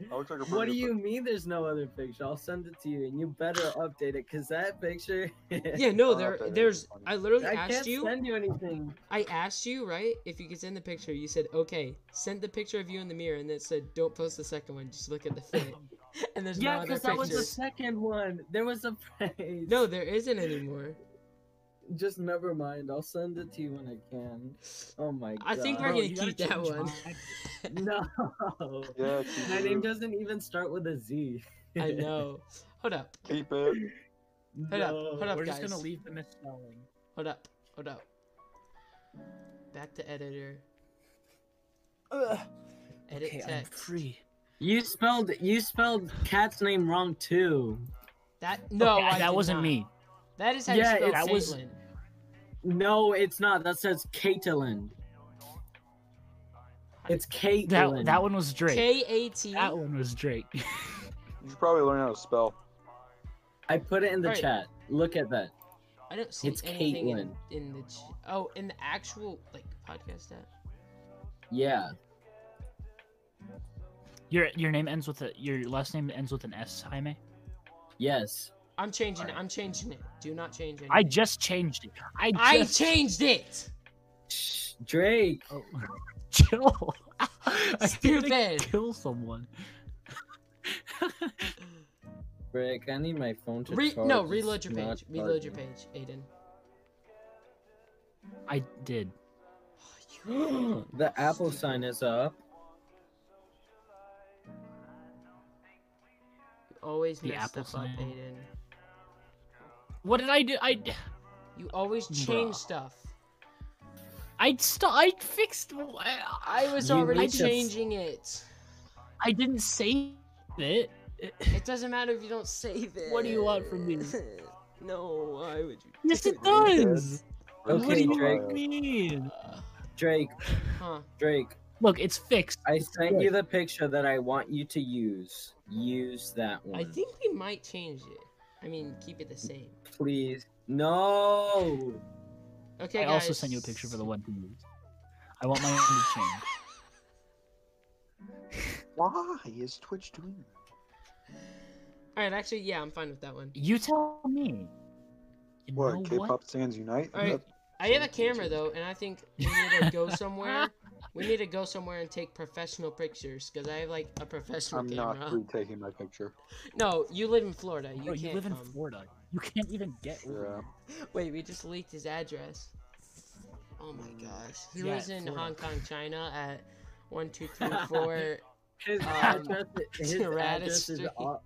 [SPEAKER 4] That looks like a
[SPEAKER 2] What do
[SPEAKER 4] pretty
[SPEAKER 2] you mean there's no other picture? I'll send it to you and you better update it because that picture.
[SPEAKER 1] yeah no
[SPEAKER 4] Oh,
[SPEAKER 1] there
[SPEAKER 4] okay, that
[SPEAKER 1] there's
[SPEAKER 4] is funny.
[SPEAKER 1] i literally
[SPEAKER 2] I can't
[SPEAKER 1] asked you
[SPEAKER 2] send you anything.
[SPEAKER 1] i asked you right if you could send the picture you said okay send the picture of you in the mirror and then it said don't post the second one just look at the fit and there's
[SPEAKER 2] yeah,
[SPEAKER 1] no other
[SPEAKER 2] because that was the
[SPEAKER 1] pictures
[SPEAKER 2] second one. There was a phrase.
[SPEAKER 1] no there isn't anymore
[SPEAKER 2] just never mind. I'll send it to you when I can. Oh my god.
[SPEAKER 1] I think we're
[SPEAKER 3] Bro,
[SPEAKER 1] gonna
[SPEAKER 3] you gotta
[SPEAKER 1] keep that
[SPEAKER 3] change
[SPEAKER 1] one.
[SPEAKER 3] my-
[SPEAKER 2] No.
[SPEAKER 4] Yeah,
[SPEAKER 2] My name
[SPEAKER 4] keep it.
[SPEAKER 2] doesn't even start with a Z.
[SPEAKER 1] i know hold up
[SPEAKER 4] Keep it.
[SPEAKER 1] Hold up,
[SPEAKER 2] No.
[SPEAKER 1] hold up.
[SPEAKER 3] We're just gonna
[SPEAKER 1] guys.
[SPEAKER 3] leave the misspelling.
[SPEAKER 1] hold up hold up back to editor edit text
[SPEAKER 3] free.
[SPEAKER 2] You spelled you spelled cat's name wrong too.
[SPEAKER 1] that no
[SPEAKER 3] Okay,
[SPEAKER 1] I
[SPEAKER 3] that
[SPEAKER 1] did
[SPEAKER 3] wasn't
[SPEAKER 1] not.
[SPEAKER 3] me.
[SPEAKER 1] that is how
[SPEAKER 2] Yeah,
[SPEAKER 1] you spell
[SPEAKER 3] that was-
[SPEAKER 1] Caitlin.
[SPEAKER 2] No, it's not. That says Caitlin. It's Caitlin.
[SPEAKER 3] That that one was Drake.
[SPEAKER 1] k-a-t
[SPEAKER 3] That one was Drake.
[SPEAKER 4] You should probably learn how to spell.
[SPEAKER 2] I put it in the
[SPEAKER 1] Alright.
[SPEAKER 2] chat. Look at that.
[SPEAKER 1] I don't see
[SPEAKER 2] It's
[SPEAKER 1] anything in,
[SPEAKER 2] Caitlyn.
[SPEAKER 1] in the ch- oh in the actual like podcast app.
[SPEAKER 2] Yeah.
[SPEAKER 3] your your name ends with a your last name ends with an S, Jaime.
[SPEAKER 2] Yes.
[SPEAKER 1] I'm changing it. I'm changing it. Do not change it.
[SPEAKER 3] I just changed it. I just
[SPEAKER 1] I changed it.
[SPEAKER 2] Shh, Drake.
[SPEAKER 3] Oh. Chill. I need to
[SPEAKER 1] Stupid.
[SPEAKER 3] kill someone.
[SPEAKER 2] Drake, I need my phone to
[SPEAKER 1] Re-
[SPEAKER 2] charge.
[SPEAKER 1] no,
[SPEAKER 2] It's
[SPEAKER 1] reload your
[SPEAKER 2] not
[SPEAKER 1] page. Reload your
[SPEAKER 2] charging.
[SPEAKER 1] page, Aiden.
[SPEAKER 3] I did.
[SPEAKER 2] the Apple sign is up.
[SPEAKER 1] You always
[SPEAKER 3] The
[SPEAKER 1] mess
[SPEAKER 3] Apple
[SPEAKER 1] stuff up,
[SPEAKER 3] sign.
[SPEAKER 1] Aiden.
[SPEAKER 3] What did I do? I
[SPEAKER 1] You always
[SPEAKER 3] Bruh.
[SPEAKER 1] change stuff.
[SPEAKER 3] I st- I fixed. I,
[SPEAKER 1] I was
[SPEAKER 2] You
[SPEAKER 1] already
[SPEAKER 2] need to-
[SPEAKER 1] changing it.
[SPEAKER 3] I didn't save it.
[SPEAKER 1] It doesn't matter if you don't save it.
[SPEAKER 3] What do you want from me?
[SPEAKER 1] no, why would you?
[SPEAKER 3] Yes,
[SPEAKER 1] do
[SPEAKER 3] it does.
[SPEAKER 2] Okay,
[SPEAKER 3] what do you
[SPEAKER 2] Drake.
[SPEAKER 3] mean?
[SPEAKER 1] that?
[SPEAKER 2] Drake,
[SPEAKER 1] Huh?
[SPEAKER 2] Drake,
[SPEAKER 3] Look, it's fixed.
[SPEAKER 2] I sent you the picture that I want you to use. Use that one.
[SPEAKER 1] I think we might change it. I mean, keep it the same.
[SPEAKER 2] Please. No.
[SPEAKER 1] Okay,
[SPEAKER 3] I
[SPEAKER 1] guys.
[SPEAKER 3] also sent you a picture for the one to use. I want my own to change.
[SPEAKER 4] Why is Twitch doing
[SPEAKER 1] All right, actually, yeah, I'm fine with that one.
[SPEAKER 3] You tell me. You
[SPEAKER 4] that? What?
[SPEAKER 3] know
[SPEAKER 4] K-pop stands unite.
[SPEAKER 1] All right,
[SPEAKER 4] That-
[SPEAKER 1] I have a camera though, and I think we need to go somewhere. We need to go somewhere and take professional pictures because I have like a professional
[SPEAKER 4] I'm
[SPEAKER 1] camera.
[SPEAKER 4] not retaking my picture.
[SPEAKER 1] No, you live in Florida. You
[SPEAKER 3] Bro,
[SPEAKER 1] can't
[SPEAKER 3] you live in
[SPEAKER 1] come.
[SPEAKER 3] Florida. You can't even get.
[SPEAKER 4] Yeah.
[SPEAKER 3] Uber.
[SPEAKER 1] Wait, we just leaked his address. Oh my
[SPEAKER 4] Mm.
[SPEAKER 1] gosh, he
[SPEAKER 3] Yeah,
[SPEAKER 1] lives in
[SPEAKER 3] Florida.
[SPEAKER 1] Hong Kong, China, at one two three four.
[SPEAKER 2] His
[SPEAKER 1] Um,
[SPEAKER 2] address, his
[SPEAKER 1] Radis
[SPEAKER 2] address is
[SPEAKER 1] Street.
[SPEAKER 2] all,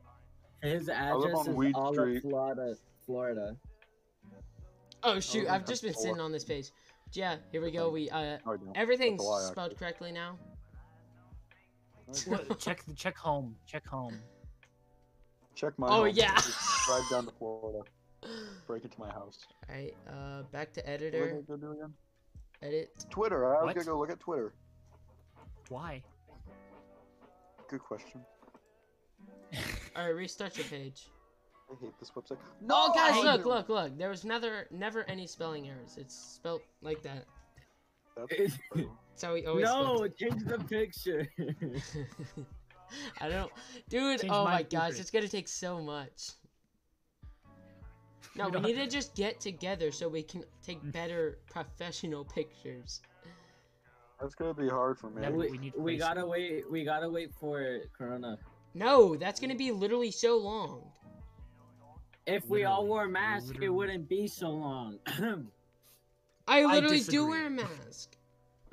[SPEAKER 2] his
[SPEAKER 4] live
[SPEAKER 2] address
[SPEAKER 4] on
[SPEAKER 2] is
[SPEAKER 4] Weed
[SPEAKER 2] all
[SPEAKER 4] Street.
[SPEAKER 2] of Florida, Florida.
[SPEAKER 1] Oh shoot,
[SPEAKER 4] Okay,
[SPEAKER 1] I've just been
[SPEAKER 4] that's
[SPEAKER 1] sitting
[SPEAKER 4] four.
[SPEAKER 1] on this page. Yeah, here we go. We uh,
[SPEAKER 4] No, I don't.
[SPEAKER 1] everything's
[SPEAKER 4] That's a lie,
[SPEAKER 1] spelled
[SPEAKER 4] actually.
[SPEAKER 1] correctly now.
[SPEAKER 3] What- check the check home. Check home.
[SPEAKER 4] Check my.
[SPEAKER 1] Oh, yeah.
[SPEAKER 4] Drive down to Florida. break into my house.
[SPEAKER 1] All right, uh, back to
[SPEAKER 4] What am I
[SPEAKER 1] editor.
[SPEAKER 4] gonna do again?
[SPEAKER 1] Edit.
[SPEAKER 4] Twitter. I was
[SPEAKER 3] What?
[SPEAKER 4] gonna go look at Twitter.
[SPEAKER 3] Why?
[SPEAKER 4] Good question.
[SPEAKER 1] All right, restart your page.
[SPEAKER 4] I hate this website.
[SPEAKER 1] Oh,
[SPEAKER 4] I
[SPEAKER 1] guys,
[SPEAKER 4] hate
[SPEAKER 1] look,
[SPEAKER 4] it.
[SPEAKER 1] look, look. There was never, never any spelling errors. It's spelt like that.
[SPEAKER 4] That's terrible.
[SPEAKER 1] That's how we always.
[SPEAKER 2] No,
[SPEAKER 1] spelled
[SPEAKER 2] change the picture.
[SPEAKER 1] it. I don't, dude.
[SPEAKER 3] Change
[SPEAKER 1] oh
[SPEAKER 3] my
[SPEAKER 1] my gosh,
[SPEAKER 3] secret.
[SPEAKER 1] it's gonna take so much. No, we
[SPEAKER 3] Not-
[SPEAKER 1] need to just get together so we can take better professional pictures.
[SPEAKER 4] That's gonna be hard for me.
[SPEAKER 3] That would-
[SPEAKER 2] we,
[SPEAKER 3] we need
[SPEAKER 2] we
[SPEAKER 3] Facebook.
[SPEAKER 2] gotta wait. We gotta wait for Corona.
[SPEAKER 1] No, that's gonna be literally so long.
[SPEAKER 2] If we all
[SPEAKER 3] Literally,
[SPEAKER 2] wore masks,
[SPEAKER 3] literally.
[SPEAKER 2] it wouldn't be so long.
[SPEAKER 1] I
[SPEAKER 3] I
[SPEAKER 1] literally
[SPEAKER 3] disagree.
[SPEAKER 1] do wear a mask.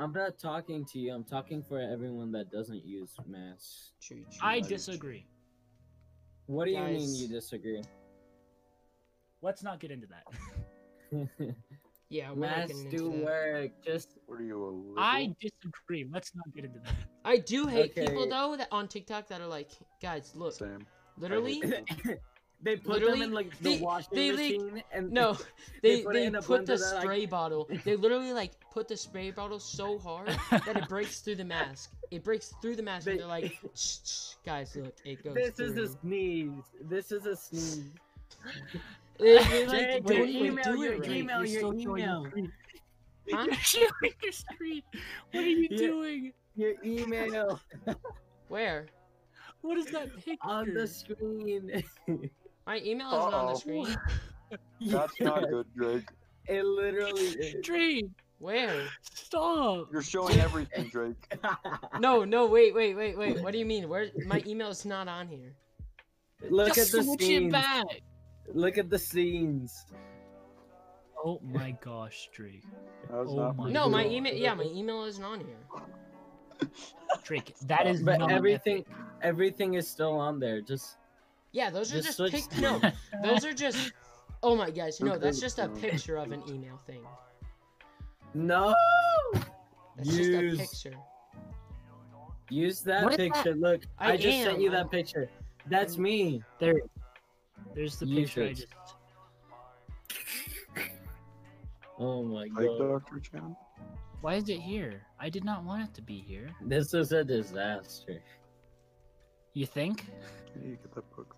[SPEAKER 2] I'm not talking to you. I'm talking for everyone that doesn't use masks.
[SPEAKER 1] True, true.
[SPEAKER 3] I
[SPEAKER 1] true.
[SPEAKER 3] disagree.
[SPEAKER 2] What do you mean
[SPEAKER 1] Guys.
[SPEAKER 2] you disagree?
[SPEAKER 3] Let's not get into that.
[SPEAKER 1] Yeah, we're not
[SPEAKER 2] masks
[SPEAKER 1] getting into
[SPEAKER 2] do
[SPEAKER 1] that.
[SPEAKER 2] work. Just
[SPEAKER 4] What are you a liberal?
[SPEAKER 3] I disagree. Let's not get into that.
[SPEAKER 1] I do hate people
[SPEAKER 2] Okay.
[SPEAKER 1] though that on TikTok that are like, guys, look,
[SPEAKER 4] Same.
[SPEAKER 1] literally,
[SPEAKER 2] they put
[SPEAKER 1] Literally,
[SPEAKER 2] them in like the
[SPEAKER 1] they-
[SPEAKER 2] washing
[SPEAKER 1] they, like-
[SPEAKER 2] machine and
[SPEAKER 1] no, they they
[SPEAKER 2] They put
[SPEAKER 1] put,
[SPEAKER 2] it in a blender,
[SPEAKER 1] the
[SPEAKER 2] they're like-
[SPEAKER 1] spray bottle. They literally like put the spray bottle so hard that it breaks through the mask. It breaks through the mask,
[SPEAKER 2] They-
[SPEAKER 1] and they're like, shh, shh, guys, look, it goes
[SPEAKER 2] This
[SPEAKER 1] through.
[SPEAKER 2] is a sneeze. This is a sneeze.
[SPEAKER 1] They- they, like,
[SPEAKER 2] Jake,
[SPEAKER 1] don't
[SPEAKER 2] your
[SPEAKER 1] even
[SPEAKER 2] email,
[SPEAKER 1] do it
[SPEAKER 2] your
[SPEAKER 1] right.
[SPEAKER 2] email.
[SPEAKER 3] You're
[SPEAKER 2] your
[SPEAKER 3] still showing
[SPEAKER 2] email.
[SPEAKER 3] screen.
[SPEAKER 1] Huh?
[SPEAKER 3] You're showing your screen. What are you
[SPEAKER 2] Yeah.
[SPEAKER 3] doing?
[SPEAKER 2] Your email
[SPEAKER 1] Where?
[SPEAKER 3] What is that picture?
[SPEAKER 2] on the screen.
[SPEAKER 1] My email isn't on the
[SPEAKER 4] Uh-oh.
[SPEAKER 1] screen.
[SPEAKER 4] That's not good, Drake.
[SPEAKER 2] It literally is.
[SPEAKER 3] Dream,
[SPEAKER 1] Where?
[SPEAKER 3] stop.
[SPEAKER 4] You're showing everything, Drake.
[SPEAKER 1] No, no, wait, wait, wait, wait. What do you mean? Where? My email is not on here.
[SPEAKER 2] Look
[SPEAKER 3] Just
[SPEAKER 2] at the
[SPEAKER 3] switch it
[SPEAKER 2] scenes.
[SPEAKER 3] back.
[SPEAKER 2] Look at the scenes.
[SPEAKER 3] Oh my gosh, Drake.
[SPEAKER 4] That was
[SPEAKER 3] Oh
[SPEAKER 4] not
[SPEAKER 3] my
[SPEAKER 4] me.
[SPEAKER 1] No, my
[SPEAKER 3] God.
[SPEAKER 1] email. Yeah, my email isn't on here.
[SPEAKER 3] Drake, that is
[SPEAKER 2] but
[SPEAKER 3] not
[SPEAKER 2] everything, everything is still on there. Just
[SPEAKER 1] Yeah, those are just
[SPEAKER 2] Just switch
[SPEAKER 1] pic-
[SPEAKER 2] to-
[SPEAKER 1] no, those are just. Oh my gosh, no,
[SPEAKER 4] Okay,
[SPEAKER 1] that's just a
[SPEAKER 4] um,
[SPEAKER 1] picture of an email thing.
[SPEAKER 2] no.
[SPEAKER 1] That's
[SPEAKER 2] Use
[SPEAKER 1] just a picture.
[SPEAKER 2] use that
[SPEAKER 3] What is that?
[SPEAKER 2] picture. Look, I,
[SPEAKER 1] I
[SPEAKER 2] just sent
[SPEAKER 1] am,
[SPEAKER 2] you that
[SPEAKER 1] I'm-
[SPEAKER 2] picture. That's
[SPEAKER 1] I'm-
[SPEAKER 2] me.
[SPEAKER 3] There, there's the
[SPEAKER 2] You
[SPEAKER 3] picture I
[SPEAKER 2] should.
[SPEAKER 3] just.
[SPEAKER 2] Oh my
[SPEAKER 4] Like
[SPEAKER 2] god.
[SPEAKER 4] Dr. Chan.
[SPEAKER 3] Why is it here? I did not want it to be here.
[SPEAKER 2] This is a disaster.
[SPEAKER 3] You think?
[SPEAKER 4] Hey, you get that book.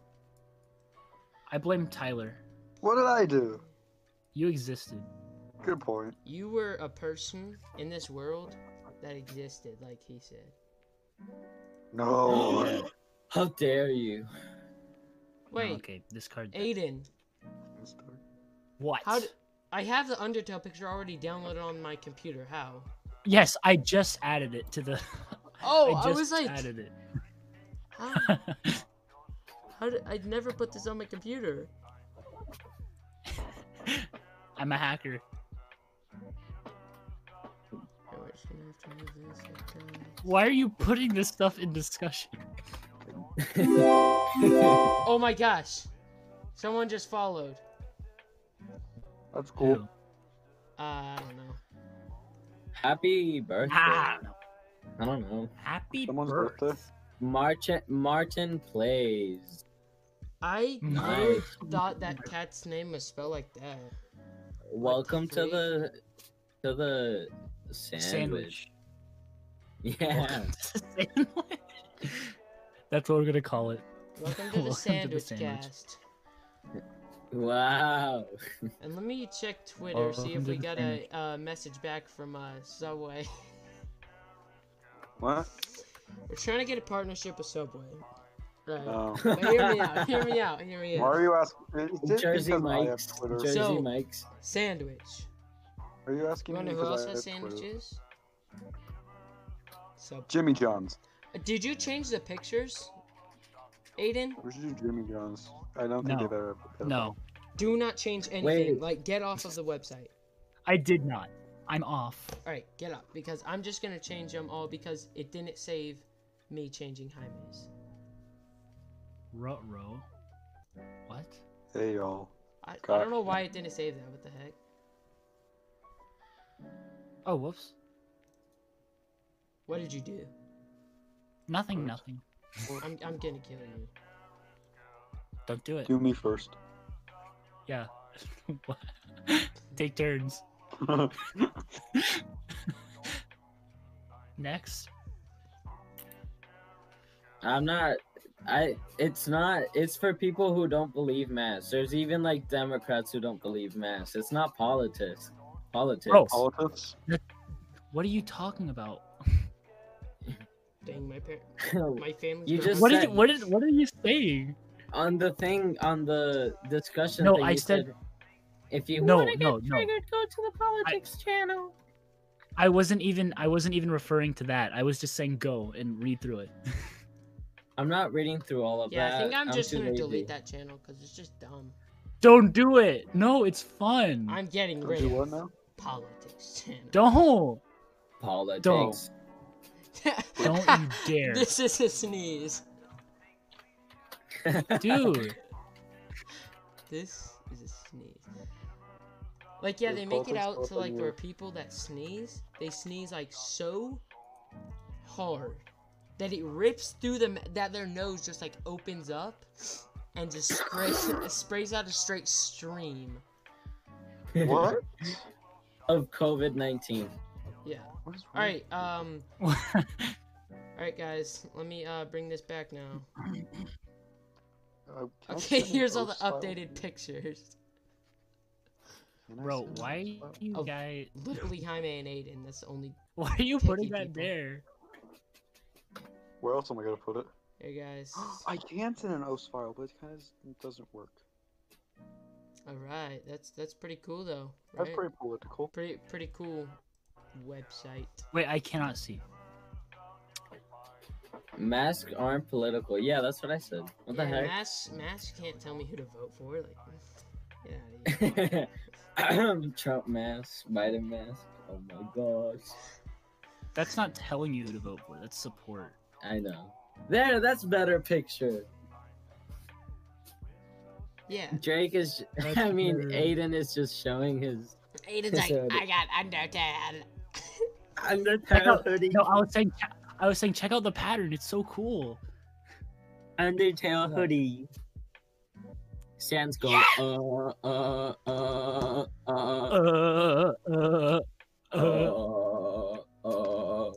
[SPEAKER 3] I blame Tyler.
[SPEAKER 4] What did I do?
[SPEAKER 3] You existed.
[SPEAKER 4] Good point.
[SPEAKER 1] You were a person in this world that existed, like he said.
[SPEAKER 4] No.
[SPEAKER 2] How dare you?
[SPEAKER 3] No,
[SPEAKER 1] Wait,
[SPEAKER 3] okay, this card.
[SPEAKER 1] Aiden,
[SPEAKER 3] what?
[SPEAKER 1] how? D- I have the Undertale picture already downloaded on my computer. How?
[SPEAKER 3] Yes, I just added it to the.
[SPEAKER 1] Oh, I,
[SPEAKER 3] just
[SPEAKER 1] was like,
[SPEAKER 3] added it.
[SPEAKER 1] how? how did I never put this on my computer?
[SPEAKER 3] I'm a hacker.
[SPEAKER 1] Oh, we're just gonna have to move this uh, like that.
[SPEAKER 3] Why are you putting this stuff in discussion?
[SPEAKER 1] Oh my gosh, someone just followed.
[SPEAKER 4] That's cool.
[SPEAKER 3] Ew.
[SPEAKER 1] Uh, I don't know.
[SPEAKER 2] Happy birthday.
[SPEAKER 3] Ah,
[SPEAKER 2] I don't know.
[SPEAKER 3] happy
[SPEAKER 4] Someone's
[SPEAKER 3] birth.
[SPEAKER 4] birthday.
[SPEAKER 2] Martin Martin plays.
[SPEAKER 1] I literally
[SPEAKER 2] Nice.
[SPEAKER 1] thought that cat's name was spelled like that.
[SPEAKER 2] Welcome to
[SPEAKER 1] three?
[SPEAKER 2] the to the sandwich.
[SPEAKER 3] Sandwich.
[SPEAKER 2] Yeah.
[SPEAKER 3] Sandwich. That's what we're gonna call it.
[SPEAKER 1] Welcome to
[SPEAKER 3] Welcome to
[SPEAKER 1] the
[SPEAKER 3] the
[SPEAKER 1] sandwich,
[SPEAKER 3] sandwich.
[SPEAKER 1] cast.
[SPEAKER 2] Wow.
[SPEAKER 1] And let me check Twitter, see
[SPEAKER 3] Oh, Welcome
[SPEAKER 1] if
[SPEAKER 3] to
[SPEAKER 1] we
[SPEAKER 3] the
[SPEAKER 1] got a
[SPEAKER 3] sandwich.
[SPEAKER 1] uh, message back from uh, Subway.
[SPEAKER 4] What?
[SPEAKER 1] We're trying to get a partnership with Subway. Right.
[SPEAKER 4] No.
[SPEAKER 1] But hear me out, hear me out, hear me
[SPEAKER 4] Why
[SPEAKER 1] out.
[SPEAKER 4] Um, are you asking? Is it
[SPEAKER 2] Jersey
[SPEAKER 4] because I have
[SPEAKER 2] Mike's.
[SPEAKER 4] Twitter?
[SPEAKER 2] Jersey
[SPEAKER 1] So-
[SPEAKER 2] Mike's.
[SPEAKER 1] Sandwich.
[SPEAKER 4] Are you
[SPEAKER 1] You
[SPEAKER 4] asking me
[SPEAKER 1] wanna know who
[SPEAKER 4] because
[SPEAKER 1] else
[SPEAKER 4] I
[SPEAKER 1] has
[SPEAKER 4] have Twitter?
[SPEAKER 1] sandwiches? Sub. Uh,
[SPEAKER 4] Jimmy John's.
[SPEAKER 1] Did you change the pictures? Aiden,
[SPEAKER 4] We should do Jimmy John's. I don't think
[SPEAKER 3] No.
[SPEAKER 4] they've ever. ever-
[SPEAKER 3] No,
[SPEAKER 1] do not change anything.
[SPEAKER 2] Wait.
[SPEAKER 1] Like, get off of the website.
[SPEAKER 3] I did not. I'm off.
[SPEAKER 1] All right, get up because I'm just gonna change them all because it didn't save me changing Jaime's.
[SPEAKER 3] Ruh row. What?
[SPEAKER 4] Hey y'all.
[SPEAKER 1] I, I
[SPEAKER 4] Gotcha.
[SPEAKER 1] don't know why it didn't save that. What the heck?
[SPEAKER 3] Oh, whoops.
[SPEAKER 1] What did you do?
[SPEAKER 3] Nothing. Nothing.
[SPEAKER 1] I'm, I'm gonna kill you.
[SPEAKER 3] Don't do it.
[SPEAKER 4] Do me first.
[SPEAKER 3] Yeah. What? Take turns. Next.
[SPEAKER 2] I'm not. I. It's not. It's for people who don't believe mass. There's even like Democrats who don't believe mass. It's not politics. Politics.
[SPEAKER 3] Oh.
[SPEAKER 4] Politics?
[SPEAKER 3] What are you talking about?
[SPEAKER 1] Dang, my par-
[SPEAKER 3] Oh.
[SPEAKER 1] my family.
[SPEAKER 2] You just
[SPEAKER 3] What
[SPEAKER 2] said-
[SPEAKER 3] did what did what are you saying?
[SPEAKER 2] on the thing on the discussion.
[SPEAKER 3] No,
[SPEAKER 2] thing,
[SPEAKER 3] I
[SPEAKER 2] you
[SPEAKER 3] said-
[SPEAKER 2] If you
[SPEAKER 3] No,
[SPEAKER 2] wanna get
[SPEAKER 3] no, no.
[SPEAKER 2] triggered, go to the politics channel.
[SPEAKER 3] I wasn't even I wasn't even referring to that. I was just saying go and read through it.
[SPEAKER 2] I'm not reading through all of that.
[SPEAKER 1] yeah, I think I'm, just
[SPEAKER 2] too
[SPEAKER 1] gonna
[SPEAKER 2] lazy.
[SPEAKER 1] delete that channel because it's just dumb.
[SPEAKER 3] Don't do it. No, it's fun.
[SPEAKER 1] I'm getting
[SPEAKER 4] Don't
[SPEAKER 1] rid
[SPEAKER 4] do
[SPEAKER 1] of
[SPEAKER 4] what now?
[SPEAKER 1] politics channel.
[SPEAKER 3] Don't.
[SPEAKER 2] Politics.
[SPEAKER 3] Don't you dare.
[SPEAKER 1] This is a sneeze.
[SPEAKER 3] Dude.
[SPEAKER 1] This is a sneeze. Like yeah,
[SPEAKER 4] Dude,
[SPEAKER 1] they make it
[SPEAKER 4] politics
[SPEAKER 1] out
[SPEAKER 4] both
[SPEAKER 1] to
[SPEAKER 4] on
[SPEAKER 1] like
[SPEAKER 4] you.
[SPEAKER 1] where people that sneeze, they sneeze like so hard that it rips through them that their nose just like opens up and just sprays sprays out a straight stream.
[SPEAKER 4] What?
[SPEAKER 2] of COVID nineteen.
[SPEAKER 1] Yeah.
[SPEAKER 4] What is wrong
[SPEAKER 1] All
[SPEAKER 4] with
[SPEAKER 1] right.
[SPEAKER 4] you?
[SPEAKER 1] Um. All right, guys. Let me uh bring this back now.
[SPEAKER 4] Uh, can I
[SPEAKER 1] Okay,
[SPEAKER 4] sit and
[SPEAKER 1] here's all
[SPEAKER 4] go
[SPEAKER 1] the
[SPEAKER 4] silent?
[SPEAKER 1] updated pictures.
[SPEAKER 4] Can I
[SPEAKER 3] Bro,
[SPEAKER 4] sit and go
[SPEAKER 3] why
[SPEAKER 4] silent?
[SPEAKER 3] you
[SPEAKER 1] Oh.
[SPEAKER 3] guys
[SPEAKER 1] Literally Jaime and Aiden. That's the only.
[SPEAKER 3] why are you
[SPEAKER 1] Picky
[SPEAKER 3] putting that
[SPEAKER 1] people.
[SPEAKER 3] there?
[SPEAKER 4] Where else am I gonna put it?
[SPEAKER 1] Hey guys.
[SPEAKER 4] I can send an OS file, but it kind of doesn't work.
[SPEAKER 1] All right. That's that's pretty cool though.
[SPEAKER 4] That's
[SPEAKER 1] right?
[SPEAKER 4] pretty political.
[SPEAKER 1] pretty pretty cool website.
[SPEAKER 3] Wait, I cannot see.
[SPEAKER 2] Masks aren't political. Yeah, that's what I said. What
[SPEAKER 1] yeah,
[SPEAKER 2] the heck?
[SPEAKER 1] Mass Mass can't tell me who to vote for. Like, get outta here.
[SPEAKER 2] Trump mask, Biden mask. Oh my gosh.
[SPEAKER 3] That's not telling you who to vote for. That's support.
[SPEAKER 2] I know. There, that's better picture.
[SPEAKER 1] Yeah.
[SPEAKER 2] Drake is.
[SPEAKER 3] That's
[SPEAKER 2] I mean,
[SPEAKER 3] better.
[SPEAKER 2] Aiden is just showing his.
[SPEAKER 1] Aiden's like,
[SPEAKER 2] Said-
[SPEAKER 1] I got Undertale.
[SPEAKER 2] I'm the
[SPEAKER 3] Check out-
[SPEAKER 2] hoodie.
[SPEAKER 3] No, I was saying I was saying check out the pattern. It's so cool. Yeah.
[SPEAKER 2] Undertale hoodie. Sans go. Uh, uh, uh,
[SPEAKER 3] Uh,
[SPEAKER 2] uh,
[SPEAKER 3] uh,
[SPEAKER 1] Oh.
[SPEAKER 3] uh.
[SPEAKER 2] uh, uh.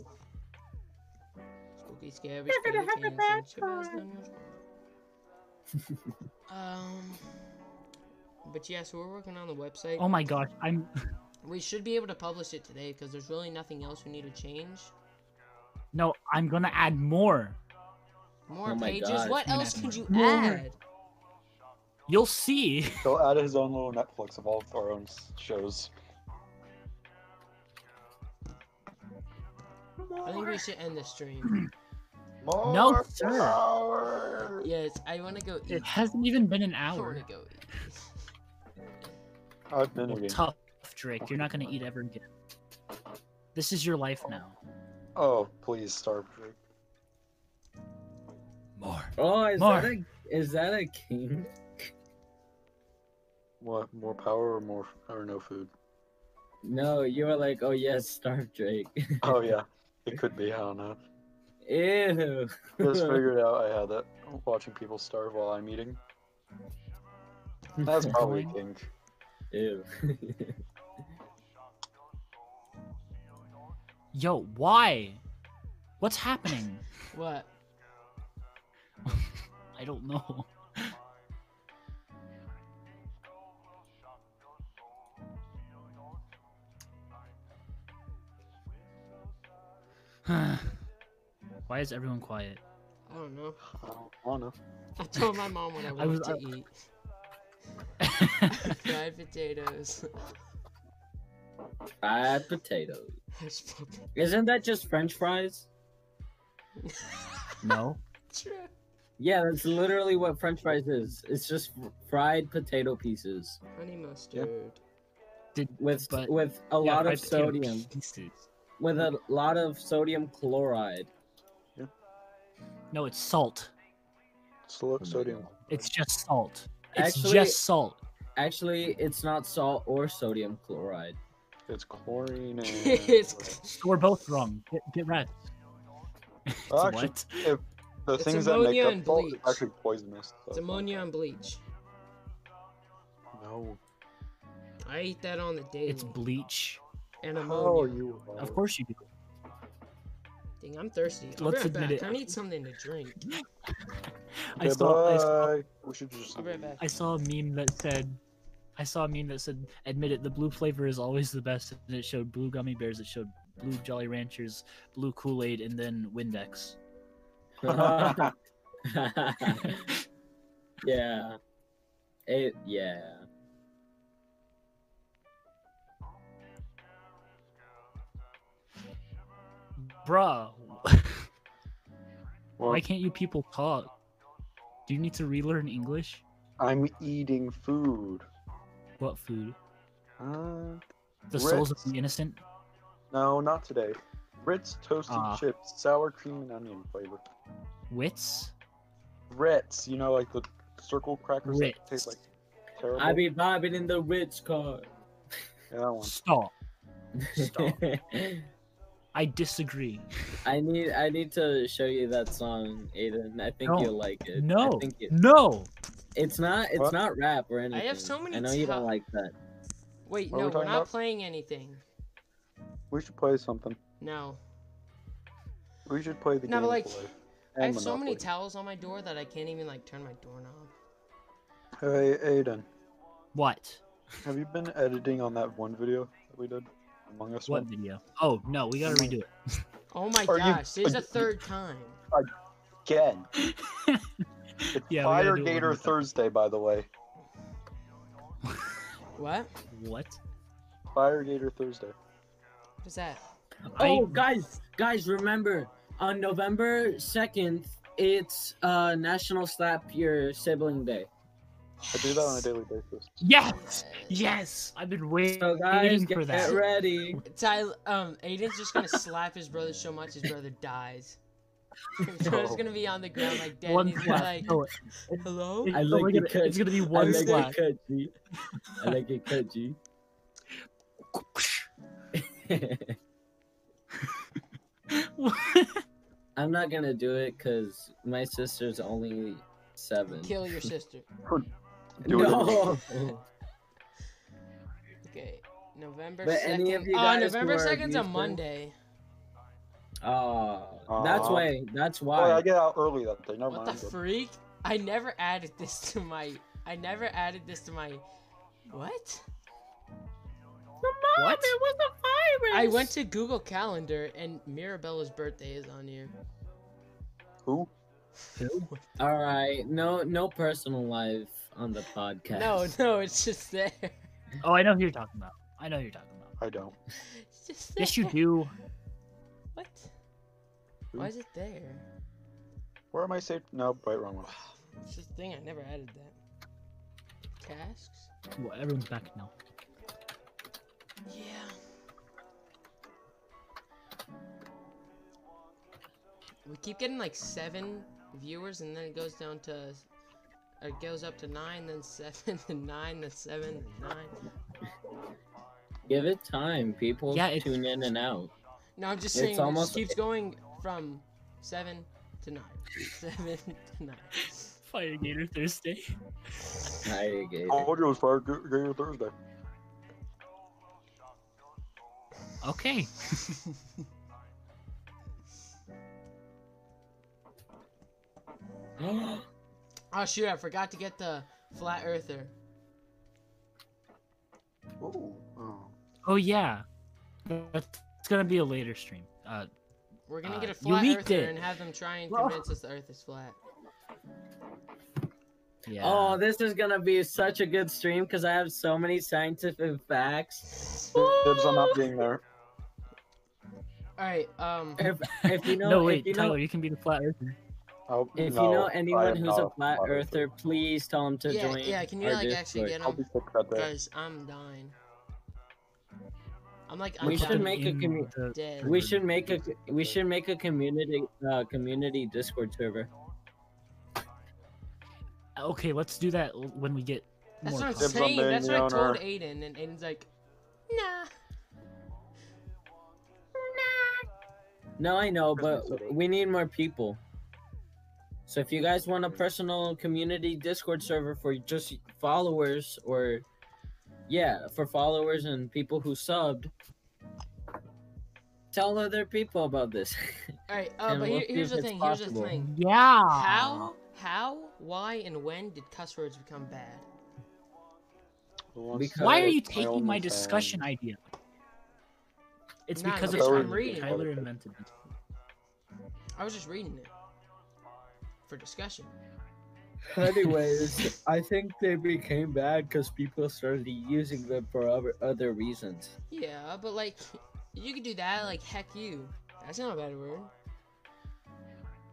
[SPEAKER 1] Spooky, scary,
[SPEAKER 2] You're gonna
[SPEAKER 1] spooky,
[SPEAKER 2] have a
[SPEAKER 1] can't see
[SPEAKER 2] bad
[SPEAKER 1] shit else down your- Um. But yeah, so we're working on the website.
[SPEAKER 3] Oh my gosh, I'm
[SPEAKER 1] We should be able to publish it today because there's really nothing else we need to change.
[SPEAKER 3] no, I'm gonna add more.
[SPEAKER 1] More
[SPEAKER 2] Oh my
[SPEAKER 1] pages.
[SPEAKER 2] gosh,
[SPEAKER 1] What
[SPEAKER 3] I'm
[SPEAKER 1] else
[SPEAKER 3] adding
[SPEAKER 1] could you
[SPEAKER 3] more.
[SPEAKER 1] add?
[SPEAKER 3] You'll see.
[SPEAKER 4] He'll add his own little Netflix of all of our own s- shows.
[SPEAKER 1] I think we should end the stream.
[SPEAKER 3] No, sir.
[SPEAKER 4] power!
[SPEAKER 1] yes, I want to go eat.
[SPEAKER 3] It hasn't even been an
[SPEAKER 1] I want
[SPEAKER 3] hour.
[SPEAKER 1] to go eat.
[SPEAKER 4] I've been
[SPEAKER 3] Well,
[SPEAKER 4] again.
[SPEAKER 3] tough, Drake. You're not gonna eat ever again. This is your life now.
[SPEAKER 4] Oh, please, Star Trek.
[SPEAKER 3] More.
[SPEAKER 2] Oh, is
[SPEAKER 3] Mark.
[SPEAKER 2] that a is that a king?
[SPEAKER 4] What? More power or more or no food?
[SPEAKER 2] No, you were like, oh yes, Star Drake.
[SPEAKER 4] Oh yeah, it could be. I don't know.
[SPEAKER 2] Ew.
[SPEAKER 4] Just figured out I had that watching people starve while I'm eating. That's probably king.
[SPEAKER 2] Ew.
[SPEAKER 3] Yo, why? What's happening?
[SPEAKER 1] What?
[SPEAKER 3] I don't know. Why is everyone quiet?
[SPEAKER 1] I don't know.
[SPEAKER 4] I don't wanna.
[SPEAKER 1] I told my mom what I wanted
[SPEAKER 3] was-
[SPEAKER 1] to
[SPEAKER 3] I-
[SPEAKER 1] eat. Fried potatoes.
[SPEAKER 2] Fried potatoes.
[SPEAKER 1] Hash pumpkin.
[SPEAKER 2] Isn't that just French fries?
[SPEAKER 3] no.
[SPEAKER 1] True.
[SPEAKER 2] Yeah, that's literally what French fries is. It's just fr- fried potato pieces
[SPEAKER 1] Honey mustard.
[SPEAKER 2] with
[SPEAKER 3] But-
[SPEAKER 2] with a
[SPEAKER 3] Yeah,
[SPEAKER 2] lot
[SPEAKER 3] fried
[SPEAKER 2] of
[SPEAKER 3] potato
[SPEAKER 2] sodium,
[SPEAKER 3] pieces.
[SPEAKER 2] with a lot of sodium chloride.
[SPEAKER 3] No, it's salt.
[SPEAKER 4] Slow sodium.
[SPEAKER 3] It's just salt. It's
[SPEAKER 2] Actually-
[SPEAKER 3] just salt.
[SPEAKER 2] Actually, it's not salt or sodium chloride.
[SPEAKER 4] It's chlorine and.
[SPEAKER 1] it's
[SPEAKER 3] We're both wrong. Get, get rest.
[SPEAKER 4] Well, actually,
[SPEAKER 3] what?
[SPEAKER 4] if the
[SPEAKER 1] It's
[SPEAKER 4] things that make
[SPEAKER 1] ammonia
[SPEAKER 4] up
[SPEAKER 1] and
[SPEAKER 4] salt is
[SPEAKER 1] bleach.
[SPEAKER 4] actually poisonous. so
[SPEAKER 1] it's ammonia and bleach.
[SPEAKER 4] No,
[SPEAKER 1] I eat that on the daily.
[SPEAKER 3] It's bleach.
[SPEAKER 1] and
[SPEAKER 4] How are
[SPEAKER 1] ammonia.
[SPEAKER 4] you? uh,
[SPEAKER 3] Of course you do.
[SPEAKER 1] Dang, I'm thirsty. I'll
[SPEAKER 3] Let's
[SPEAKER 1] be right
[SPEAKER 3] admit
[SPEAKER 1] back. I
[SPEAKER 3] it.
[SPEAKER 1] need something to drink.
[SPEAKER 3] I saw, I saw
[SPEAKER 4] Goodbye. We should just.
[SPEAKER 1] I'll be right back.
[SPEAKER 3] I saw a meme that said I saw a meme that said admit it the blue flavor is always the best and it showed blue gummy bears, it showed blue Jolly Ranchers, blue Kool-Aid, and then Windex.
[SPEAKER 2] yeah. It yeah.
[SPEAKER 3] Bruh, why
[SPEAKER 4] Well,
[SPEAKER 3] can't you people talk? Do you need to relearn English?
[SPEAKER 4] I'm eating food.
[SPEAKER 3] What food?
[SPEAKER 4] Uh,
[SPEAKER 3] The souls of
[SPEAKER 4] Ritz.
[SPEAKER 3] the innocent?
[SPEAKER 4] no, not today. Ritz toasted
[SPEAKER 3] Ah.
[SPEAKER 4] chips, sour cream and onion flavor.
[SPEAKER 3] Wits?
[SPEAKER 4] Ritz, you know, like the circle crackers that
[SPEAKER 3] Ritz.
[SPEAKER 4] taste like terrible.
[SPEAKER 2] I be vibing in the Ritz car.
[SPEAKER 4] yeah, that one.
[SPEAKER 3] Stop. Stop. I disagree.
[SPEAKER 2] I need I need to show you that song, Aiden. I think
[SPEAKER 3] No.
[SPEAKER 2] you'll like it.
[SPEAKER 3] No.
[SPEAKER 2] I think it,
[SPEAKER 3] No.
[SPEAKER 2] it's not it's
[SPEAKER 4] What?
[SPEAKER 2] not rap or anything.
[SPEAKER 1] so many
[SPEAKER 2] I know you
[SPEAKER 1] ta-
[SPEAKER 2] don't like that.
[SPEAKER 1] Wait,
[SPEAKER 4] What are
[SPEAKER 1] no, we
[SPEAKER 4] we
[SPEAKER 1] are
[SPEAKER 4] talking
[SPEAKER 1] not
[SPEAKER 4] about?
[SPEAKER 1] playing anything.
[SPEAKER 4] We should play something.
[SPEAKER 1] No.
[SPEAKER 4] We should play the
[SPEAKER 1] No, but,
[SPEAKER 4] game. of
[SPEAKER 1] like,
[SPEAKER 4] life
[SPEAKER 1] I
[SPEAKER 4] and
[SPEAKER 1] have so many
[SPEAKER 4] Monopoly.
[SPEAKER 1] towels on my door that I can't even like turn my doorknob.
[SPEAKER 4] Hey, Aiden,
[SPEAKER 3] What?
[SPEAKER 4] have you been editing on that one video that we did? Among Us
[SPEAKER 3] What
[SPEAKER 4] one?
[SPEAKER 3] video? Oh no, we gotta redo it.
[SPEAKER 1] Oh my
[SPEAKER 4] Are you-
[SPEAKER 1] gosh, this is
[SPEAKER 4] are
[SPEAKER 1] a
[SPEAKER 4] you-
[SPEAKER 1] third time.
[SPEAKER 4] Again. It's
[SPEAKER 3] Yeah, we gotta
[SPEAKER 4] Fire
[SPEAKER 3] do it one
[SPEAKER 4] Gator
[SPEAKER 3] more time.
[SPEAKER 4] Thursday, by the way.
[SPEAKER 1] What? What
[SPEAKER 3] What?
[SPEAKER 4] Fire Gator Thursday.
[SPEAKER 1] is that?
[SPEAKER 2] Oh,
[SPEAKER 3] I-
[SPEAKER 2] guys, guys, remember on November 2nd, it's uh, National Slap Your Sibling Day.
[SPEAKER 4] I do that on a daily basis.
[SPEAKER 3] Yes! Yes! I've been waiting
[SPEAKER 2] So, guys,
[SPEAKER 3] for
[SPEAKER 2] get
[SPEAKER 3] that.
[SPEAKER 2] ready.
[SPEAKER 1] Tyler, um, Aiden's just gonna slap his brother so much his brother dies. His brother's
[SPEAKER 4] No.
[SPEAKER 1] gonna be on the ground like dead.
[SPEAKER 3] one
[SPEAKER 1] and he's gonna
[SPEAKER 3] slap.
[SPEAKER 1] be like,
[SPEAKER 3] No, Oh, it-
[SPEAKER 1] hello?
[SPEAKER 3] it's
[SPEAKER 2] I like
[SPEAKER 3] only
[SPEAKER 2] your
[SPEAKER 3] gonna-
[SPEAKER 2] cut.
[SPEAKER 3] it's gonna be
[SPEAKER 2] I
[SPEAKER 3] one
[SPEAKER 2] like your
[SPEAKER 3] slap.
[SPEAKER 2] cut, G. I like your cut, G. I'm not gonna do it because my sister's only seven.
[SPEAKER 1] Kill your sister.
[SPEAKER 4] Do it.
[SPEAKER 2] No.
[SPEAKER 1] Okay. November
[SPEAKER 2] But
[SPEAKER 1] 2nd.
[SPEAKER 2] any of you
[SPEAKER 1] oh,
[SPEAKER 2] guys
[SPEAKER 1] November
[SPEAKER 2] who are
[SPEAKER 1] 2nd's a
[SPEAKER 2] abusive?
[SPEAKER 1] Monday.
[SPEAKER 2] Oh, that's
[SPEAKER 4] Aw.
[SPEAKER 2] why. That's
[SPEAKER 4] Oh, yeah, I
[SPEAKER 2] why.
[SPEAKER 4] get out early that day. Never
[SPEAKER 1] What the
[SPEAKER 4] mind.
[SPEAKER 1] freak? I never added this to my. I never added this to my. What?
[SPEAKER 3] What?
[SPEAKER 2] was a virus.
[SPEAKER 1] I went to Google Calendar and Mirabella's birthday is on here.
[SPEAKER 4] Who?
[SPEAKER 2] All right. No, no personal life on the podcast.
[SPEAKER 1] No, no, it's just there.
[SPEAKER 3] Oh, I know who you're talking about. I know who you're talking about.
[SPEAKER 4] I don't.
[SPEAKER 1] It's just there.
[SPEAKER 3] Yes, you do.
[SPEAKER 1] What? Why is it there?
[SPEAKER 4] Where am I saved? No, right, wrong one.
[SPEAKER 1] It's just a thing. I never added that. Tasks.
[SPEAKER 3] Well, everyone's back now.
[SPEAKER 1] Yeah. We keep getting like seven viewers, and then it goes down to, or it goes up to nine, then seven, then nine, then seven, then nine.
[SPEAKER 2] Give it time. People
[SPEAKER 3] Yeah, it's-
[SPEAKER 2] tune in and out.
[SPEAKER 1] No, I'm just
[SPEAKER 2] It's
[SPEAKER 1] saying, it
[SPEAKER 2] almost-
[SPEAKER 1] just keeps going from seven to nine, seven to nine.
[SPEAKER 3] Fire Gator Thursday.
[SPEAKER 2] I
[SPEAKER 4] I
[SPEAKER 2] get it.
[SPEAKER 4] told you it was Fire Ga- Gator Thursday.
[SPEAKER 3] Okay.
[SPEAKER 1] Oh shoot! I forgot to get the flat earther.
[SPEAKER 4] Ooh. Oh.
[SPEAKER 3] Oh yeah. That's it's gonna be a later stream. Uh,
[SPEAKER 1] We're gonna
[SPEAKER 3] Uh,
[SPEAKER 1] get a
[SPEAKER 3] you
[SPEAKER 1] flat
[SPEAKER 3] leaked
[SPEAKER 1] earther
[SPEAKER 3] it.
[SPEAKER 1] and have them try and
[SPEAKER 3] Well-
[SPEAKER 1] convince us the Earth is flat.
[SPEAKER 3] yeah.
[SPEAKER 2] Oh, this is gonna be such a good stream because I have so many scientific facts.
[SPEAKER 4] Dibs on not being there.
[SPEAKER 1] All right. Um.
[SPEAKER 2] If, if you know,
[SPEAKER 3] no, wait,
[SPEAKER 2] if you know,
[SPEAKER 3] Tyler, you can be the flat earther.
[SPEAKER 4] Oh,
[SPEAKER 2] if
[SPEAKER 4] no,
[SPEAKER 2] you know
[SPEAKER 4] I
[SPEAKER 2] anyone
[SPEAKER 4] am
[SPEAKER 2] who's
[SPEAKER 4] not
[SPEAKER 2] a flat earther, please tell them to
[SPEAKER 1] yeah,
[SPEAKER 2] join.
[SPEAKER 1] yeah. Can you
[SPEAKER 2] our
[SPEAKER 1] like actually
[SPEAKER 2] Discord.
[SPEAKER 1] get
[SPEAKER 4] I'll
[SPEAKER 1] them?
[SPEAKER 4] be sick that day.
[SPEAKER 1] Guys, I'm dying. I'm like, I'm
[SPEAKER 2] We
[SPEAKER 1] dying.
[SPEAKER 2] should make a
[SPEAKER 3] in
[SPEAKER 2] commu-
[SPEAKER 3] the-
[SPEAKER 1] dead.
[SPEAKER 2] We should make a we should make a community uh, community Discord server.
[SPEAKER 3] Okay, let's do that l- when we get.
[SPEAKER 1] That's what
[SPEAKER 3] more
[SPEAKER 1] I'm
[SPEAKER 3] content.
[SPEAKER 4] Dibs on
[SPEAKER 1] saying.
[SPEAKER 4] being
[SPEAKER 1] That's
[SPEAKER 4] the
[SPEAKER 1] what I
[SPEAKER 4] owner.
[SPEAKER 1] told Aiden, and Aiden's like, nah.
[SPEAKER 2] No, I know, but
[SPEAKER 4] Christmas server.
[SPEAKER 2] we need more people. So if you guys want a personal community Discord server for just followers or yeah, for followers and people who subbed, tell other people about this.
[SPEAKER 1] All right, uh,
[SPEAKER 2] And
[SPEAKER 1] but
[SPEAKER 2] we'll
[SPEAKER 1] here,
[SPEAKER 2] see
[SPEAKER 1] here's
[SPEAKER 2] if
[SPEAKER 1] the
[SPEAKER 2] it's
[SPEAKER 1] thing. Here's the
[SPEAKER 2] possible.
[SPEAKER 1] thing.
[SPEAKER 3] Yeah.
[SPEAKER 1] How, how, why, and when did cuss words become bad?
[SPEAKER 4] Who wants to
[SPEAKER 3] Why are
[SPEAKER 4] start
[SPEAKER 3] you
[SPEAKER 4] my
[SPEAKER 3] taking my
[SPEAKER 4] OnlyFans?
[SPEAKER 3] discussion idea? It's
[SPEAKER 1] Nah,
[SPEAKER 3] because of
[SPEAKER 4] because I'm
[SPEAKER 3] Tyler.
[SPEAKER 4] reading.
[SPEAKER 3] Tyler invented it.
[SPEAKER 1] I was just reading it for discussion.
[SPEAKER 2] Anyways, I think they became bad because people started using them for other, other reasons.
[SPEAKER 1] Yeah, but like, you could do that. Like, heck you. That's not a bad word.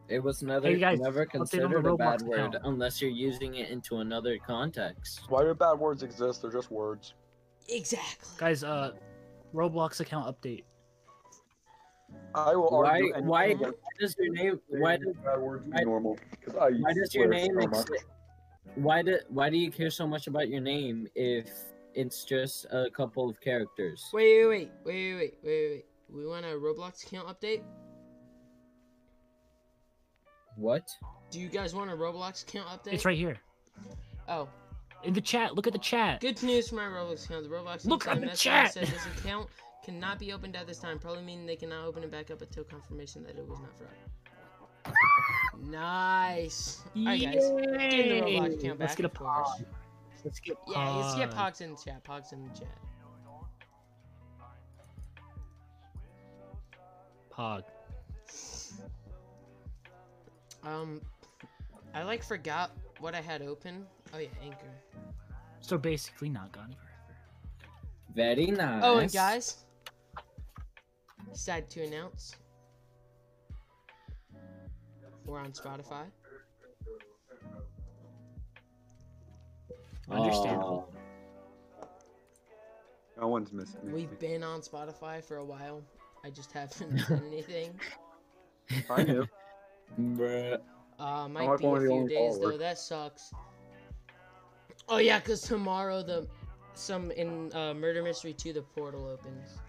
[SPEAKER 2] It was never,
[SPEAKER 3] Hey, guys,
[SPEAKER 2] never
[SPEAKER 3] update on the
[SPEAKER 2] considered a
[SPEAKER 3] Roblox
[SPEAKER 2] bad word
[SPEAKER 3] account.
[SPEAKER 2] unless you're using it into another context.
[SPEAKER 4] Why do bad words exist? They're just words.
[SPEAKER 1] Exactly.
[SPEAKER 3] Guys, uh, Roblox account update.
[SPEAKER 4] I will
[SPEAKER 2] Why-
[SPEAKER 4] argue. anything
[SPEAKER 2] why-
[SPEAKER 4] against
[SPEAKER 2] Why does your name? Why does,
[SPEAKER 4] bad words be
[SPEAKER 2] why-
[SPEAKER 4] normal? 'Cause I
[SPEAKER 2] why does
[SPEAKER 4] swear
[SPEAKER 2] your name?
[SPEAKER 4] so
[SPEAKER 2] ex-
[SPEAKER 4] much.
[SPEAKER 2] why do Why do you care so much about your name if it's just a couple of characters?
[SPEAKER 1] Wait, wait, wait, wait, wait, wait, wait, wait. We want a Roblox account update.
[SPEAKER 2] What?
[SPEAKER 1] Do you guys want a Roblox account update?
[SPEAKER 3] It's right here
[SPEAKER 1] Oh,
[SPEAKER 3] in the chat. Look at the chat.
[SPEAKER 1] good news for my Roblox account. The Roblox
[SPEAKER 3] Look
[SPEAKER 1] team sent
[SPEAKER 3] on
[SPEAKER 1] a
[SPEAKER 3] the
[SPEAKER 1] message
[SPEAKER 3] chat.
[SPEAKER 1] Said this account cannot be opened at this time. Probably meaning they cannot open it back up until confirmation that it was not fraud. nice. All right, guys. Getting the
[SPEAKER 3] Yay!
[SPEAKER 1] Roblox account
[SPEAKER 3] Let's
[SPEAKER 1] back,
[SPEAKER 3] get a
[SPEAKER 1] of course.
[SPEAKER 3] pod. Let's get
[SPEAKER 1] Yeah, let's get
[SPEAKER 3] pod.
[SPEAKER 1] Pogs in the chat. Pogs in the chat.
[SPEAKER 3] Pod.
[SPEAKER 1] Um, I like forgot what I had open. Oh yeah, Anchor.
[SPEAKER 3] So basically, not gone forever.
[SPEAKER 2] Very nice.
[SPEAKER 1] Oh, and guys, sad to announce, we're on Spotify.
[SPEAKER 3] Understandable.
[SPEAKER 2] Aw.
[SPEAKER 4] No one's missing.
[SPEAKER 1] We've been on Spotify for a while. I just haven't done anything.
[SPEAKER 4] I knew.
[SPEAKER 2] Bruh.
[SPEAKER 1] Uh, might
[SPEAKER 4] like
[SPEAKER 1] be a
[SPEAKER 4] one of the
[SPEAKER 1] few
[SPEAKER 4] only
[SPEAKER 1] days though.
[SPEAKER 4] followers.
[SPEAKER 1] That sucks. Oh yeah, cause tomorrow the some in uh, Murder Mystery 2 the portal opens.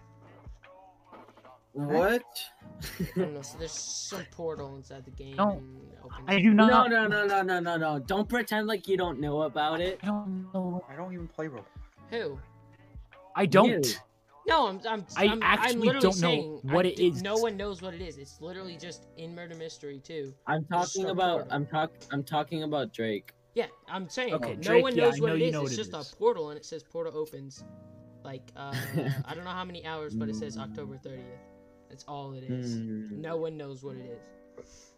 [SPEAKER 2] What?
[SPEAKER 1] I don't know. So there's some portal inside the game.
[SPEAKER 3] No,
[SPEAKER 1] and it opens
[SPEAKER 3] I do not.
[SPEAKER 2] No, no, no, no, no, no, no. Don't pretend like you don't know about it.
[SPEAKER 3] I don't know.
[SPEAKER 4] I don't even play Roblox.
[SPEAKER 1] Who?
[SPEAKER 3] I don't.
[SPEAKER 2] You.
[SPEAKER 1] No, I'm. I'm
[SPEAKER 3] I
[SPEAKER 1] I'm, I'm
[SPEAKER 3] actually
[SPEAKER 1] literally
[SPEAKER 3] don't know
[SPEAKER 1] saying,
[SPEAKER 3] what
[SPEAKER 1] I
[SPEAKER 3] it
[SPEAKER 1] d-
[SPEAKER 3] is.
[SPEAKER 1] No one knows what it is. It's literally just in Murder Mystery 2.
[SPEAKER 2] I'm talking
[SPEAKER 1] Shut
[SPEAKER 2] about.
[SPEAKER 1] up.
[SPEAKER 2] I'm talk. I'm talking about Drake.
[SPEAKER 1] Yeah, I'm saying.
[SPEAKER 3] Okay,
[SPEAKER 1] no
[SPEAKER 3] Drake,
[SPEAKER 1] one
[SPEAKER 3] yeah,
[SPEAKER 1] knows
[SPEAKER 3] I
[SPEAKER 1] what
[SPEAKER 3] know
[SPEAKER 1] it
[SPEAKER 3] you
[SPEAKER 1] is.
[SPEAKER 3] know
[SPEAKER 1] it's
[SPEAKER 3] what it
[SPEAKER 1] just
[SPEAKER 3] is.
[SPEAKER 1] a portal, and it says portal opens. Like uh, I don't know how many hours, but it says October 30th. That's all it is.
[SPEAKER 2] Hmm.
[SPEAKER 1] No one knows what it is.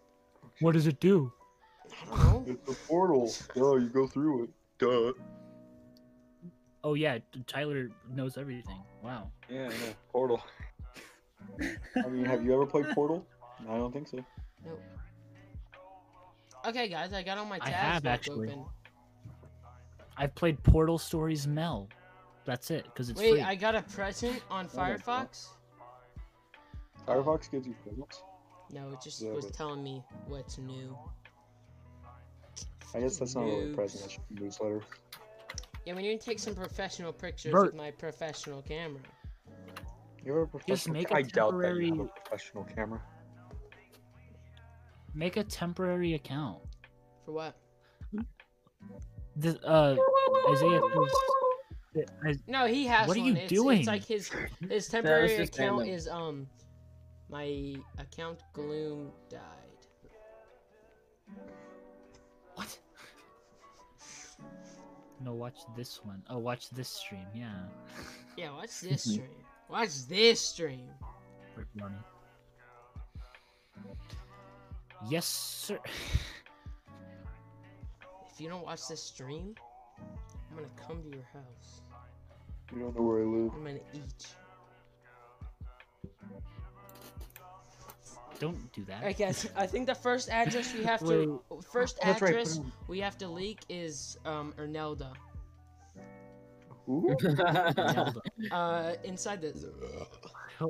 [SPEAKER 3] What does it do?
[SPEAKER 1] I don't know.
[SPEAKER 4] It's a portal. Duh, you go through it. Duh.
[SPEAKER 3] Oh yeah, t- Tyler knows everything. Wow.
[SPEAKER 4] Yeah, I know. Portal. I mean, have you ever played Portal? I don't think so.
[SPEAKER 1] Okay, guys, I got all my
[SPEAKER 3] I
[SPEAKER 1] tabs
[SPEAKER 3] have,
[SPEAKER 1] back
[SPEAKER 3] actually.
[SPEAKER 1] open.
[SPEAKER 3] I've played Portal Stories Mel. That's it, because it's
[SPEAKER 1] Wait,
[SPEAKER 3] free.
[SPEAKER 1] I got a present on
[SPEAKER 4] Oh my God.
[SPEAKER 1] Firefox.
[SPEAKER 4] Firefox gives you presents.
[SPEAKER 1] No, it just
[SPEAKER 4] Yeah,
[SPEAKER 1] was
[SPEAKER 4] but-
[SPEAKER 1] telling me what's new.
[SPEAKER 4] I guess that's not really a
[SPEAKER 1] Noobs.
[SPEAKER 4] present. That's just a newsletter.
[SPEAKER 1] Yeah, we need to take some professional pictures
[SPEAKER 3] Bro-
[SPEAKER 1] with my professional camera.
[SPEAKER 4] You ever professional?
[SPEAKER 3] make
[SPEAKER 4] I
[SPEAKER 3] a
[SPEAKER 4] doubt that you have a
[SPEAKER 3] temporary-
[SPEAKER 4] professional camera.
[SPEAKER 3] Make a temporary account.
[SPEAKER 1] For what?
[SPEAKER 3] This, uh, Isaiah. Please. I-
[SPEAKER 1] No, he has
[SPEAKER 3] What are
[SPEAKER 1] one.
[SPEAKER 3] you
[SPEAKER 1] it's,
[SPEAKER 3] doing?
[SPEAKER 1] It's like his his temporary
[SPEAKER 2] just
[SPEAKER 1] account
[SPEAKER 2] random.
[SPEAKER 1] is um my account gloom died.
[SPEAKER 3] What? No, watch this one. Oh, watch this stream. Yeah.
[SPEAKER 1] Yeah, watch this stream. Watch this stream.
[SPEAKER 3] Rip Ronnie. Yes, sir.
[SPEAKER 1] If you don't watch this stream, I'm gonna come to your house.
[SPEAKER 4] You don't know where I live.
[SPEAKER 1] I'm gonna eat. you.
[SPEAKER 3] Don't do that.
[SPEAKER 1] Alright, guys. I think the first address we have to first
[SPEAKER 4] That's right,
[SPEAKER 1] address
[SPEAKER 4] put it
[SPEAKER 1] we have to leak is um Ernelda.
[SPEAKER 4] Ooh.
[SPEAKER 3] Zelda.
[SPEAKER 1] Uh, inside the.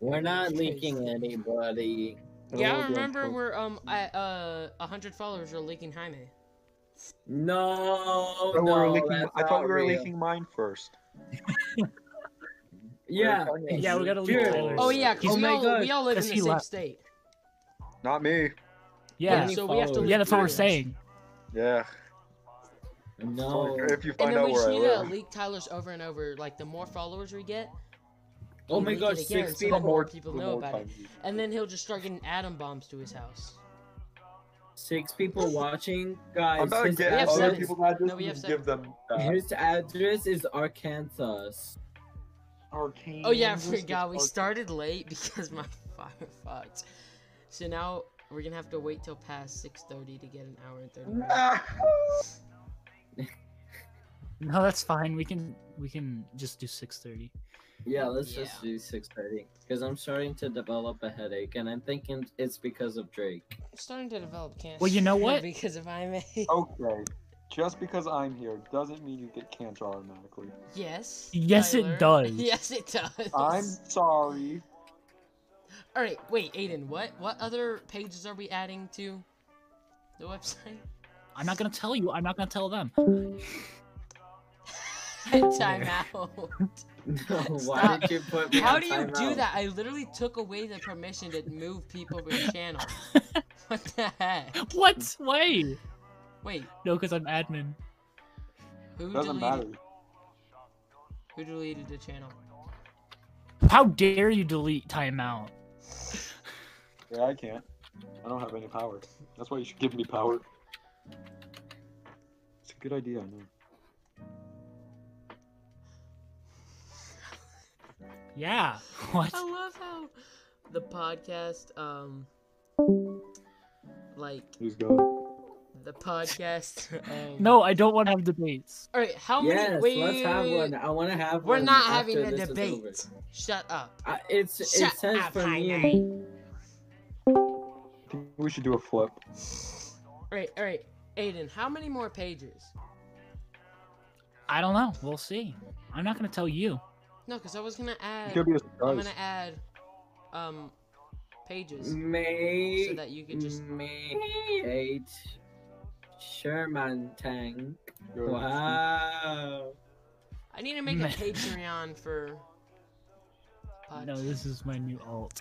[SPEAKER 2] We're not leaking anybody.
[SPEAKER 1] Yeah,
[SPEAKER 4] It'll
[SPEAKER 1] I
[SPEAKER 4] be on
[SPEAKER 1] remember
[SPEAKER 4] Chrome.
[SPEAKER 1] we're um at uh a hundred followers are leaking Jaime.
[SPEAKER 2] No,
[SPEAKER 4] Oh, we were
[SPEAKER 2] no,
[SPEAKER 4] leaking-
[SPEAKER 2] that's
[SPEAKER 4] I thought
[SPEAKER 2] not
[SPEAKER 4] we were
[SPEAKER 2] real.
[SPEAKER 4] leaking mine first.
[SPEAKER 2] Yeah,
[SPEAKER 4] Okay.
[SPEAKER 3] Yeah, we gotta leak
[SPEAKER 2] Dude.
[SPEAKER 3] Tyler's.
[SPEAKER 1] Oh yeah, 'cause
[SPEAKER 2] Oh
[SPEAKER 1] we,
[SPEAKER 2] my
[SPEAKER 1] all,
[SPEAKER 2] God,
[SPEAKER 1] we all live in
[SPEAKER 3] 'cause
[SPEAKER 1] the
[SPEAKER 3] he
[SPEAKER 1] same
[SPEAKER 3] left.
[SPEAKER 1] state.
[SPEAKER 4] Not me.
[SPEAKER 3] Yeah.
[SPEAKER 2] Only
[SPEAKER 1] so we have to
[SPEAKER 2] followers.
[SPEAKER 3] Yeah, that's what we're
[SPEAKER 1] leak yours.
[SPEAKER 3] saying.
[SPEAKER 4] Yeah.
[SPEAKER 2] No.
[SPEAKER 4] If you
[SPEAKER 1] And
[SPEAKER 4] find
[SPEAKER 1] then
[SPEAKER 4] out
[SPEAKER 1] we just
[SPEAKER 4] where I
[SPEAKER 1] need to
[SPEAKER 4] live.
[SPEAKER 1] leak Tyler's over and over. Like the more followers we get,
[SPEAKER 2] Oh
[SPEAKER 1] we
[SPEAKER 2] my
[SPEAKER 1] leak it
[SPEAKER 2] gosh,
[SPEAKER 1] again
[SPEAKER 2] six
[SPEAKER 1] so
[SPEAKER 2] feet
[SPEAKER 1] that
[SPEAKER 2] of
[SPEAKER 1] more
[SPEAKER 2] water.
[SPEAKER 1] people know about it. And then he'll just start getting atom bombs to his house.
[SPEAKER 2] Six people watching, guys.
[SPEAKER 4] I'm about to
[SPEAKER 2] his
[SPEAKER 4] get
[SPEAKER 1] We have
[SPEAKER 4] other
[SPEAKER 1] seven.
[SPEAKER 2] address,
[SPEAKER 4] people not just
[SPEAKER 1] No, we have
[SPEAKER 4] give them that.
[SPEAKER 2] his address is Arkansas.
[SPEAKER 4] Arcane.
[SPEAKER 1] Oh yeah, I forgot. We started late because my fire fucked. So now we're gonna have to wait till past six thirty to get an hour and thirty minutes.
[SPEAKER 3] No, that's fine. We can we can just do six thirty.
[SPEAKER 2] Yeah, let's just do six thirty because I'm starting to develop a headache, and I'm thinking it's because of Drake.
[SPEAKER 1] I'm starting to develop cancer.
[SPEAKER 3] Well, you know what?
[SPEAKER 1] because if I may.
[SPEAKER 4] Oh. okay. Just because I'm here doesn't mean you get cancer automatically.
[SPEAKER 1] Yes.
[SPEAKER 3] Yes, it
[SPEAKER 1] Tyler.
[SPEAKER 3] does.
[SPEAKER 1] Yes, it does.
[SPEAKER 4] I'm sorry.
[SPEAKER 1] All right, wait, Aiden. What what other pages are we adding to the website?
[SPEAKER 3] I'm not gonna tell you. I'm not gonna tell them.
[SPEAKER 1] Time out.
[SPEAKER 2] No, why
[SPEAKER 1] Stop.
[SPEAKER 2] did you put? me
[SPEAKER 1] How
[SPEAKER 2] on
[SPEAKER 1] do you do
[SPEAKER 2] timeout?
[SPEAKER 1] that? I literally took away the permission to move people from the channel. What the heck?
[SPEAKER 3] What? Why?
[SPEAKER 1] Wait,
[SPEAKER 3] No, because I'm admin.
[SPEAKER 1] who
[SPEAKER 4] Doesn't
[SPEAKER 1] deleted
[SPEAKER 4] matter.
[SPEAKER 1] who deleted the channel?
[SPEAKER 3] How dare you delete timeout?
[SPEAKER 4] Yeah, I can't. I don't have any power. That's why you should give me power. It's a good idea, I know.
[SPEAKER 3] Yeah. What?
[SPEAKER 1] I love how the podcast um like
[SPEAKER 4] He's gone.
[SPEAKER 1] the podcast um,
[SPEAKER 3] No, I don't want to have debates.
[SPEAKER 1] All right, how many
[SPEAKER 2] Yes,
[SPEAKER 1] wait,
[SPEAKER 2] let's have
[SPEAKER 1] wait, wait,
[SPEAKER 2] one. I want to have
[SPEAKER 1] We're
[SPEAKER 2] one.
[SPEAKER 1] not having
[SPEAKER 2] after
[SPEAKER 1] a
[SPEAKER 2] this is over.
[SPEAKER 1] debate. Shut up.
[SPEAKER 2] I, it's
[SPEAKER 1] Shut
[SPEAKER 2] it says
[SPEAKER 1] up,
[SPEAKER 2] for
[SPEAKER 1] Heiner.
[SPEAKER 2] me.
[SPEAKER 4] I think we should do a flip.
[SPEAKER 1] All right, all right. Aiden, how many more pages?
[SPEAKER 3] I don't know. We'll see. I'm not gonna tell you.
[SPEAKER 1] No, because I was gonna add.
[SPEAKER 4] It could be a
[SPEAKER 1] I'm
[SPEAKER 4] surprise.
[SPEAKER 1] gonna add, um, pages
[SPEAKER 2] May
[SPEAKER 1] so that you could just.
[SPEAKER 2] May eight Sherman Tank.
[SPEAKER 4] Go ahead.
[SPEAKER 2] Wow.
[SPEAKER 1] I need to make a
[SPEAKER 3] Man.
[SPEAKER 1] Patreon for. Pod-
[SPEAKER 3] No, this is my new alt.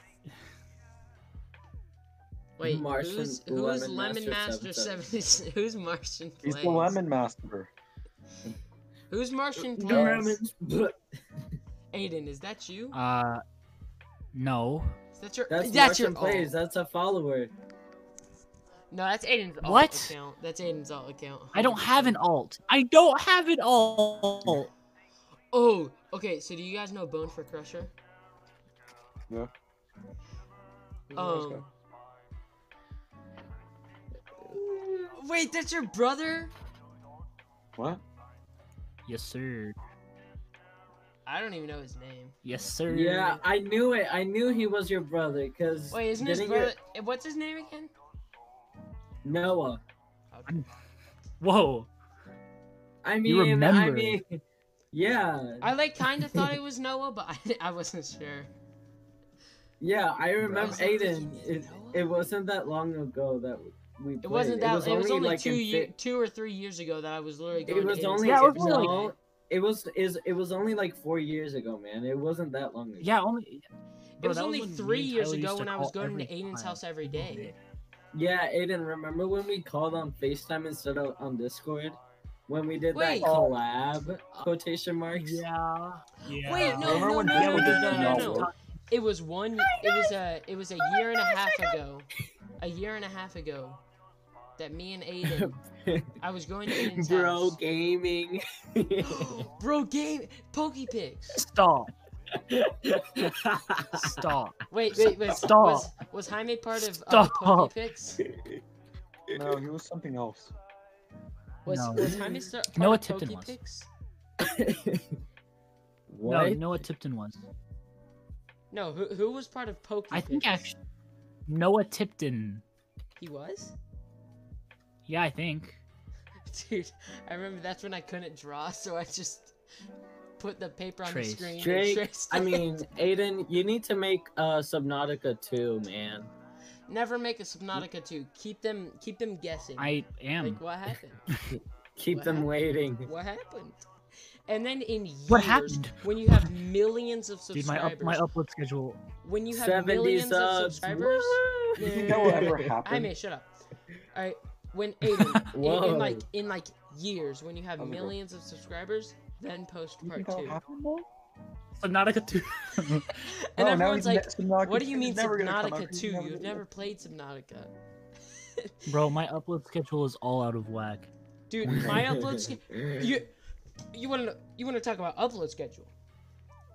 [SPEAKER 1] Wait,
[SPEAKER 2] Martian
[SPEAKER 1] who's who's
[SPEAKER 2] Lemon
[SPEAKER 1] Lemon
[SPEAKER 2] Master
[SPEAKER 1] Master Seventy? Who's Martian
[SPEAKER 4] He's
[SPEAKER 1] Plays?
[SPEAKER 4] the lemon master.
[SPEAKER 1] Who's Martian Plays?
[SPEAKER 2] Lemons. Blech.
[SPEAKER 1] Aiden, is that you?
[SPEAKER 3] Uh, no.
[SPEAKER 1] Is that your?
[SPEAKER 2] That's,
[SPEAKER 1] that's your
[SPEAKER 2] Martian plays.
[SPEAKER 1] alt.
[SPEAKER 2] That's a follower.
[SPEAKER 1] No, that's Aiden's alt
[SPEAKER 3] What?
[SPEAKER 1] account. That's Aiden's alt account.
[SPEAKER 3] I don't have an alt. I don't have an alt.
[SPEAKER 1] Oh, okay. So do you guys know Bone for Crusher?
[SPEAKER 4] Yeah.
[SPEAKER 1] Um. Wait, that's your brother?
[SPEAKER 4] What?
[SPEAKER 3] Yes, sir.
[SPEAKER 1] I don't even know his name.
[SPEAKER 3] Yes, sir.
[SPEAKER 2] Yeah, I knew it. I knew he was your brother because
[SPEAKER 1] Wait, isn't his
[SPEAKER 2] didn't
[SPEAKER 1] brother? eh, What's his name again?
[SPEAKER 2] your- Noah.
[SPEAKER 3] Whoa.
[SPEAKER 2] I mean,
[SPEAKER 3] You
[SPEAKER 2] I
[SPEAKER 3] remember.
[SPEAKER 2] mean, yeah,
[SPEAKER 1] I like kind of thought it was Noah, but I, I wasn't sure.
[SPEAKER 2] yeah. I remember
[SPEAKER 1] Is it
[SPEAKER 2] Aiden.
[SPEAKER 1] freaking
[SPEAKER 2] It,
[SPEAKER 1] Noah?
[SPEAKER 2] it wasn't that long ago that we. Played.
[SPEAKER 1] It wasn't that. It was only,
[SPEAKER 2] like
[SPEAKER 1] two
[SPEAKER 2] in
[SPEAKER 1] ye-
[SPEAKER 2] fi-
[SPEAKER 1] two or three years ago that I was literally going.
[SPEAKER 2] It was
[SPEAKER 1] to Aiden's
[SPEAKER 2] only
[SPEAKER 3] Yeah,
[SPEAKER 1] house
[SPEAKER 3] it was only
[SPEAKER 1] every
[SPEAKER 2] no,
[SPEAKER 1] day.
[SPEAKER 2] It was is it was only like four years ago, man. It wasn't that long ago.
[SPEAKER 3] Yeah, only.
[SPEAKER 1] It
[SPEAKER 3] Bro,
[SPEAKER 1] was
[SPEAKER 3] that
[SPEAKER 1] only
[SPEAKER 3] when me
[SPEAKER 1] three
[SPEAKER 3] and
[SPEAKER 1] years
[SPEAKER 3] Tyler used
[SPEAKER 1] ago
[SPEAKER 3] to
[SPEAKER 1] when I was
[SPEAKER 3] call
[SPEAKER 1] going to
[SPEAKER 3] every
[SPEAKER 1] Aiden's
[SPEAKER 3] time.
[SPEAKER 1] house every day.
[SPEAKER 2] Yeah, Aiden, remember when we called on FaceTime instead of on Discord? When we did
[SPEAKER 1] Wait. Uh,
[SPEAKER 2] that collab quotation marks?
[SPEAKER 3] Yeah. Yeah.
[SPEAKER 1] Wait, no,
[SPEAKER 4] Remember
[SPEAKER 1] no, no,
[SPEAKER 4] when
[SPEAKER 1] no, no,
[SPEAKER 4] Discord
[SPEAKER 1] no,
[SPEAKER 4] did
[SPEAKER 1] no,
[SPEAKER 4] that?
[SPEAKER 1] no, no. It was one. It was a. It
[SPEAKER 2] Oh
[SPEAKER 1] was a year and a half ago. A year and a half ago, that me and Aiden. I was going to Aiden's
[SPEAKER 2] Bro
[SPEAKER 1] house.
[SPEAKER 2] gaming.
[SPEAKER 1] Bro, game PokePix.
[SPEAKER 3] Stop. Stop.
[SPEAKER 1] Wait, wait, wait.
[SPEAKER 3] Stop.
[SPEAKER 1] Was, was Jaime part of uh,
[SPEAKER 3] Stop.
[SPEAKER 1] PokePix?
[SPEAKER 4] No, he was something else.
[SPEAKER 1] Was,
[SPEAKER 3] No.
[SPEAKER 1] was Jaime st- part
[SPEAKER 3] Noah
[SPEAKER 1] of
[SPEAKER 3] Tipton was.
[SPEAKER 1] PokePix?
[SPEAKER 3] No,
[SPEAKER 2] what?
[SPEAKER 3] you know what Tipton was.
[SPEAKER 1] No, who, who was part of PokePix?
[SPEAKER 3] I think actually Noah Tipton.
[SPEAKER 1] He was?
[SPEAKER 3] Yeah, I think.
[SPEAKER 1] Dude, I remember that's when I couldn't draw, so I just put the paper on
[SPEAKER 3] Trace.
[SPEAKER 1] the screen
[SPEAKER 2] Drake,
[SPEAKER 1] and traced
[SPEAKER 2] I
[SPEAKER 1] it.
[SPEAKER 2] mean, Aiden, you need to make uh Subnautica 2, man.
[SPEAKER 1] Never make a Subnautica 2. Keep them keep them guessing.
[SPEAKER 3] I am.
[SPEAKER 1] Like, what happened?
[SPEAKER 2] Keep
[SPEAKER 1] What
[SPEAKER 2] them
[SPEAKER 1] happened?
[SPEAKER 2] waiting.
[SPEAKER 1] What happened? And then in years,
[SPEAKER 3] What happened?
[SPEAKER 1] when you have millions of
[SPEAKER 3] Dude,
[SPEAKER 1] subscribers,
[SPEAKER 3] my up, my upload schedule.
[SPEAKER 1] when you have
[SPEAKER 2] 70
[SPEAKER 1] millions of
[SPEAKER 2] subs.
[SPEAKER 1] subscribers,
[SPEAKER 2] Woo!
[SPEAKER 1] Yeah, yeah,
[SPEAKER 4] You
[SPEAKER 1] yeah,
[SPEAKER 4] think that will
[SPEAKER 1] yeah,
[SPEAKER 4] ever
[SPEAKER 1] I
[SPEAKER 4] happen?
[SPEAKER 1] mean, shut up. All right, when Aiden, in,
[SPEAKER 2] Whoa.
[SPEAKER 1] in like in like years when you have
[SPEAKER 4] How's it going?
[SPEAKER 1] millions of subscribers, then post
[SPEAKER 4] You
[SPEAKER 1] part
[SPEAKER 4] think that'll
[SPEAKER 1] two.
[SPEAKER 4] happen, though?
[SPEAKER 3] Subnautica 2.
[SPEAKER 1] And
[SPEAKER 4] No, Oh, now
[SPEAKER 1] everyone's
[SPEAKER 4] he's
[SPEAKER 1] like,
[SPEAKER 4] ne- Subnautica-
[SPEAKER 1] what do you
[SPEAKER 4] it's
[SPEAKER 1] mean
[SPEAKER 4] never gonna come out,
[SPEAKER 1] Subnautica
[SPEAKER 4] it's
[SPEAKER 1] 2?
[SPEAKER 4] never
[SPEAKER 1] You've
[SPEAKER 4] gonna-
[SPEAKER 1] never played Subnautica.
[SPEAKER 3] Bro, my upload schedule is all out of whack.
[SPEAKER 1] Dude, my upload sch- you you wanna you wanna talk about upload schedule.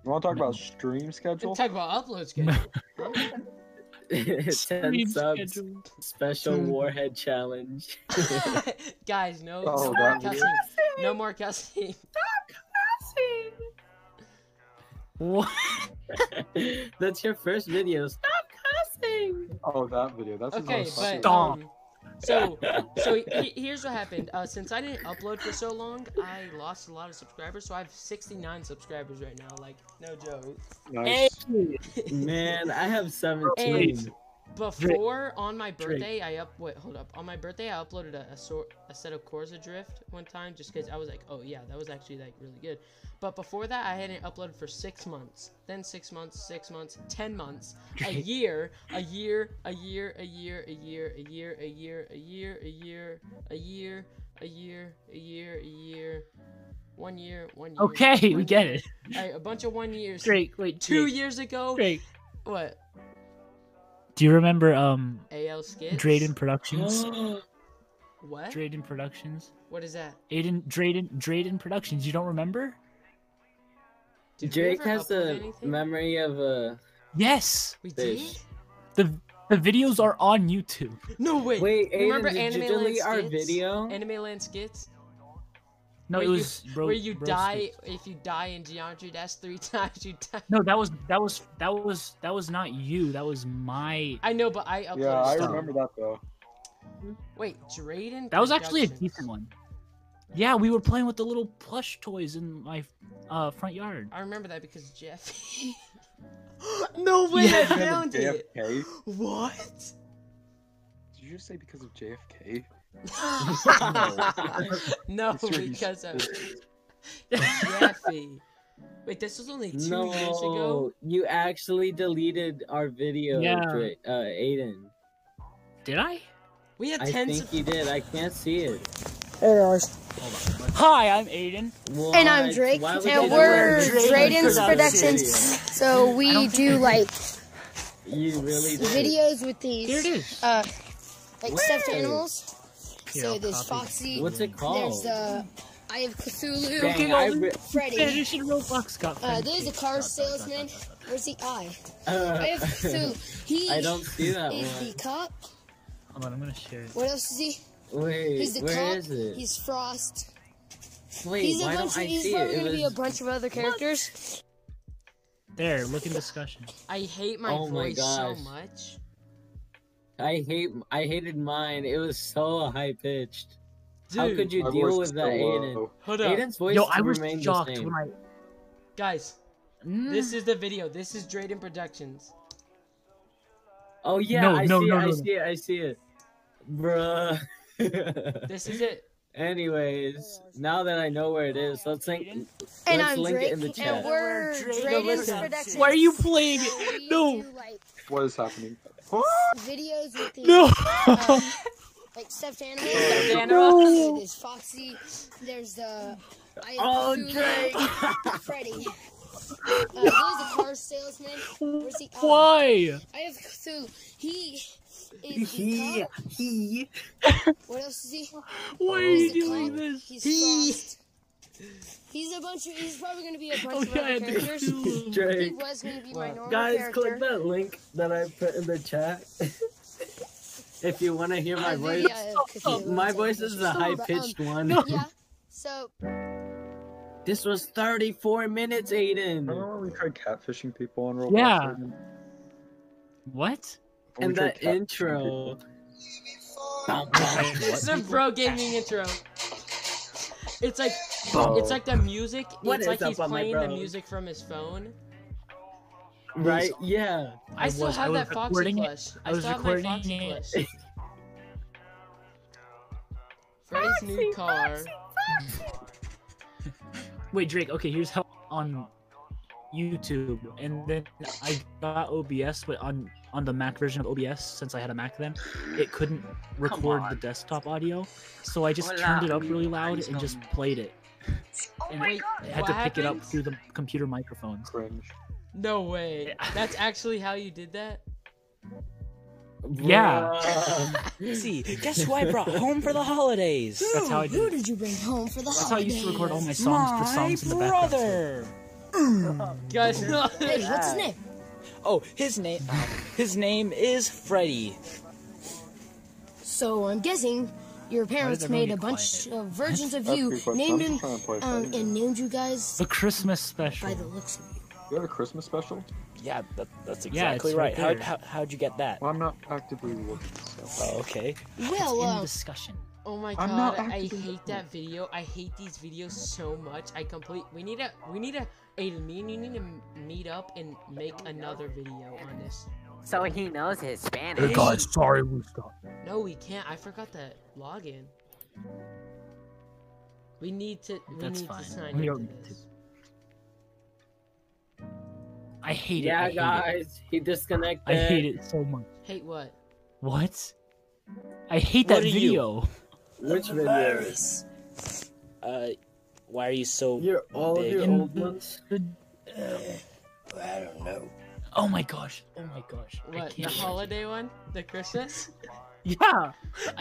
[SPEAKER 4] You want to talk about stream schedule?
[SPEAKER 1] Talk about upload schedule. Huh?
[SPEAKER 2] Ten
[SPEAKER 3] Stream
[SPEAKER 2] subs
[SPEAKER 3] schedule.
[SPEAKER 2] special
[SPEAKER 4] Hmm.
[SPEAKER 3] Mm.
[SPEAKER 2] warhead challenge.
[SPEAKER 1] Guys, no, no
[SPEAKER 4] Oh,
[SPEAKER 1] more
[SPEAKER 4] that-
[SPEAKER 1] cussing. No more cussing.
[SPEAKER 3] What?
[SPEAKER 2] That's your first video. Stop cussing.
[SPEAKER 4] Oh, that video. That's his
[SPEAKER 1] Okay,
[SPEAKER 4] most
[SPEAKER 1] but
[SPEAKER 4] popular-
[SPEAKER 3] Stop.
[SPEAKER 1] um, so so he- here's what happened. Uh, since I didn't upload for so long, I lost a lot of subscribers. So I have 69 subscribers right now. Like no joke.
[SPEAKER 4] Nice.
[SPEAKER 2] Man, I have
[SPEAKER 1] Hey.
[SPEAKER 2] seventeen.
[SPEAKER 1] Before on my
[SPEAKER 3] Drake.
[SPEAKER 1] birthday, I up wait hold up on my birthday I uploaded a a, sort, a set of Corza Drift one time just because I was like oh yeah that was actually like really good, but before that I hadn't uploaded for six months, then six months, six months, ten months, a
[SPEAKER 3] Drake.
[SPEAKER 1] year, a year, a year, a year, a year, a year, a year, a year, a year, a year, a year, a year, a year, one year, one year.
[SPEAKER 3] Okay, we
[SPEAKER 1] one
[SPEAKER 3] get
[SPEAKER 1] year.
[SPEAKER 3] it.
[SPEAKER 1] Alright, a bunch of one years.
[SPEAKER 3] Drake, wait,
[SPEAKER 1] Two
[SPEAKER 3] Drake,
[SPEAKER 1] years ago,
[SPEAKER 3] Drake.
[SPEAKER 1] what
[SPEAKER 3] Do you remember um
[SPEAKER 1] AL skits?
[SPEAKER 3] Drayden Productions?
[SPEAKER 1] What?
[SPEAKER 3] Drayden Productions?
[SPEAKER 1] What is that?
[SPEAKER 3] Aiden Drayden Drayden Productions. You don't remember?
[SPEAKER 1] Did we
[SPEAKER 2] Drake
[SPEAKER 1] ever
[SPEAKER 2] has
[SPEAKER 1] upload
[SPEAKER 2] the
[SPEAKER 1] anything?
[SPEAKER 2] memory of a.
[SPEAKER 3] Yes.
[SPEAKER 1] We did.
[SPEAKER 2] fish.
[SPEAKER 3] The the videos are on YouTube.
[SPEAKER 1] No wait.
[SPEAKER 2] Wait, Aiden,
[SPEAKER 1] remember
[SPEAKER 2] did
[SPEAKER 1] Anime
[SPEAKER 2] you delete
[SPEAKER 1] Land
[SPEAKER 2] our
[SPEAKER 1] skits?
[SPEAKER 2] video?
[SPEAKER 1] Anime Land skits
[SPEAKER 3] No,
[SPEAKER 1] Where
[SPEAKER 3] it
[SPEAKER 1] you-
[SPEAKER 3] was bro,
[SPEAKER 1] where you
[SPEAKER 3] bro
[SPEAKER 1] die
[SPEAKER 3] skits.
[SPEAKER 1] if you die in Geometry Dash three times. You die.
[SPEAKER 3] No, that was that was that was that was not you. That was my.
[SPEAKER 1] I know, but I uploaded.
[SPEAKER 4] Yeah, I
[SPEAKER 1] stuff.
[SPEAKER 4] remember that though.
[SPEAKER 1] Wait, Drayden.
[SPEAKER 3] That was actually a
[SPEAKER 1] Productions.
[SPEAKER 3] decent one. Yeah, we were playing with the little plush toys in my uh, front yard.
[SPEAKER 1] I remember that because Jeff. no way! I
[SPEAKER 3] Yeah.
[SPEAKER 4] Because of
[SPEAKER 1] found it.
[SPEAKER 4] JFK?
[SPEAKER 1] What?
[SPEAKER 4] Did you just say because of JFK?
[SPEAKER 1] no,
[SPEAKER 4] I'm sure he's-
[SPEAKER 1] because of Jeffy. Wait, this was only two
[SPEAKER 2] no,
[SPEAKER 1] years ago.
[SPEAKER 2] you actually deleted our video,
[SPEAKER 3] Yeah.
[SPEAKER 2] Dra- uh, Aiden.
[SPEAKER 3] Did I?
[SPEAKER 1] We had
[SPEAKER 2] I
[SPEAKER 1] ten.
[SPEAKER 2] think you did. I can't see it.
[SPEAKER 3] Hi, I'm Aiden.
[SPEAKER 5] And I'm
[SPEAKER 2] What?
[SPEAKER 5] Drake,
[SPEAKER 2] Why would you
[SPEAKER 5] and
[SPEAKER 2] do
[SPEAKER 5] we're
[SPEAKER 2] that?
[SPEAKER 5] Drayden's
[SPEAKER 2] Drayden
[SPEAKER 5] Productions. So
[SPEAKER 3] I
[SPEAKER 5] we
[SPEAKER 3] don't
[SPEAKER 5] do
[SPEAKER 3] think-
[SPEAKER 5] like
[SPEAKER 2] You really did.
[SPEAKER 5] videos with
[SPEAKER 3] Here it
[SPEAKER 5] these,
[SPEAKER 3] is.
[SPEAKER 5] uh, like stuffed
[SPEAKER 2] Where?
[SPEAKER 5] animals.
[SPEAKER 3] Here,
[SPEAKER 5] So
[SPEAKER 3] I'll
[SPEAKER 5] there's
[SPEAKER 3] copy.
[SPEAKER 5] Foxy,
[SPEAKER 2] What's it
[SPEAKER 5] there's
[SPEAKER 2] called?
[SPEAKER 5] the Eye of Cthulhu,
[SPEAKER 2] Dang, I re-
[SPEAKER 5] Freddy.
[SPEAKER 3] Spanish and Roblox got
[SPEAKER 5] Uh,
[SPEAKER 3] friends
[SPEAKER 5] there's
[SPEAKER 3] too.
[SPEAKER 5] a car
[SPEAKER 3] Dot, dot, dot, dot,
[SPEAKER 5] salesman.
[SPEAKER 3] dot, dot.
[SPEAKER 5] Where's the eye? Eye of
[SPEAKER 2] uh,
[SPEAKER 5] Cthulhu. He
[SPEAKER 2] I don't see that
[SPEAKER 5] is
[SPEAKER 2] one.
[SPEAKER 5] the cop.
[SPEAKER 3] Hold on, I'm gonna share it.
[SPEAKER 5] What else is he?
[SPEAKER 2] Wait,
[SPEAKER 5] He's the
[SPEAKER 2] where
[SPEAKER 5] cop.
[SPEAKER 2] is it?
[SPEAKER 5] He's Frost.
[SPEAKER 2] Wait,
[SPEAKER 5] he's a
[SPEAKER 2] why
[SPEAKER 5] bunch.
[SPEAKER 2] don't
[SPEAKER 5] Of,
[SPEAKER 2] I
[SPEAKER 5] he's
[SPEAKER 2] see it?
[SPEAKER 5] probably
[SPEAKER 2] It
[SPEAKER 5] gonna be a
[SPEAKER 2] was-
[SPEAKER 5] bunch of other characters.
[SPEAKER 3] There, look in discussion.
[SPEAKER 1] I hate my
[SPEAKER 2] Oh my
[SPEAKER 1] voice so
[SPEAKER 2] gosh.
[SPEAKER 1] much.
[SPEAKER 2] I hate. I hated mine. It was so high pitched.
[SPEAKER 1] Dude,
[SPEAKER 2] How could you
[SPEAKER 4] My
[SPEAKER 2] deal
[SPEAKER 4] voice
[SPEAKER 2] with
[SPEAKER 4] is
[SPEAKER 2] that,
[SPEAKER 4] so
[SPEAKER 2] Aiden?
[SPEAKER 4] low.
[SPEAKER 1] hold up,
[SPEAKER 2] Aiden's voice
[SPEAKER 3] Yo, I was
[SPEAKER 2] remained the
[SPEAKER 3] shocked
[SPEAKER 2] same.
[SPEAKER 3] when I.
[SPEAKER 1] guys.
[SPEAKER 3] Mm.
[SPEAKER 1] This is the video. This is Drayden Productions.
[SPEAKER 2] Oh yeah,
[SPEAKER 3] No,
[SPEAKER 2] I
[SPEAKER 3] no,
[SPEAKER 2] see
[SPEAKER 3] no,
[SPEAKER 2] it, I
[SPEAKER 3] no, no.
[SPEAKER 2] see it, I see it. Bruh.
[SPEAKER 1] This is it.
[SPEAKER 2] Anyways, now that I know where it is, let's think
[SPEAKER 3] Aiden?
[SPEAKER 5] And
[SPEAKER 2] let's
[SPEAKER 5] I'm
[SPEAKER 2] link
[SPEAKER 5] Drake,
[SPEAKER 2] it in the
[SPEAKER 5] and
[SPEAKER 2] chat.
[SPEAKER 5] we're Drayden's
[SPEAKER 1] listen.
[SPEAKER 5] Productions.
[SPEAKER 3] Mm, Why are you playing
[SPEAKER 5] So
[SPEAKER 3] it?
[SPEAKER 5] we
[SPEAKER 3] No.
[SPEAKER 5] do, like,
[SPEAKER 4] What is happening?
[SPEAKER 5] videos with these,
[SPEAKER 3] No.
[SPEAKER 5] um, like stuffed animals.
[SPEAKER 1] Stuffed
[SPEAKER 3] animals.
[SPEAKER 5] There's Foxy. There's the. I
[SPEAKER 2] Oh,
[SPEAKER 5] Cthulhu,
[SPEAKER 2] Drake!
[SPEAKER 5] Freddy. Uh, there's a car salesman. Where's he? Oh,
[SPEAKER 3] Why?
[SPEAKER 5] I have Cthulhu. He is the
[SPEAKER 2] he,
[SPEAKER 5] cop.
[SPEAKER 2] he.
[SPEAKER 5] What else is he?
[SPEAKER 3] Why are
[SPEAKER 5] He's
[SPEAKER 3] you
[SPEAKER 5] the
[SPEAKER 3] doing
[SPEAKER 5] cop.
[SPEAKER 3] this?
[SPEAKER 5] He's
[SPEAKER 1] He-
[SPEAKER 5] Frost. He's a bunch of. He's probably gonna be a bunch
[SPEAKER 3] Oh
[SPEAKER 5] of other
[SPEAKER 3] yeah,
[SPEAKER 5] characters.
[SPEAKER 3] dude.
[SPEAKER 5] He
[SPEAKER 2] Drake.
[SPEAKER 5] was gonna be my
[SPEAKER 1] Wow.
[SPEAKER 5] normal
[SPEAKER 2] Guys,
[SPEAKER 5] character.
[SPEAKER 2] click that link that I put in the chat. if you want to hear my
[SPEAKER 5] A
[SPEAKER 2] voice,
[SPEAKER 5] video of uh, Cthulhu
[SPEAKER 2] my
[SPEAKER 5] and
[SPEAKER 2] voice
[SPEAKER 5] stuff.
[SPEAKER 2] is the
[SPEAKER 5] But,
[SPEAKER 2] high
[SPEAKER 5] um,
[SPEAKER 2] pitched one.
[SPEAKER 5] Yeah. So
[SPEAKER 2] This was 34 minutes, Aiden.
[SPEAKER 4] Remember when we tried catfishing people on Roblox?
[SPEAKER 3] Yeah.
[SPEAKER 4] Aiden? When
[SPEAKER 3] What?
[SPEAKER 4] we
[SPEAKER 2] And
[SPEAKER 4] tried
[SPEAKER 2] that
[SPEAKER 4] catfishing
[SPEAKER 2] intro.
[SPEAKER 4] people?
[SPEAKER 1] It's a pro gaming intro. It's like
[SPEAKER 4] Oh.
[SPEAKER 1] it's like the music.
[SPEAKER 2] What
[SPEAKER 1] it's
[SPEAKER 2] is
[SPEAKER 1] like
[SPEAKER 2] up
[SPEAKER 1] he's
[SPEAKER 2] on my
[SPEAKER 1] playing the
[SPEAKER 2] bros?
[SPEAKER 1] music from his phone.
[SPEAKER 2] Right? Yeah.
[SPEAKER 1] I, still
[SPEAKER 3] was-
[SPEAKER 1] have
[SPEAKER 3] was
[SPEAKER 1] that Foxy
[SPEAKER 3] recording it.
[SPEAKER 1] plush. I,
[SPEAKER 3] I was
[SPEAKER 1] still have my
[SPEAKER 3] recording
[SPEAKER 1] Foxy
[SPEAKER 3] it.
[SPEAKER 1] plush. Freddy's new car.
[SPEAKER 3] Wait, Drake. Okay, here's how on YouTube, and then I got OBS, but on on the Mac version of OBS, since I had a Mac then, it couldn't record the
[SPEAKER 2] on.
[SPEAKER 3] desktop audio, so I just
[SPEAKER 2] Hola,
[SPEAKER 3] turned it up really
[SPEAKER 2] amigo.
[SPEAKER 3] loud
[SPEAKER 2] Please
[SPEAKER 3] and
[SPEAKER 2] don't.
[SPEAKER 3] just played it, and
[SPEAKER 1] Wait,
[SPEAKER 3] I had
[SPEAKER 1] what
[SPEAKER 3] to pick it up
[SPEAKER 1] happened?
[SPEAKER 3] through the computer microphones.
[SPEAKER 4] Cringe.
[SPEAKER 1] No way.
[SPEAKER 3] Yeah.
[SPEAKER 1] That's actually how you did that?
[SPEAKER 3] Yeah.
[SPEAKER 2] Bruh.
[SPEAKER 6] See, guess who I brought home for the holidays?
[SPEAKER 3] That's how I
[SPEAKER 5] Who
[SPEAKER 3] did. it.
[SPEAKER 5] did you bring home for the
[SPEAKER 3] That's how I used to record all my
[SPEAKER 5] holidays?
[SPEAKER 3] songs for
[SPEAKER 6] My
[SPEAKER 3] songs in the background.
[SPEAKER 6] brother.
[SPEAKER 1] Guys, no.
[SPEAKER 5] Hey, what's his name?
[SPEAKER 6] Oh, his name. His name is Freddy.
[SPEAKER 5] So I'm guessing your parents
[SPEAKER 3] everyone
[SPEAKER 5] made
[SPEAKER 3] get
[SPEAKER 5] a bunch
[SPEAKER 3] quiet?
[SPEAKER 5] of versions of
[SPEAKER 4] That's
[SPEAKER 5] you,
[SPEAKER 4] pretty quick.
[SPEAKER 5] named
[SPEAKER 4] I'm
[SPEAKER 5] him,
[SPEAKER 4] trying to play
[SPEAKER 5] um,
[SPEAKER 4] Freddy.
[SPEAKER 5] and named you guys
[SPEAKER 3] The Christmas special.
[SPEAKER 5] by the looks of you.
[SPEAKER 4] You have a Christmas special?
[SPEAKER 6] Yeah, that, that's
[SPEAKER 3] Yeah,
[SPEAKER 6] exactly
[SPEAKER 3] it's
[SPEAKER 6] right.
[SPEAKER 3] right
[SPEAKER 6] How,
[SPEAKER 3] there.
[SPEAKER 6] how, how'd you get that?
[SPEAKER 4] Well, I'm not actively looking. So.
[SPEAKER 6] Oh, okay.
[SPEAKER 5] Well,
[SPEAKER 3] in
[SPEAKER 5] uh,
[SPEAKER 3] discussion.
[SPEAKER 1] Oh my
[SPEAKER 4] I'm not
[SPEAKER 1] god, I
[SPEAKER 4] acting
[SPEAKER 1] hate that video. I hate these videos so much. I complete. We need a. We need a. A mean. You need to meet up and make another video on this.
[SPEAKER 7] So he knows his
[SPEAKER 1] Hey,
[SPEAKER 7] Spanish.
[SPEAKER 1] guys,
[SPEAKER 3] sorry we stopped.
[SPEAKER 1] No, we can't. I forgot to log in. We need to. We
[SPEAKER 3] That's
[SPEAKER 1] need
[SPEAKER 3] fine.
[SPEAKER 1] to sign into
[SPEAKER 3] We don't need to.
[SPEAKER 1] this.
[SPEAKER 3] I hate
[SPEAKER 2] yeah,
[SPEAKER 3] it. I hate it.
[SPEAKER 2] guys, he disconnected.
[SPEAKER 3] I
[SPEAKER 6] uh,
[SPEAKER 3] hate it so much.
[SPEAKER 1] Hate what?
[SPEAKER 3] What? I hate
[SPEAKER 6] What
[SPEAKER 3] that
[SPEAKER 6] are you?
[SPEAKER 3] video.
[SPEAKER 2] Which video?
[SPEAKER 6] Uh, why are you so?
[SPEAKER 2] You're all of
[SPEAKER 6] Big.
[SPEAKER 2] your old ones.
[SPEAKER 6] I don't know.
[SPEAKER 3] Oh my gosh. Oh my gosh. I
[SPEAKER 1] What? The
[SPEAKER 3] can't.
[SPEAKER 1] holiday one? The Christmas?
[SPEAKER 3] yeah. I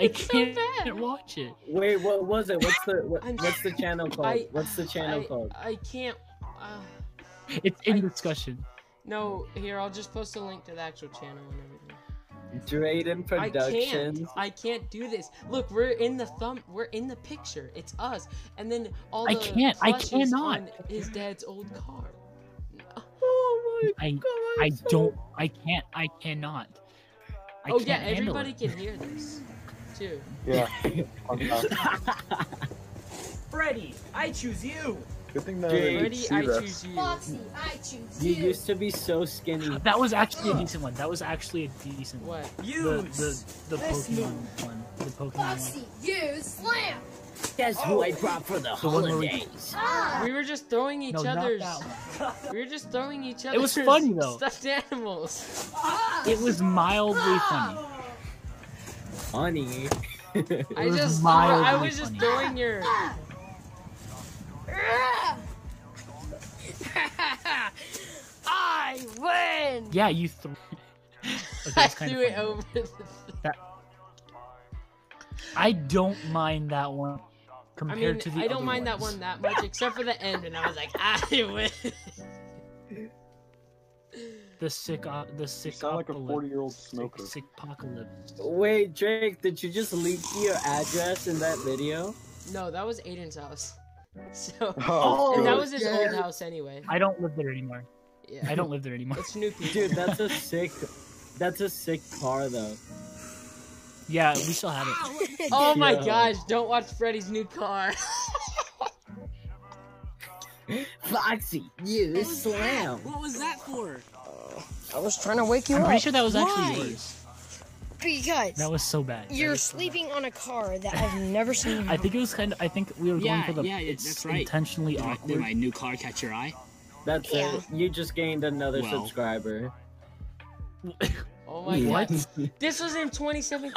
[SPEAKER 1] It's so
[SPEAKER 3] can't
[SPEAKER 1] bad.
[SPEAKER 3] watch it.
[SPEAKER 2] Wait, what was it? What's the what,
[SPEAKER 1] I'm-
[SPEAKER 2] what's the channel called?
[SPEAKER 1] I-
[SPEAKER 2] what's the channel
[SPEAKER 1] I,
[SPEAKER 2] called?
[SPEAKER 1] I can't. Uh,
[SPEAKER 3] It's in
[SPEAKER 1] I-
[SPEAKER 3] discussion.
[SPEAKER 1] no, here I'll just post a link to the actual channel and everything.
[SPEAKER 2] Drayden
[SPEAKER 1] I can't.
[SPEAKER 2] Productions.
[SPEAKER 1] I can't do this. Look, we're in the thumb. We're in the picture. It's us. And then all the
[SPEAKER 3] I can't- I
[SPEAKER 1] plush is
[SPEAKER 3] cannot.
[SPEAKER 1] on his dad's old car. Oh my
[SPEAKER 3] I
[SPEAKER 1] god.
[SPEAKER 3] I
[SPEAKER 1] so-
[SPEAKER 3] don't. I can't. I cannot. I
[SPEAKER 1] oh
[SPEAKER 3] can't
[SPEAKER 1] yeah,
[SPEAKER 3] handle
[SPEAKER 1] everybody
[SPEAKER 3] it.
[SPEAKER 1] can hear this, too.
[SPEAKER 4] Yeah. I'm not-
[SPEAKER 6] Freddy, I choose you.
[SPEAKER 4] Good thing that I
[SPEAKER 2] Dude.
[SPEAKER 4] didn't
[SPEAKER 1] Ready?
[SPEAKER 4] see
[SPEAKER 1] I
[SPEAKER 4] that.
[SPEAKER 1] choose you.
[SPEAKER 5] Foxy, I choose
[SPEAKER 2] You
[SPEAKER 5] you.
[SPEAKER 2] used to be so skinny.
[SPEAKER 3] That was actually a decent one. That was actually a decent one.
[SPEAKER 1] What?
[SPEAKER 3] The the the Pokemon one. The Pokemon one.
[SPEAKER 5] Foxy, you slam.
[SPEAKER 2] That's who I brought for the
[SPEAKER 3] one where we-
[SPEAKER 5] Ah,
[SPEAKER 1] We were just throwing each
[SPEAKER 3] No, not that
[SPEAKER 1] other's.
[SPEAKER 3] one.
[SPEAKER 1] We were just throwing each other's.
[SPEAKER 3] It was funny, though.
[SPEAKER 1] Stuffed animals.
[SPEAKER 3] It was mildly funny.
[SPEAKER 2] Honey.
[SPEAKER 1] I
[SPEAKER 3] was
[SPEAKER 1] just. I
[SPEAKER 3] mildly
[SPEAKER 1] was just
[SPEAKER 3] funny.
[SPEAKER 1] throwing your.
[SPEAKER 5] I win.
[SPEAKER 3] Yeah, you threw.
[SPEAKER 1] I threw it over the.
[SPEAKER 3] I don't mind that one
[SPEAKER 1] I
[SPEAKER 3] compared
[SPEAKER 1] mean,
[SPEAKER 3] to the.
[SPEAKER 1] Oh. I don't
[SPEAKER 3] other
[SPEAKER 1] mind that
[SPEAKER 3] ones.
[SPEAKER 1] one that much, except for the end, and I was like, "Ah, I win.
[SPEAKER 3] The sick, uh, the sick.
[SPEAKER 4] You sound like a
[SPEAKER 3] apocalypse.
[SPEAKER 4] 40 year old
[SPEAKER 3] Sick-
[SPEAKER 4] smoker.
[SPEAKER 3] Sick apocalypse.
[SPEAKER 2] Wait, Drake, did you just leak your address in that video?
[SPEAKER 1] No, that was Aiden's house. So.
[SPEAKER 4] Oh,
[SPEAKER 1] And that
[SPEAKER 4] good.
[SPEAKER 1] was his old house anyway.
[SPEAKER 3] I don't live there anymore.
[SPEAKER 1] Yeah.
[SPEAKER 3] I don't live there anymore.
[SPEAKER 1] It's Snoopy.
[SPEAKER 2] Dude, that's a sick that's a sick car though.
[SPEAKER 3] Yeah, we still have it.
[SPEAKER 5] Ah,
[SPEAKER 1] Oh
[SPEAKER 3] Um,
[SPEAKER 1] my
[SPEAKER 2] Yeah.
[SPEAKER 1] gosh! Don't watch Freddy's new car.
[SPEAKER 2] Foxy, you slam.
[SPEAKER 6] What was that for?
[SPEAKER 5] I was trying to wake you
[SPEAKER 3] I'm pretty
[SPEAKER 5] up.
[SPEAKER 3] sure that was actually
[SPEAKER 6] Why?
[SPEAKER 3] yours.
[SPEAKER 5] because
[SPEAKER 3] That was so bad. That
[SPEAKER 5] you're
[SPEAKER 3] was so bad.
[SPEAKER 5] sleeping on a car that I've never seen.
[SPEAKER 3] I think it was kind of. I think we were
[SPEAKER 6] Yeah,
[SPEAKER 3] going for the.
[SPEAKER 6] yeah, yeah,
[SPEAKER 3] it's
[SPEAKER 6] that's right.
[SPEAKER 3] intentionally
[SPEAKER 6] Did my,
[SPEAKER 3] awkward.
[SPEAKER 6] new car catch your eye?
[SPEAKER 2] That's
[SPEAKER 5] Yeah.
[SPEAKER 2] it. You just gained another
[SPEAKER 6] Well.
[SPEAKER 2] subscriber.
[SPEAKER 1] Oh my
[SPEAKER 3] What?
[SPEAKER 1] god! This was in 2017.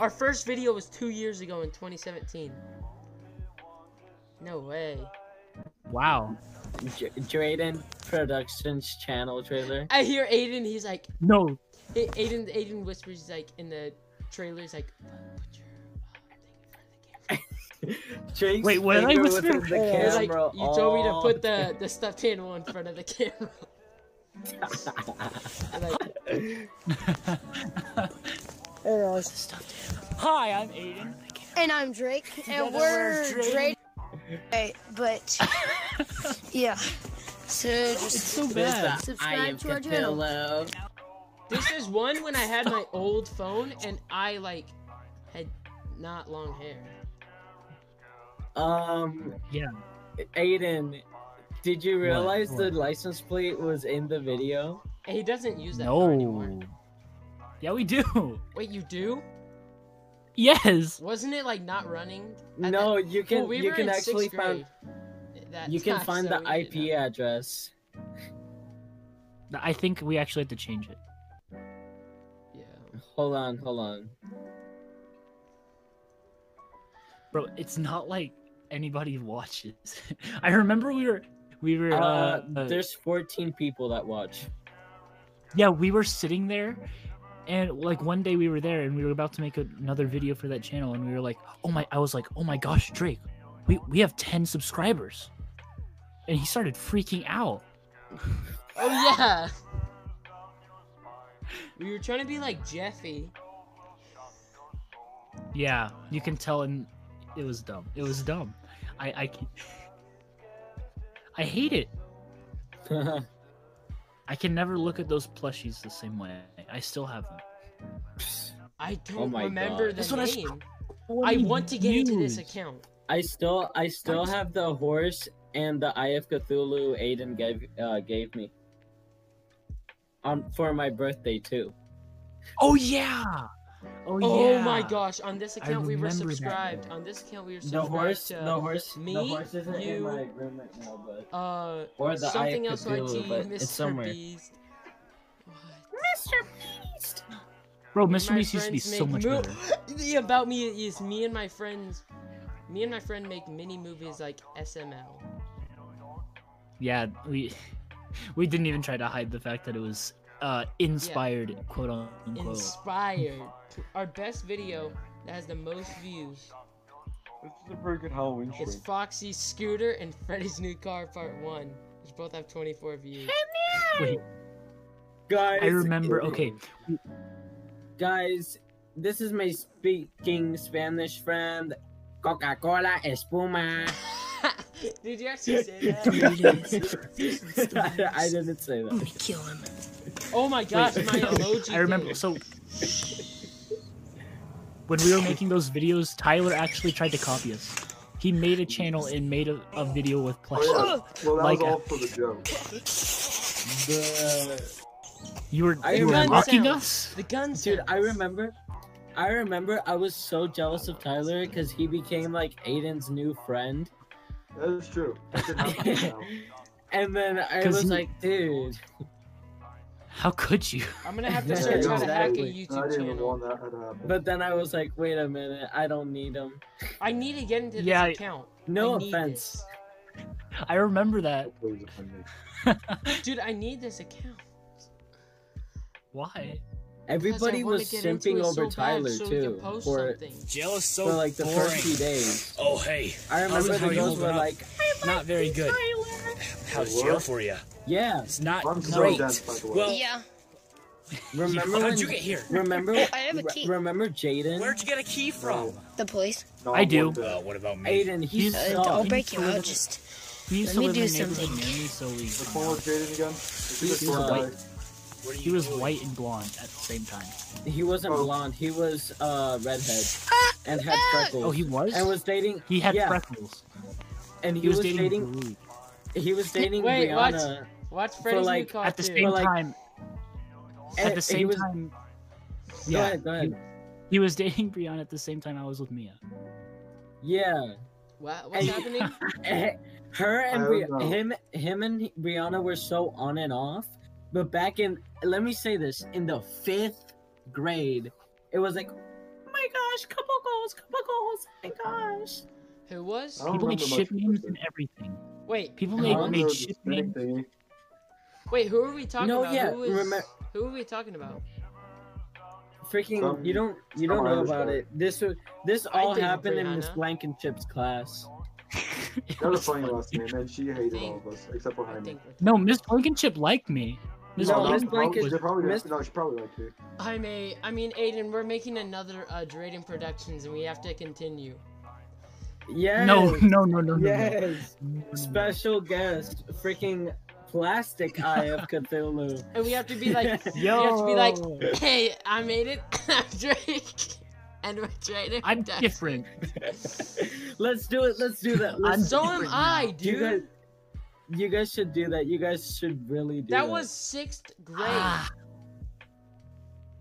[SPEAKER 1] Our first video was two years ago in 2017. No way.
[SPEAKER 3] Wow.
[SPEAKER 2] J- Drayden Productions channel trailer.
[SPEAKER 1] I hear Aiden. He's like,
[SPEAKER 3] No.
[SPEAKER 1] A- Aiden. Aiden whispers he's like in the trailer. He's like, "Put your uh, thing in front of the camera."
[SPEAKER 2] Drake's
[SPEAKER 3] Wait, what did I
[SPEAKER 2] finger
[SPEAKER 3] whisper?
[SPEAKER 2] within The
[SPEAKER 1] It was
[SPEAKER 2] camera
[SPEAKER 1] like, you told me to put the, the stuffed animal in front of the camera. like,
[SPEAKER 3] Hi, I'm Aiden.
[SPEAKER 5] And I'm Drake, and we're Drake. Right, but yeah. So
[SPEAKER 3] It's
[SPEAKER 5] just
[SPEAKER 3] so bad.
[SPEAKER 2] I am
[SPEAKER 5] subscribe to our channel.
[SPEAKER 2] Capillo.
[SPEAKER 1] this is one when I had my old phone and I like had not long hair.
[SPEAKER 2] Um.
[SPEAKER 3] Yeah.
[SPEAKER 2] Aiden, did you realize
[SPEAKER 3] What?
[SPEAKER 2] the license plate was in the video?
[SPEAKER 1] And he doesn't use that car anymore.
[SPEAKER 3] No. Yeah, we do.
[SPEAKER 1] Wait, you do?
[SPEAKER 3] Yes.
[SPEAKER 1] Wasn't it like not running? I
[SPEAKER 2] No, you can
[SPEAKER 1] Well, we
[SPEAKER 2] you
[SPEAKER 1] were
[SPEAKER 2] can
[SPEAKER 1] in
[SPEAKER 2] actually
[SPEAKER 1] sixth
[SPEAKER 2] find
[SPEAKER 1] grade. That
[SPEAKER 2] you can
[SPEAKER 1] time,
[SPEAKER 2] find
[SPEAKER 1] so
[SPEAKER 2] the
[SPEAKER 1] we didn't
[SPEAKER 2] IP address.
[SPEAKER 1] know.
[SPEAKER 3] I think we actually have to change it.
[SPEAKER 1] Yeah.
[SPEAKER 2] Hold on, hold on.
[SPEAKER 3] Bro, it's not like anybody watches. I remember we were we were
[SPEAKER 2] Uh,
[SPEAKER 3] uh, uh,
[SPEAKER 2] there's 14 people that watch.
[SPEAKER 3] yeah, we were sitting there and like one day we were there and we were about to make another video for that channel and we were like, "Oh my I was like, "Oh my gosh, Drake. We we have 10 subscribers." And he started freaking out.
[SPEAKER 1] Oh yeah. We were trying to be like Jeffy.
[SPEAKER 3] Yeah, you can tell and it was dumb. It was dumb. I I can- I hate it. I can never look at those plushies the same way. I still have them.
[SPEAKER 1] I don't
[SPEAKER 2] Oh my
[SPEAKER 1] remember
[SPEAKER 2] God.
[SPEAKER 1] the
[SPEAKER 3] That's what I
[SPEAKER 1] name. I want to get into this account.
[SPEAKER 2] I still, I still have the horse and the Eye of Cthulhu Aiden gave uh, gave me. Um, for my birthday too.
[SPEAKER 3] Oh yeah. Oh,
[SPEAKER 1] Oh
[SPEAKER 3] yeah.
[SPEAKER 1] my gosh! On this account we were
[SPEAKER 3] remember that
[SPEAKER 1] subscribed.
[SPEAKER 2] now.
[SPEAKER 1] On this account we were
[SPEAKER 2] The
[SPEAKER 1] subscribed
[SPEAKER 2] horse,
[SPEAKER 1] to
[SPEAKER 2] the horse,
[SPEAKER 1] um, me,
[SPEAKER 2] the horse isn't in
[SPEAKER 1] you,
[SPEAKER 2] my room right now, but
[SPEAKER 1] uh
[SPEAKER 2] or the Eye of
[SPEAKER 1] something else
[SPEAKER 2] Cthulhu,
[SPEAKER 1] IT,
[SPEAKER 2] but
[SPEAKER 1] Mr.
[SPEAKER 2] it's somewhere.
[SPEAKER 1] Beast.
[SPEAKER 3] Oh,
[SPEAKER 1] What?
[SPEAKER 3] Bro, Mr.
[SPEAKER 1] My
[SPEAKER 3] Beast used to be
[SPEAKER 1] friends
[SPEAKER 3] so
[SPEAKER 1] make
[SPEAKER 3] much
[SPEAKER 1] mo-
[SPEAKER 3] better.
[SPEAKER 1] the about me is me and my friends. Me and my friend make mini movies like SML.
[SPEAKER 3] Yeah, we we didn't even try to hide the fact that it was uh inspired quote unquote.
[SPEAKER 1] Inspired. Our best video that has the most views
[SPEAKER 4] This is a very good Halloween
[SPEAKER 1] is
[SPEAKER 4] streak.
[SPEAKER 1] Foxy's Scooter and Freddy's New Car Part 1, which both have 24 views.
[SPEAKER 3] Wait,
[SPEAKER 2] Guys,
[SPEAKER 3] I remember. Okay,
[SPEAKER 2] guys, this is my speaking Spanish friend. Coca Cola Espuma.
[SPEAKER 1] Did you actually say that?
[SPEAKER 2] I, I didn't say that.
[SPEAKER 5] Kill him.
[SPEAKER 1] Oh my gosh,
[SPEAKER 3] wait,
[SPEAKER 1] my emoji.
[SPEAKER 3] I remember.
[SPEAKER 1] dude.
[SPEAKER 3] So when we were making those videos, Tyler actually tried to copy us. He made a channel and made a, a video with plushies.
[SPEAKER 7] Oh, yeah. Well, that
[SPEAKER 3] Like
[SPEAKER 7] was
[SPEAKER 3] a-
[SPEAKER 7] all for the joke.
[SPEAKER 3] You were
[SPEAKER 2] I
[SPEAKER 3] you were
[SPEAKER 1] remember-
[SPEAKER 3] mocking us.
[SPEAKER 1] The guns.
[SPEAKER 2] Dude, I remember. I remember I was so jealous of Tyler because he became like Aiden's new friend.
[SPEAKER 7] That is true. That did happen now.
[SPEAKER 2] And then I
[SPEAKER 3] 'Cause
[SPEAKER 2] was
[SPEAKER 3] he-
[SPEAKER 2] like, dude.
[SPEAKER 3] How could you?
[SPEAKER 1] I'm gonna have to
[SPEAKER 2] Yeah,
[SPEAKER 1] search how to hack a
[SPEAKER 2] exactly.
[SPEAKER 7] I
[SPEAKER 1] YouTube
[SPEAKER 7] didn't even
[SPEAKER 1] channel.
[SPEAKER 7] want that to happen.
[SPEAKER 2] But then I was like, wait a minute, I don't need him.
[SPEAKER 1] I need to get into this
[SPEAKER 3] Yeah, I-
[SPEAKER 1] account.
[SPEAKER 2] No
[SPEAKER 1] I need
[SPEAKER 2] offense.
[SPEAKER 3] I remember that.
[SPEAKER 7] Please offend me.
[SPEAKER 1] this. Dude, I need this account.
[SPEAKER 3] Why?
[SPEAKER 2] Everybody was simping over Tyler too
[SPEAKER 1] For
[SPEAKER 2] for,
[SPEAKER 6] Jealous so
[SPEAKER 2] for like the
[SPEAKER 6] boring.
[SPEAKER 2] first few days.
[SPEAKER 6] Oh hey,
[SPEAKER 2] I remember
[SPEAKER 6] was
[SPEAKER 2] the
[SPEAKER 6] how you
[SPEAKER 2] girls
[SPEAKER 6] hold
[SPEAKER 2] were
[SPEAKER 6] it up.
[SPEAKER 2] like,
[SPEAKER 6] not very good. How's jail for you?
[SPEAKER 2] yeah,
[SPEAKER 6] It's not
[SPEAKER 7] I'm so
[SPEAKER 6] great.
[SPEAKER 7] dense, by the
[SPEAKER 3] Oh.
[SPEAKER 7] way.
[SPEAKER 6] Well,
[SPEAKER 5] Yeah.
[SPEAKER 2] remember
[SPEAKER 6] how'd
[SPEAKER 2] when-
[SPEAKER 6] you get here?
[SPEAKER 2] remember
[SPEAKER 5] I have a
[SPEAKER 2] re-
[SPEAKER 5] key.
[SPEAKER 2] remember Jaden?
[SPEAKER 6] Where'd you get a key from?
[SPEAKER 5] The police.
[SPEAKER 7] No,
[SPEAKER 3] I
[SPEAKER 7] I'm
[SPEAKER 3] do.
[SPEAKER 7] one bit.
[SPEAKER 6] Uh, what about me?
[SPEAKER 2] Aiden, he
[SPEAKER 3] He's-
[SPEAKER 5] Uh,
[SPEAKER 3] No,
[SPEAKER 5] don't
[SPEAKER 2] sucked.
[SPEAKER 5] break your
[SPEAKER 3] he's
[SPEAKER 5] I'll
[SPEAKER 3] little-
[SPEAKER 5] just.
[SPEAKER 3] He used
[SPEAKER 5] Let
[SPEAKER 3] to
[SPEAKER 5] me
[SPEAKER 3] live in
[SPEAKER 5] do
[SPEAKER 3] the neighborhood
[SPEAKER 5] something.
[SPEAKER 3] near me, so we.
[SPEAKER 7] What's wrong with Jaden again? Is he
[SPEAKER 2] He's
[SPEAKER 7] the short
[SPEAKER 2] white.
[SPEAKER 7] guy?
[SPEAKER 6] What are you
[SPEAKER 3] He was
[SPEAKER 6] doing?
[SPEAKER 3] white and blonde at the same time.
[SPEAKER 2] He wasn't
[SPEAKER 7] Oh.
[SPEAKER 2] blonde. He was uh redhead and had freckles.
[SPEAKER 3] Oh, he was.
[SPEAKER 2] and was dating.
[SPEAKER 3] he had
[SPEAKER 2] yeah,
[SPEAKER 3] freckles.
[SPEAKER 2] and
[SPEAKER 3] He,
[SPEAKER 2] he,
[SPEAKER 3] was, dating. Bree.
[SPEAKER 2] He was dating
[SPEAKER 1] Wait, what?
[SPEAKER 2] Brianna.
[SPEAKER 1] Watch Freddy's
[SPEAKER 2] like,
[SPEAKER 1] new car
[SPEAKER 3] At the
[SPEAKER 1] too.
[SPEAKER 3] same
[SPEAKER 2] Oh, like-
[SPEAKER 3] time.
[SPEAKER 2] Eh,
[SPEAKER 3] At
[SPEAKER 2] he
[SPEAKER 3] the same
[SPEAKER 2] was-
[SPEAKER 3] time.
[SPEAKER 2] Go
[SPEAKER 3] Yeah.
[SPEAKER 2] ahead, go ahead.
[SPEAKER 3] He was dating Brianna at the same time I was with Mia.
[SPEAKER 2] Yeah.
[SPEAKER 1] What, what's
[SPEAKER 2] Hey.
[SPEAKER 1] happening?
[SPEAKER 2] Eh, Her and
[SPEAKER 7] I
[SPEAKER 2] Bri-
[SPEAKER 7] don't know.
[SPEAKER 2] him, him and Brianna were so on and off. But back in, let me say this, in the fifth grade, it was like, oh my gosh, couple goals, couple goals, oh my gosh.
[SPEAKER 1] Who was?
[SPEAKER 7] I don't
[SPEAKER 3] People make
[SPEAKER 7] remember much
[SPEAKER 3] shit
[SPEAKER 7] about
[SPEAKER 3] names
[SPEAKER 7] this.
[SPEAKER 3] and everything.
[SPEAKER 1] Wait,
[SPEAKER 3] People
[SPEAKER 2] I
[SPEAKER 3] make,
[SPEAKER 2] don't
[SPEAKER 3] make
[SPEAKER 7] Remember
[SPEAKER 3] shit
[SPEAKER 7] the spinning thingy?
[SPEAKER 3] names.
[SPEAKER 1] wait, who are we talking
[SPEAKER 2] No,
[SPEAKER 1] about?
[SPEAKER 2] yeah,
[SPEAKER 1] who, is,
[SPEAKER 2] remem-
[SPEAKER 1] who are we talking about?
[SPEAKER 2] Freaking,
[SPEAKER 7] Some-
[SPEAKER 2] you don't, you don't
[SPEAKER 7] some
[SPEAKER 2] know
[SPEAKER 7] Irish
[SPEAKER 2] about
[SPEAKER 7] guy.
[SPEAKER 2] it. This, was- this
[SPEAKER 1] I
[SPEAKER 2] all
[SPEAKER 1] dated
[SPEAKER 2] happened in Miss
[SPEAKER 1] Brianna.
[SPEAKER 2] Blankenship's class.
[SPEAKER 3] It
[SPEAKER 7] That was a
[SPEAKER 3] was
[SPEAKER 7] funny
[SPEAKER 3] fun.
[SPEAKER 7] last name, and she hated all
[SPEAKER 1] Think-
[SPEAKER 7] of us, except for
[SPEAKER 1] I
[SPEAKER 7] Jaime.
[SPEAKER 1] think we're
[SPEAKER 3] No, Miss Blankenship liked me. Miss
[SPEAKER 2] No,
[SPEAKER 7] no,
[SPEAKER 2] Miss
[SPEAKER 7] she probably-
[SPEAKER 2] Blanket-
[SPEAKER 7] she probably,
[SPEAKER 2] Miss-
[SPEAKER 7] no, she probably liked you.
[SPEAKER 1] I may. I mean, Aiden, we're making another uh, Drayden Productions, and we have to continue.
[SPEAKER 2] Yes.
[SPEAKER 3] No, no, no, no, no, no.
[SPEAKER 2] Yes.
[SPEAKER 3] No, no, no.
[SPEAKER 2] Special guest, freaking plastic eye of Cthulhu.
[SPEAKER 1] And we have to be like,
[SPEAKER 3] Yo.
[SPEAKER 1] we have to be like, hey, I made it. I'm Drake, and we're Drayden.
[SPEAKER 3] I'm
[SPEAKER 1] Productions."
[SPEAKER 3] different.
[SPEAKER 2] Let's do it. Let's do that.
[SPEAKER 3] I'm
[SPEAKER 2] Let's,
[SPEAKER 1] So am I,
[SPEAKER 2] you
[SPEAKER 1] dude.
[SPEAKER 2] guys, you guys should do that. You guys should really do that.
[SPEAKER 1] that was sixth grade.
[SPEAKER 3] Ah,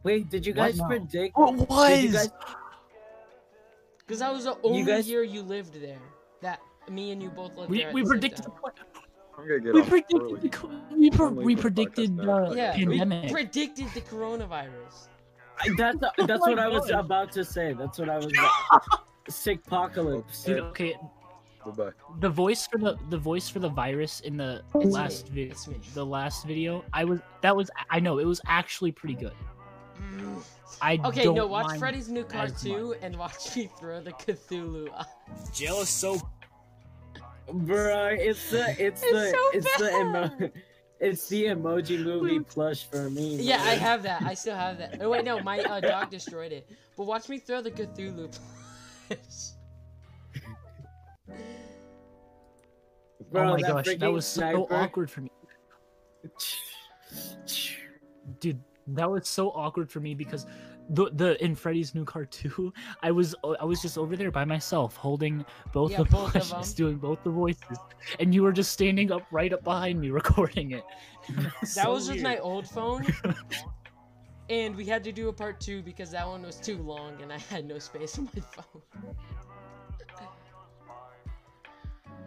[SPEAKER 2] Wait, did you
[SPEAKER 3] What
[SPEAKER 2] guys
[SPEAKER 3] now?
[SPEAKER 2] predict?
[SPEAKER 3] what
[SPEAKER 2] Did you
[SPEAKER 3] was?
[SPEAKER 2] guys,
[SPEAKER 1] Because that was the only
[SPEAKER 2] guys-
[SPEAKER 1] year you lived there. That me and you both lived
[SPEAKER 3] We,
[SPEAKER 1] there. at
[SPEAKER 3] we
[SPEAKER 1] the same
[SPEAKER 3] predicted the
[SPEAKER 1] time.
[SPEAKER 3] plan.
[SPEAKER 7] I'm gonna get
[SPEAKER 3] We
[SPEAKER 7] off early.
[SPEAKER 3] predicted the, co- we, pre-
[SPEAKER 7] I'm leaving
[SPEAKER 3] we
[SPEAKER 7] the
[SPEAKER 3] predicted
[SPEAKER 7] podcast now.
[SPEAKER 3] uh,
[SPEAKER 1] Yeah,
[SPEAKER 3] pandemic.
[SPEAKER 1] we predicted the coronavirus.
[SPEAKER 2] I- That's that's
[SPEAKER 3] Oh my
[SPEAKER 2] what I was
[SPEAKER 3] God.
[SPEAKER 2] about to say. That's what I was. Sick apocalypse.
[SPEAKER 3] Dude, okay,
[SPEAKER 7] Goodbye.
[SPEAKER 3] the voice for the the voice for the virus in the
[SPEAKER 1] It's me.
[SPEAKER 3] last video,
[SPEAKER 1] It's me.
[SPEAKER 3] the last video, I was that was I know it was actually pretty good.
[SPEAKER 1] Mm.
[SPEAKER 3] I
[SPEAKER 1] Okay,
[SPEAKER 3] don't
[SPEAKER 1] no, watch
[SPEAKER 3] mind-
[SPEAKER 1] Freddy's new car
[SPEAKER 3] as
[SPEAKER 1] too, and watch me throw the Cthulhu. up.
[SPEAKER 6] Jail is so
[SPEAKER 2] Bro, it's the
[SPEAKER 1] It's
[SPEAKER 2] it's, the
[SPEAKER 1] so
[SPEAKER 2] it's the emo-
[SPEAKER 1] bad.
[SPEAKER 2] it's the emoji movie plush for me.
[SPEAKER 1] Yeah,
[SPEAKER 2] bro.
[SPEAKER 1] I have that. I still have that. Oh wait, no, my uh, dog destroyed it. But watch me throw the Cthulhu. plush.
[SPEAKER 2] Bro,
[SPEAKER 3] oh my gosh, that
[SPEAKER 2] freaking
[SPEAKER 3] was so
[SPEAKER 2] sniper-
[SPEAKER 3] awkward for me, dude. That was so awkward for me because the the in Freddy's new car too. I was I was just over there by myself holding both
[SPEAKER 1] Yeah,
[SPEAKER 3] the
[SPEAKER 1] both of
[SPEAKER 3] flashes,
[SPEAKER 1] them.
[SPEAKER 3] doing both the voices, and you were just standing up right up behind me recording it. that
[SPEAKER 1] That was with my old phone. And we had to do a part two because that one was too long and I had no space on my phone.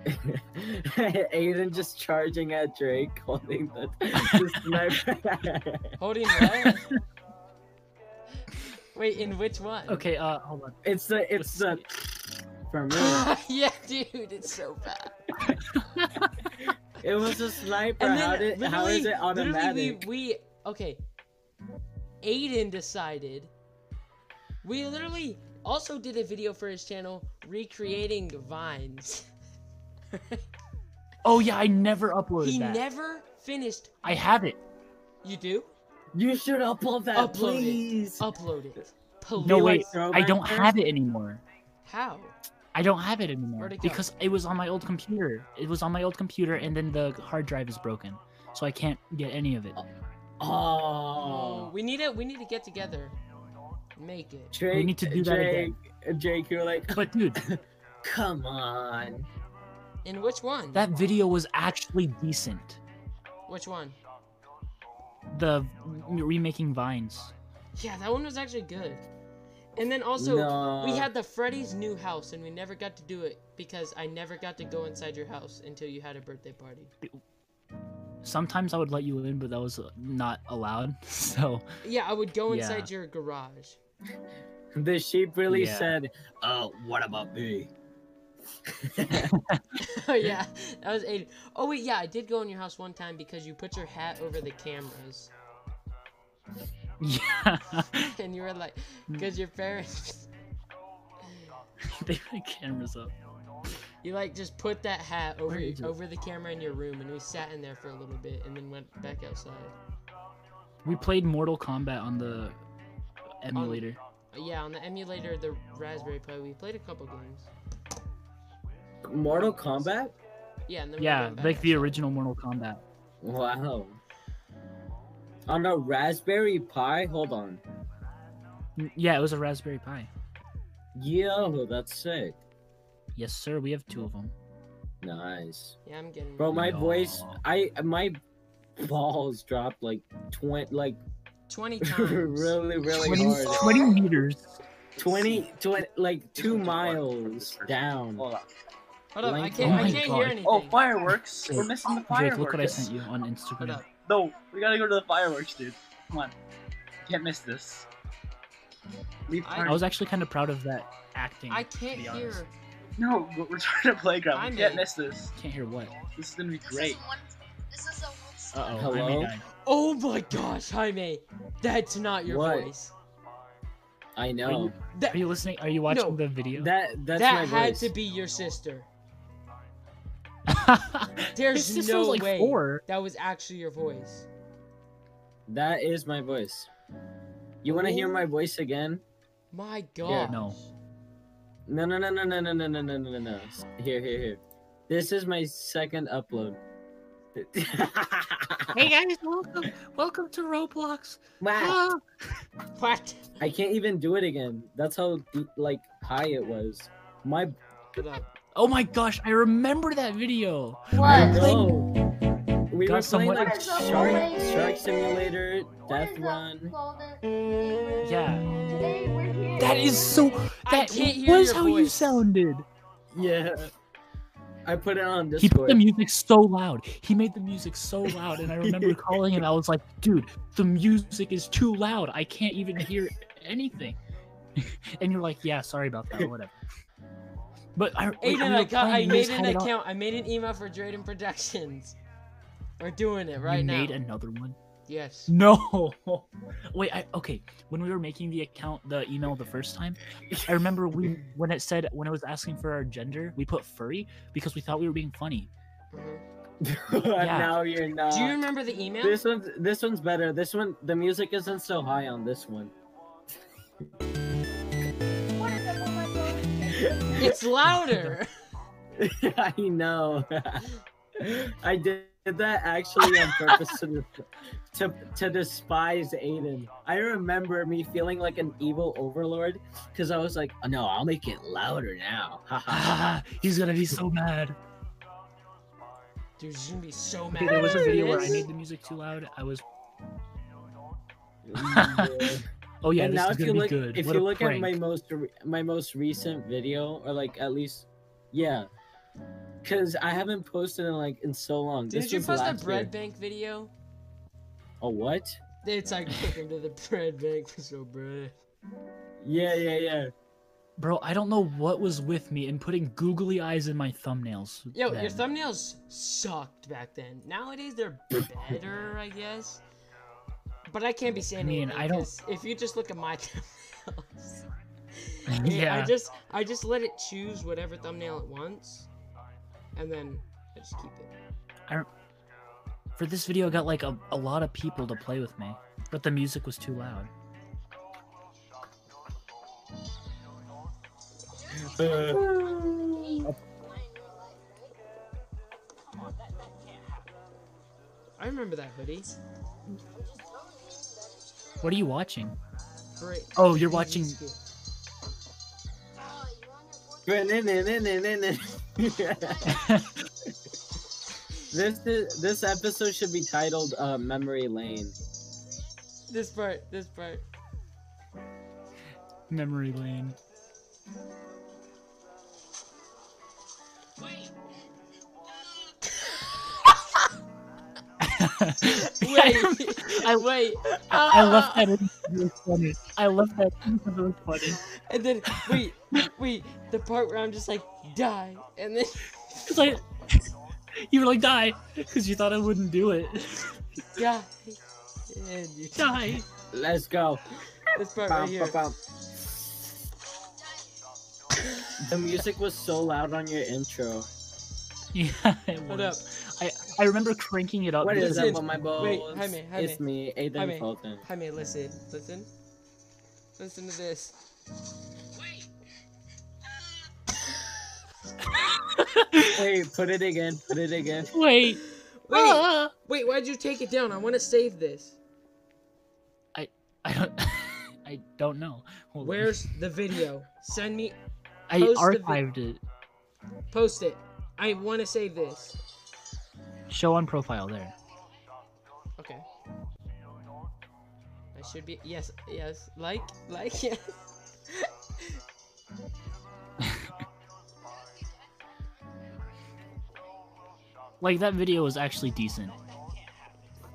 [SPEAKER 2] Aiden just charging at Drake, holding the, the sniper.
[SPEAKER 1] Holding what? Wait, in which one?
[SPEAKER 3] okay. Uh, hold on.
[SPEAKER 2] it's the it's the for me.
[SPEAKER 1] yeah, dude, it's so bad.
[SPEAKER 2] It was a sniper.
[SPEAKER 1] And
[SPEAKER 2] How
[SPEAKER 1] then
[SPEAKER 2] did
[SPEAKER 1] literally,
[SPEAKER 2] how is it
[SPEAKER 1] literally
[SPEAKER 2] automatic?
[SPEAKER 1] we, we okay. Aiden decided. We literally also did a video for his channel recreating vines.
[SPEAKER 3] Oh yeah, I never uploaded
[SPEAKER 1] he
[SPEAKER 3] that.
[SPEAKER 1] never finished.
[SPEAKER 3] I have it.
[SPEAKER 1] You do?
[SPEAKER 2] You should upload that,
[SPEAKER 1] Upload it.
[SPEAKER 2] please.
[SPEAKER 1] Upload it. Please.
[SPEAKER 3] No
[SPEAKER 2] You
[SPEAKER 3] wait,
[SPEAKER 2] like
[SPEAKER 1] Oh
[SPEAKER 2] throwback
[SPEAKER 3] I don't
[SPEAKER 2] there?
[SPEAKER 3] have it anymore.
[SPEAKER 1] How?
[SPEAKER 3] I don't have it anymore
[SPEAKER 1] Where'd it go?
[SPEAKER 3] because it was on my old computer. It was on my old computer, and then the hard drive is broken, so I can't get any of it.
[SPEAKER 1] Oh,
[SPEAKER 2] Oh,
[SPEAKER 1] we need it. We need to get together. Make it.
[SPEAKER 2] Drake,
[SPEAKER 3] need to do that
[SPEAKER 2] Drake,
[SPEAKER 3] again.
[SPEAKER 2] Drake, you're like,
[SPEAKER 3] But dude,
[SPEAKER 2] come on.
[SPEAKER 1] In which one?
[SPEAKER 3] that video was actually decent.
[SPEAKER 1] Which one?
[SPEAKER 3] The remaking vines.
[SPEAKER 1] Yeah, that one was actually good. And then also,
[SPEAKER 2] no.
[SPEAKER 3] Uh,
[SPEAKER 1] We had the Freddy's new house, and we never got to do it because I never got to go inside your house until you had a birthday party.
[SPEAKER 3] Sometimes I would let you in, but that was uh, not allowed. So
[SPEAKER 1] Yeah, I would go
[SPEAKER 3] Yeah.
[SPEAKER 1] inside your garage.
[SPEAKER 2] The sheep really
[SPEAKER 3] Yeah.
[SPEAKER 2] said, "Oh, what about me?"
[SPEAKER 1] oh yeah, that was Aiden. Oh wait, yeah, I did go in your house one time because you put your hat over the cameras,
[SPEAKER 3] yeah,
[SPEAKER 1] and you were like, because your parents,
[SPEAKER 3] they put cameras up.
[SPEAKER 1] you like just put that hat over
[SPEAKER 3] Where is it?
[SPEAKER 1] over the camera in your room, and we sat in there for a little bit, and then went back outside.
[SPEAKER 3] We played Mortal Kombat on the emulator.
[SPEAKER 1] Uh, Yeah, on the emulator, the Raspberry Pi, we played a couple games.
[SPEAKER 2] Mortal Kombat.
[SPEAKER 1] Yeah, and then we
[SPEAKER 3] Yeah,
[SPEAKER 1] went back
[SPEAKER 3] like the
[SPEAKER 1] outside.
[SPEAKER 3] original Mortal Kombat.
[SPEAKER 2] Wow. On the Raspberry Pi. Hold on.
[SPEAKER 3] N- Mm, Yeah, it was a Raspberry Pi.
[SPEAKER 2] Yo, that's sick.
[SPEAKER 3] Yes, sir. We have two of them.
[SPEAKER 2] Nice,
[SPEAKER 1] Yeah, I'm getting.
[SPEAKER 2] bro. My
[SPEAKER 3] Yo.
[SPEAKER 2] voice, I my balls dropped like twenty, like
[SPEAKER 1] Twenty times.
[SPEAKER 2] really, really
[SPEAKER 3] 20,
[SPEAKER 2] hard.
[SPEAKER 3] 20 meters.
[SPEAKER 2] 20, 20 like
[SPEAKER 7] Just
[SPEAKER 2] two
[SPEAKER 7] like-
[SPEAKER 2] miles down.
[SPEAKER 4] Hold on.
[SPEAKER 1] Hold up, I
[SPEAKER 2] Link-
[SPEAKER 1] can't,
[SPEAKER 3] Oh
[SPEAKER 1] I
[SPEAKER 3] my
[SPEAKER 1] can't
[SPEAKER 3] God.
[SPEAKER 1] hear anything.
[SPEAKER 4] Oh, fireworks!
[SPEAKER 3] Drake,
[SPEAKER 4] We're missing the
[SPEAKER 3] Drake,
[SPEAKER 4] fireworks.
[SPEAKER 3] look what I sent you on
[SPEAKER 1] Hold
[SPEAKER 3] Instagram.
[SPEAKER 1] up.
[SPEAKER 4] No, we gotta go to the fireworks, dude. Come on, can't miss this. Leave
[SPEAKER 1] I-
[SPEAKER 3] I was actually kind of proud of that acting.
[SPEAKER 1] I
[SPEAKER 3] I
[SPEAKER 1] can't
[SPEAKER 3] be
[SPEAKER 1] hear.
[SPEAKER 3] honest.
[SPEAKER 4] No, we're we're trying to playground.
[SPEAKER 1] I'm
[SPEAKER 4] we can't
[SPEAKER 1] in.
[SPEAKER 4] miss this.
[SPEAKER 3] can't hear what.
[SPEAKER 4] This is gonna be great.
[SPEAKER 3] Uh oh.
[SPEAKER 2] Hello?
[SPEAKER 1] Oh my gosh, Jaime, that's not your
[SPEAKER 2] What?
[SPEAKER 1] voice.
[SPEAKER 2] I
[SPEAKER 3] Are
[SPEAKER 2] know
[SPEAKER 3] you,
[SPEAKER 1] That
[SPEAKER 3] are you listening? Are you watching
[SPEAKER 1] No.
[SPEAKER 3] the video?
[SPEAKER 2] that. That's my
[SPEAKER 1] that had
[SPEAKER 2] voice.
[SPEAKER 1] to be your sister.
[SPEAKER 3] His
[SPEAKER 1] There's
[SPEAKER 3] sister's
[SPEAKER 1] no
[SPEAKER 3] like
[SPEAKER 1] way
[SPEAKER 3] four.
[SPEAKER 1] that was actually your voice.
[SPEAKER 2] That is my voice. You want to
[SPEAKER 1] Oh.
[SPEAKER 2] hear my voice again?
[SPEAKER 1] My god.
[SPEAKER 3] No.
[SPEAKER 2] No, no, no, no, no, no, no, no, no, no, no, no. S- Here, here, here. This is my second upload.
[SPEAKER 3] Hey guys, welcome, welcome to Roblox.
[SPEAKER 2] wow.
[SPEAKER 1] What?
[SPEAKER 2] I can't even do it again. That's how like high it was. My
[SPEAKER 1] Hold up.
[SPEAKER 3] Oh my gosh, I remember that video.
[SPEAKER 5] What?
[SPEAKER 2] no. We
[SPEAKER 3] Got
[SPEAKER 2] were playing
[SPEAKER 3] someone-
[SPEAKER 2] like
[SPEAKER 5] What is up,
[SPEAKER 2] shark,
[SPEAKER 5] boys?
[SPEAKER 2] shark simulator, death run.
[SPEAKER 3] Yeah,
[SPEAKER 5] Yeah.
[SPEAKER 3] that is so.
[SPEAKER 1] I
[SPEAKER 3] That
[SPEAKER 1] can't hear
[SPEAKER 3] was
[SPEAKER 1] your
[SPEAKER 3] how you
[SPEAKER 1] voice.
[SPEAKER 3] sounded.
[SPEAKER 2] Yeah. I put it on
[SPEAKER 3] He put
[SPEAKER 2] Discord.
[SPEAKER 3] the music so loud. He made the music so loud, and I remember calling him. I was like, "Dude, the music is too loud. I can't even hear anything." and you're like, "Yeah, sorry about that. Whatever." But I, like, we
[SPEAKER 1] Aiden,
[SPEAKER 3] were
[SPEAKER 1] I got,
[SPEAKER 3] playing,
[SPEAKER 1] I
[SPEAKER 3] you
[SPEAKER 1] made
[SPEAKER 3] just
[SPEAKER 1] an
[SPEAKER 3] had it on-
[SPEAKER 1] account. I made an email for Drayden Productions. We're doing it
[SPEAKER 3] You
[SPEAKER 1] right now.
[SPEAKER 3] made another one.
[SPEAKER 1] yes.
[SPEAKER 3] No. Wait. I, okay. When we were making the account, the email the first time, I remember we when it said when it was asking for our gender, we put furry because we thought we were being funny.
[SPEAKER 1] Mhm.
[SPEAKER 3] Yeah.
[SPEAKER 2] now you're not.
[SPEAKER 1] Do you remember the email?
[SPEAKER 2] This one's this one's better. This one the music isn't so high on this one.
[SPEAKER 1] It's louder.
[SPEAKER 2] I know. I did that actually on purpose to, to to despise Aiden. I remember me feeling like an evil overlord because I was like, oh, no, I'll make it louder now.
[SPEAKER 3] Ah, he's gonna be so mad.
[SPEAKER 1] Dude, she's gonna be so mad.
[SPEAKER 3] Okay, there was a
[SPEAKER 1] about
[SPEAKER 3] video where I
[SPEAKER 1] this.
[SPEAKER 3] made the music too loud. I was.
[SPEAKER 2] Yeah.
[SPEAKER 3] Oh yeah,
[SPEAKER 2] and
[SPEAKER 3] this
[SPEAKER 2] now
[SPEAKER 3] is
[SPEAKER 2] if
[SPEAKER 3] gonna
[SPEAKER 2] you
[SPEAKER 3] be
[SPEAKER 2] look
[SPEAKER 3] good.
[SPEAKER 2] if
[SPEAKER 3] What
[SPEAKER 2] you
[SPEAKER 3] a
[SPEAKER 2] look
[SPEAKER 3] prank.
[SPEAKER 2] at my most re- my most recent video or like at least yeah, because I haven't posted in like in so long.
[SPEAKER 1] Didn't
[SPEAKER 2] This
[SPEAKER 1] you
[SPEAKER 2] was
[SPEAKER 1] post a
[SPEAKER 2] last
[SPEAKER 1] bread
[SPEAKER 2] year.
[SPEAKER 1] bank video?
[SPEAKER 2] A what?
[SPEAKER 1] It's like welcome to the bread bank for some bread.
[SPEAKER 2] Yeah, yeah, yeah.
[SPEAKER 3] bro, I don't know what was with me in putting googly eyes in my thumbnails.
[SPEAKER 1] Yo, your
[SPEAKER 3] then.
[SPEAKER 1] thumbnails sucked back then. Nowadays they're better, I guess. But I can't be saying
[SPEAKER 3] I mean,
[SPEAKER 1] anything
[SPEAKER 3] I don't-
[SPEAKER 1] 'cause If you just look at my thumbnails, yeah. I
[SPEAKER 3] yeah,
[SPEAKER 1] just I just let it choose whatever thumbnail it wants, and then I just keep it.
[SPEAKER 3] for this video, I got like a, a lot of people to play with me, but the music was too loud.
[SPEAKER 1] I remember that hoodie.
[SPEAKER 3] What are you watching?
[SPEAKER 1] Great.
[SPEAKER 3] Oh, you're watching.
[SPEAKER 2] this is, this episode should be titled uh, "Memory Lane."
[SPEAKER 1] This part, this part.
[SPEAKER 3] Memory lane.
[SPEAKER 1] Wait,
[SPEAKER 3] I-
[SPEAKER 1] wait.
[SPEAKER 3] I left
[SPEAKER 1] ah.
[SPEAKER 3] that in because it was funny. I left that in because it was funny.
[SPEAKER 1] And then wait, wait. The part where I'm just like die, and then
[SPEAKER 3] Because I, you were like die, because you thought I wouldn't do it.
[SPEAKER 1] die, and you
[SPEAKER 3] Die.
[SPEAKER 2] Let's go.
[SPEAKER 1] This part right
[SPEAKER 2] Bum,
[SPEAKER 1] here.
[SPEAKER 2] bum, bum. The music was so loud on your intro.
[SPEAKER 3] Yeah, it
[SPEAKER 1] Hold up.
[SPEAKER 3] was. I I remember cranking it up.
[SPEAKER 2] What Uh, is
[SPEAKER 3] because
[SPEAKER 1] listen.
[SPEAKER 2] up with my balls?
[SPEAKER 1] Wait, Jaime, Jaime.
[SPEAKER 2] It's me, Aiden
[SPEAKER 1] Jaime.
[SPEAKER 2] Fulton.
[SPEAKER 1] Jaime, listen, listen, listen to this.
[SPEAKER 2] Wait, put it again. Put it again.
[SPEAKER 3] Wait.
[SPEAKER 1] Wait,
[SPEAKER 3] ah,
[SPEAKER 1] wait. Why'd you take it down? I want to save this.
[SPEAKER 3] I don't. I don't know. Hold on.
[SPEAKER 1] Where's the video? Send me.
[SPEAKER 3] I
[SPEAKER 1] post the vi-
[SPEAKER 3] archived it.
[SPEAKER 1] Post it. I want to save this.
[SPEAKER 3] Show on profile there.
[SPEAKER 1] Okay. I should be. Yes, yes. Like, like, yes.
[SPEAKER 3] Like that video was actually decent.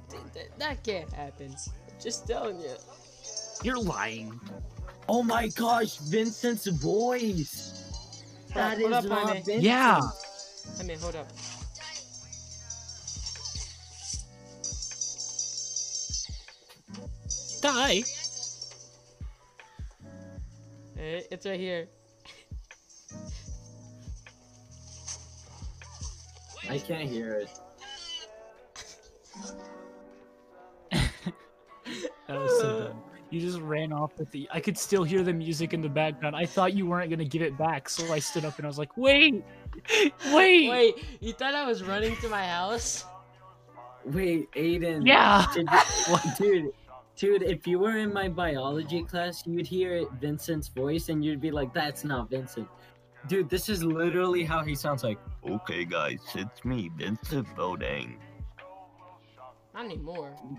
[SPEAKER 1] Th- th- that can't happen. Just telling you.
[SPEAKER 3] You're lying.
[SPEAKER 2] Oh my gosh, Vincent's voice. That is
[SPEAKER 1] Hold up,
[SPEAKER 2] not
[SPEAKER 1] Jaime.
[SPEAKER 2] Vincent.
[SPEAKER 3] Yeah.
[SPEAKER 1] Jaime, hold up.
[SPEAKER 3] Die.
[SPEAKER 1] Eh, It's right here.
[SPEAKER 2] I can't hear it.
[SPEAKER 3] That was so dumb. You just ran off with the. I could still hear the music in the background. I thought you weren't gonna give it back, so I stood up and I was like, "Wait, wait,
[SPEAKER 1] Wait, you thought I was running to my house?
[SPEAKER 2] Wait, Aiden.
[SPEAKER 3] yeah."
[SPEAKER 2] Did you- dude, dude, if you were in my biology class, you'd hear Vincent's voice and you'd be like, that's not Vincent. Dude, this is literally how he sounds like.
[SPEAKER 8] Okay, guys, it's me, Vincent Bodang.
[SPEAKER 1] Not anymore.
[SPEAKER 2] No,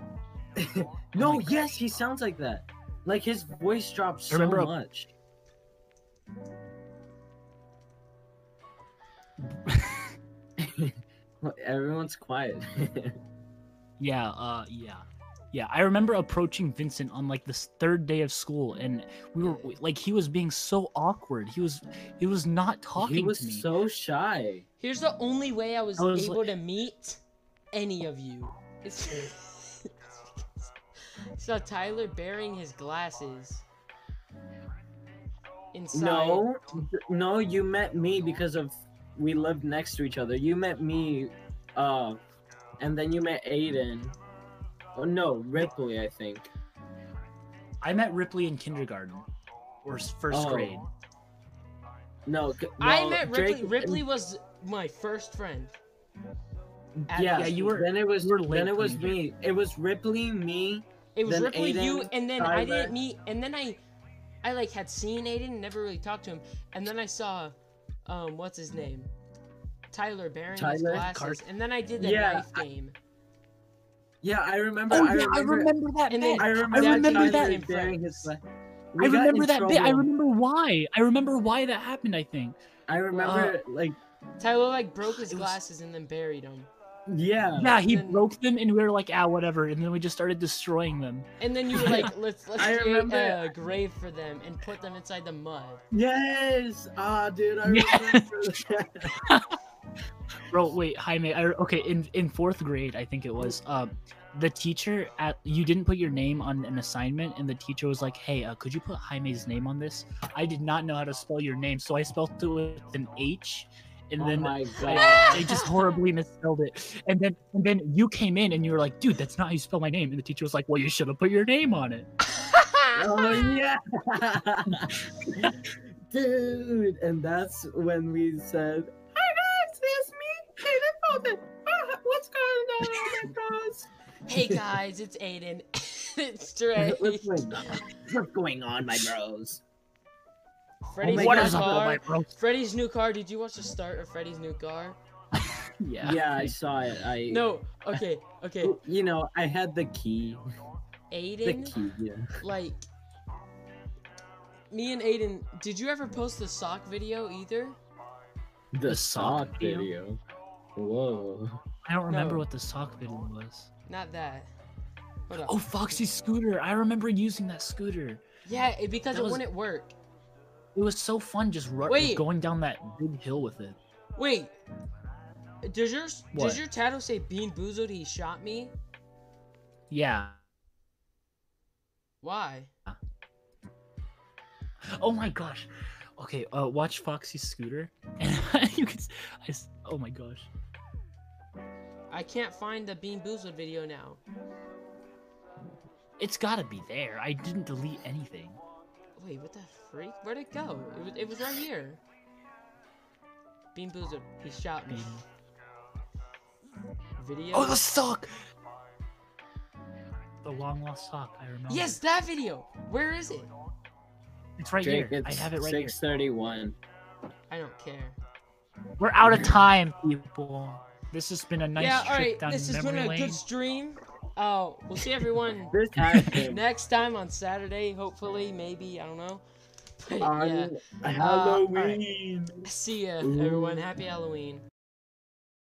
[SPEAKER 3] Oh my God.
[SPEAKER 2] yes, he sounds like that. Like his voice drops so
[SPEAKER 3] Remember a-
[SPEAKER 2] much. Everyone's quiet.
[SPEAKER 3] Yeah, uh, yeah, yeah. I remember approaching Vincent on like this third day of school, and we were like, he was being so awkward. He was, he was not talking
[SPEAKER 2] he was
[SPEAKER 3] to me.
[SPEAKER 2] so shy.
[SPEAKER 1] Here's the only way I was,
[SPEAKER 3] I was
[SPEAKER 1] able
[SPEAKER 3] like-
[SPEAKER 1] to meet any of you. It's saw Tyler burying his glasses inside.
[SPEAKER 2] No, no, you met me because of we lived next to each other. You met me, uh, and then you met Aiden. Oh no, Ripley, I think.
[SPEAKER 3] I met Ripley in kindergarten or s- first
[SPEAKER 2] Oh.
[SPEAKER 3] grade.
[SPEAKER 2] No, c-
[SPEAKER 1] I
[SPEAKER 2] well,
[SPEAKER 1] met Ripley.
[SPEAKER 2] Drake-
[SPEAKER 1] Ripley was my first friend. at-
[SPEAKER 2] Yeah,
[SPEAKER 3] Yeah, you were-
[SPEAKER 2] Then it was
[SPEAKER 3] you were
[SPEAKER 2] then
[SPEAKER 3] late
[SPEAKER 2] it was
[SPEAKER 3] coming
[SPEAKER 2] me. It was Ripley, me.
[SPEAKER 1] It was
[SPEAKER 2] Then
[SPEAKER 1] Ripley, you,
[SPEAKER 2] Aiden,
[SPEAKER 1] and then I
[SPEAKER 2] Tyler.
[SPEAKER 1] didn't meet, and then I, I like had seen Aiden and never really talked to him, and then I saw, um, what's his name, Tyler Barron, his
[SPEAKER 2] Tyler?
[SPEAKER 1] glasses,
[SPEAKER 3] Cart-
[SPEAKER 1] and then I did the
[SPEAKER 2] Yeah,
[SPEAKER 1] knife game,
[SPEAKER 2] Yeah, I remember.
[SPEAKER 3] Oh
[SPEAKER 2] I
[SPEAKER 3] yeah,
[SPEAKER 2] remember.
[SPEAKER 3] I remember that
[SPEAKER 1] and
[SPEAKER 3] bit.
[SPEAKER 1] then
[SPEAKER 2] I remember,
[SPEAKER 3] I remember
[SPEAKER 2] Tyler
[SPEAKER 1] that-
[SPEAKER 2] bearing his la-
[SPEAKER 3] I
[SPEAKER 2] We got in
[SPEAKER 3] remember that bit. I
[SPEAKER 2] trouble.
[SPEAKER 3] remember why. I remember why that happened. I think.
[SPEAKER 2] I remember like
[SPEAKER 1] Tyler like broke his
[SPEAKER 3] It was-
[SPEAKER 1] glasses and then buried him,
[SPEAKER 2] yeah.
[SPEAKER 3] Yeah, he
[SPEAKER 1] then-
[SPEAKER 3] broke them, and we were like, ah, whatever. And then we just started destroying them.
[SPEAKER 1] and then you were like, let's let's
[SPEAKER 2] I
[SPEAKER 1] create
[SPEAKER 2] remember-
[SPEAKER 1] a grave for them and put them inside the mud.
[SPEAKER 2] Yes. Ah, dude, I
[SPEAKER 3] Yeah.
[SPEAKER 2] remember that.
[SPEAKER 3] Bro, wait, Jaime. I, okay, in in fourth grade, I think it was. Um, the teacher at you didn't put your name on an assignment, and the teacher was like, "Hey, uh, could you put Jaime's name on this?" I did not know how to spell your name, so I spelled it with an H, and
[SPEAKER 2] Oh
[SPEAKER 3] then
[SPEAKER 2] my
[SPEAKER 3] I, I just horribly misspelled it. And then and then you came in, and you were like, "Dude, that's not how you spell my name." And the teacher was like, "Well, you should have put your name on it."
[SPEAKER 2] oh yeah. Dude, and that's when we said, "Hi guys, it's me, Aiden Bolton. Ah, what's going on, guys?
[SPEAKER 1] Hey guys, it's Aiden, it's Dre,
[SPEAKER 2] What's going on? What's going on, my bros?"
[SPEAKER 1] Freddy's
[SPEAKER 2] Oh my
[SPEAKER 1] new
[SPEAKER 3] what
[SPEAKER 2] God.
[SPEAKER 3] is up,
[SPEAKER 1] car.
[SPEAKER 3] Oh my bro?
[SPEAKER 1] Freddy's new car. Did you watch the start of Freddy's new car?
[SPEAKER 3] Yeah.
[SPEAKER 2] Yeah, I saw it. I
[SPEAKER 1] No. Okay. Okay.
[SPEAKER 2] You know, I had the key. The
[SPEAKER 1] Aiden.
[SPEAKER 2] key. Yeah.
[SPEAKER 1] like me and Aiden, did you ever post the sock video either?
[SPEAKER 2] The
[SPEAKER 3] sock
[SPEAKER 2] sock video. Whoa.
[SPEAKER 3] I don't remember
[SPEAKER 1] No.
[SPEAKER 3] what the sock video was.
[SPEAKER 1] Not that. Hold on.
[SPEAKER 3] Oh, Foxy's scooter. I remember using that scooter.
[SPEAKER 1] yeah, it, because
[SPEAKER 3] that
[SPEAKER 1] it
[SPEAKER 3] was-
[SPEAKER 1] wouldn't work.
[SPEAKER 3] It was so fun just ru-
[SPEAKER 1] Wait.
[SPEAKER 3] going down that big hill with it.
[SPEAKER 1] Wait. Does your
[SPEAKER 3] What?
[SPEAKER 1] does your title say Bean Boozled he shot me?
[SPEAKER 3] Yeah.
[SPEAKER 1] Why?
[SPEAKER 3] Oh my gosh. Okay, uh, watch Foxy's scooter, and you can. s- I s oh my gosh.
[SPEAKER 1] I can't find the Bean Boozled video now.
[SPEAKER 3] It's gotta be there. I didn't delete anything.
[SPEAKER 1] Wait, what the freak? Where'd it go? It was, it was right here. Bean Boozled, he shot me. Video?
[SPEAKER 3] Oh, the sock. The long lost sock. I remember.
[SPEAKER 1] yes, that video! Where is it?
[SPEAKER 3] it's right
[SPEAKER 2] Jake,
[SPEAKER 3] here.
[SPEAKER 2] it's
[SPEAKER 3] I have it right
[SPEAKER 2] six thirty-one.
[SPEAKER 1] I don't care.
[SPEAKER 3] here. We're out of time, people. This has been a nice
[SPEAKER 1] yeah,
[SPEAKER 3] trip
[SPEAKER 1] all right.
[SPEAKER 3] down
[SPEAKER 1] This has
[SPEAKER 3] memory
[SPEAKER 1] been a
[SPEAKER 3] lane.
[SPEAKER 1] good stream. Oh, we'll see everyone
[SPEAKER 2] This happened
[SPEAKER 1] next time on Saturday, hopefully, maybe I don't know. But, yeah, uh,
[SPEAKER 2] on Halloween.
[SPEAKER 1] see ya, everyone. Happy Halloween.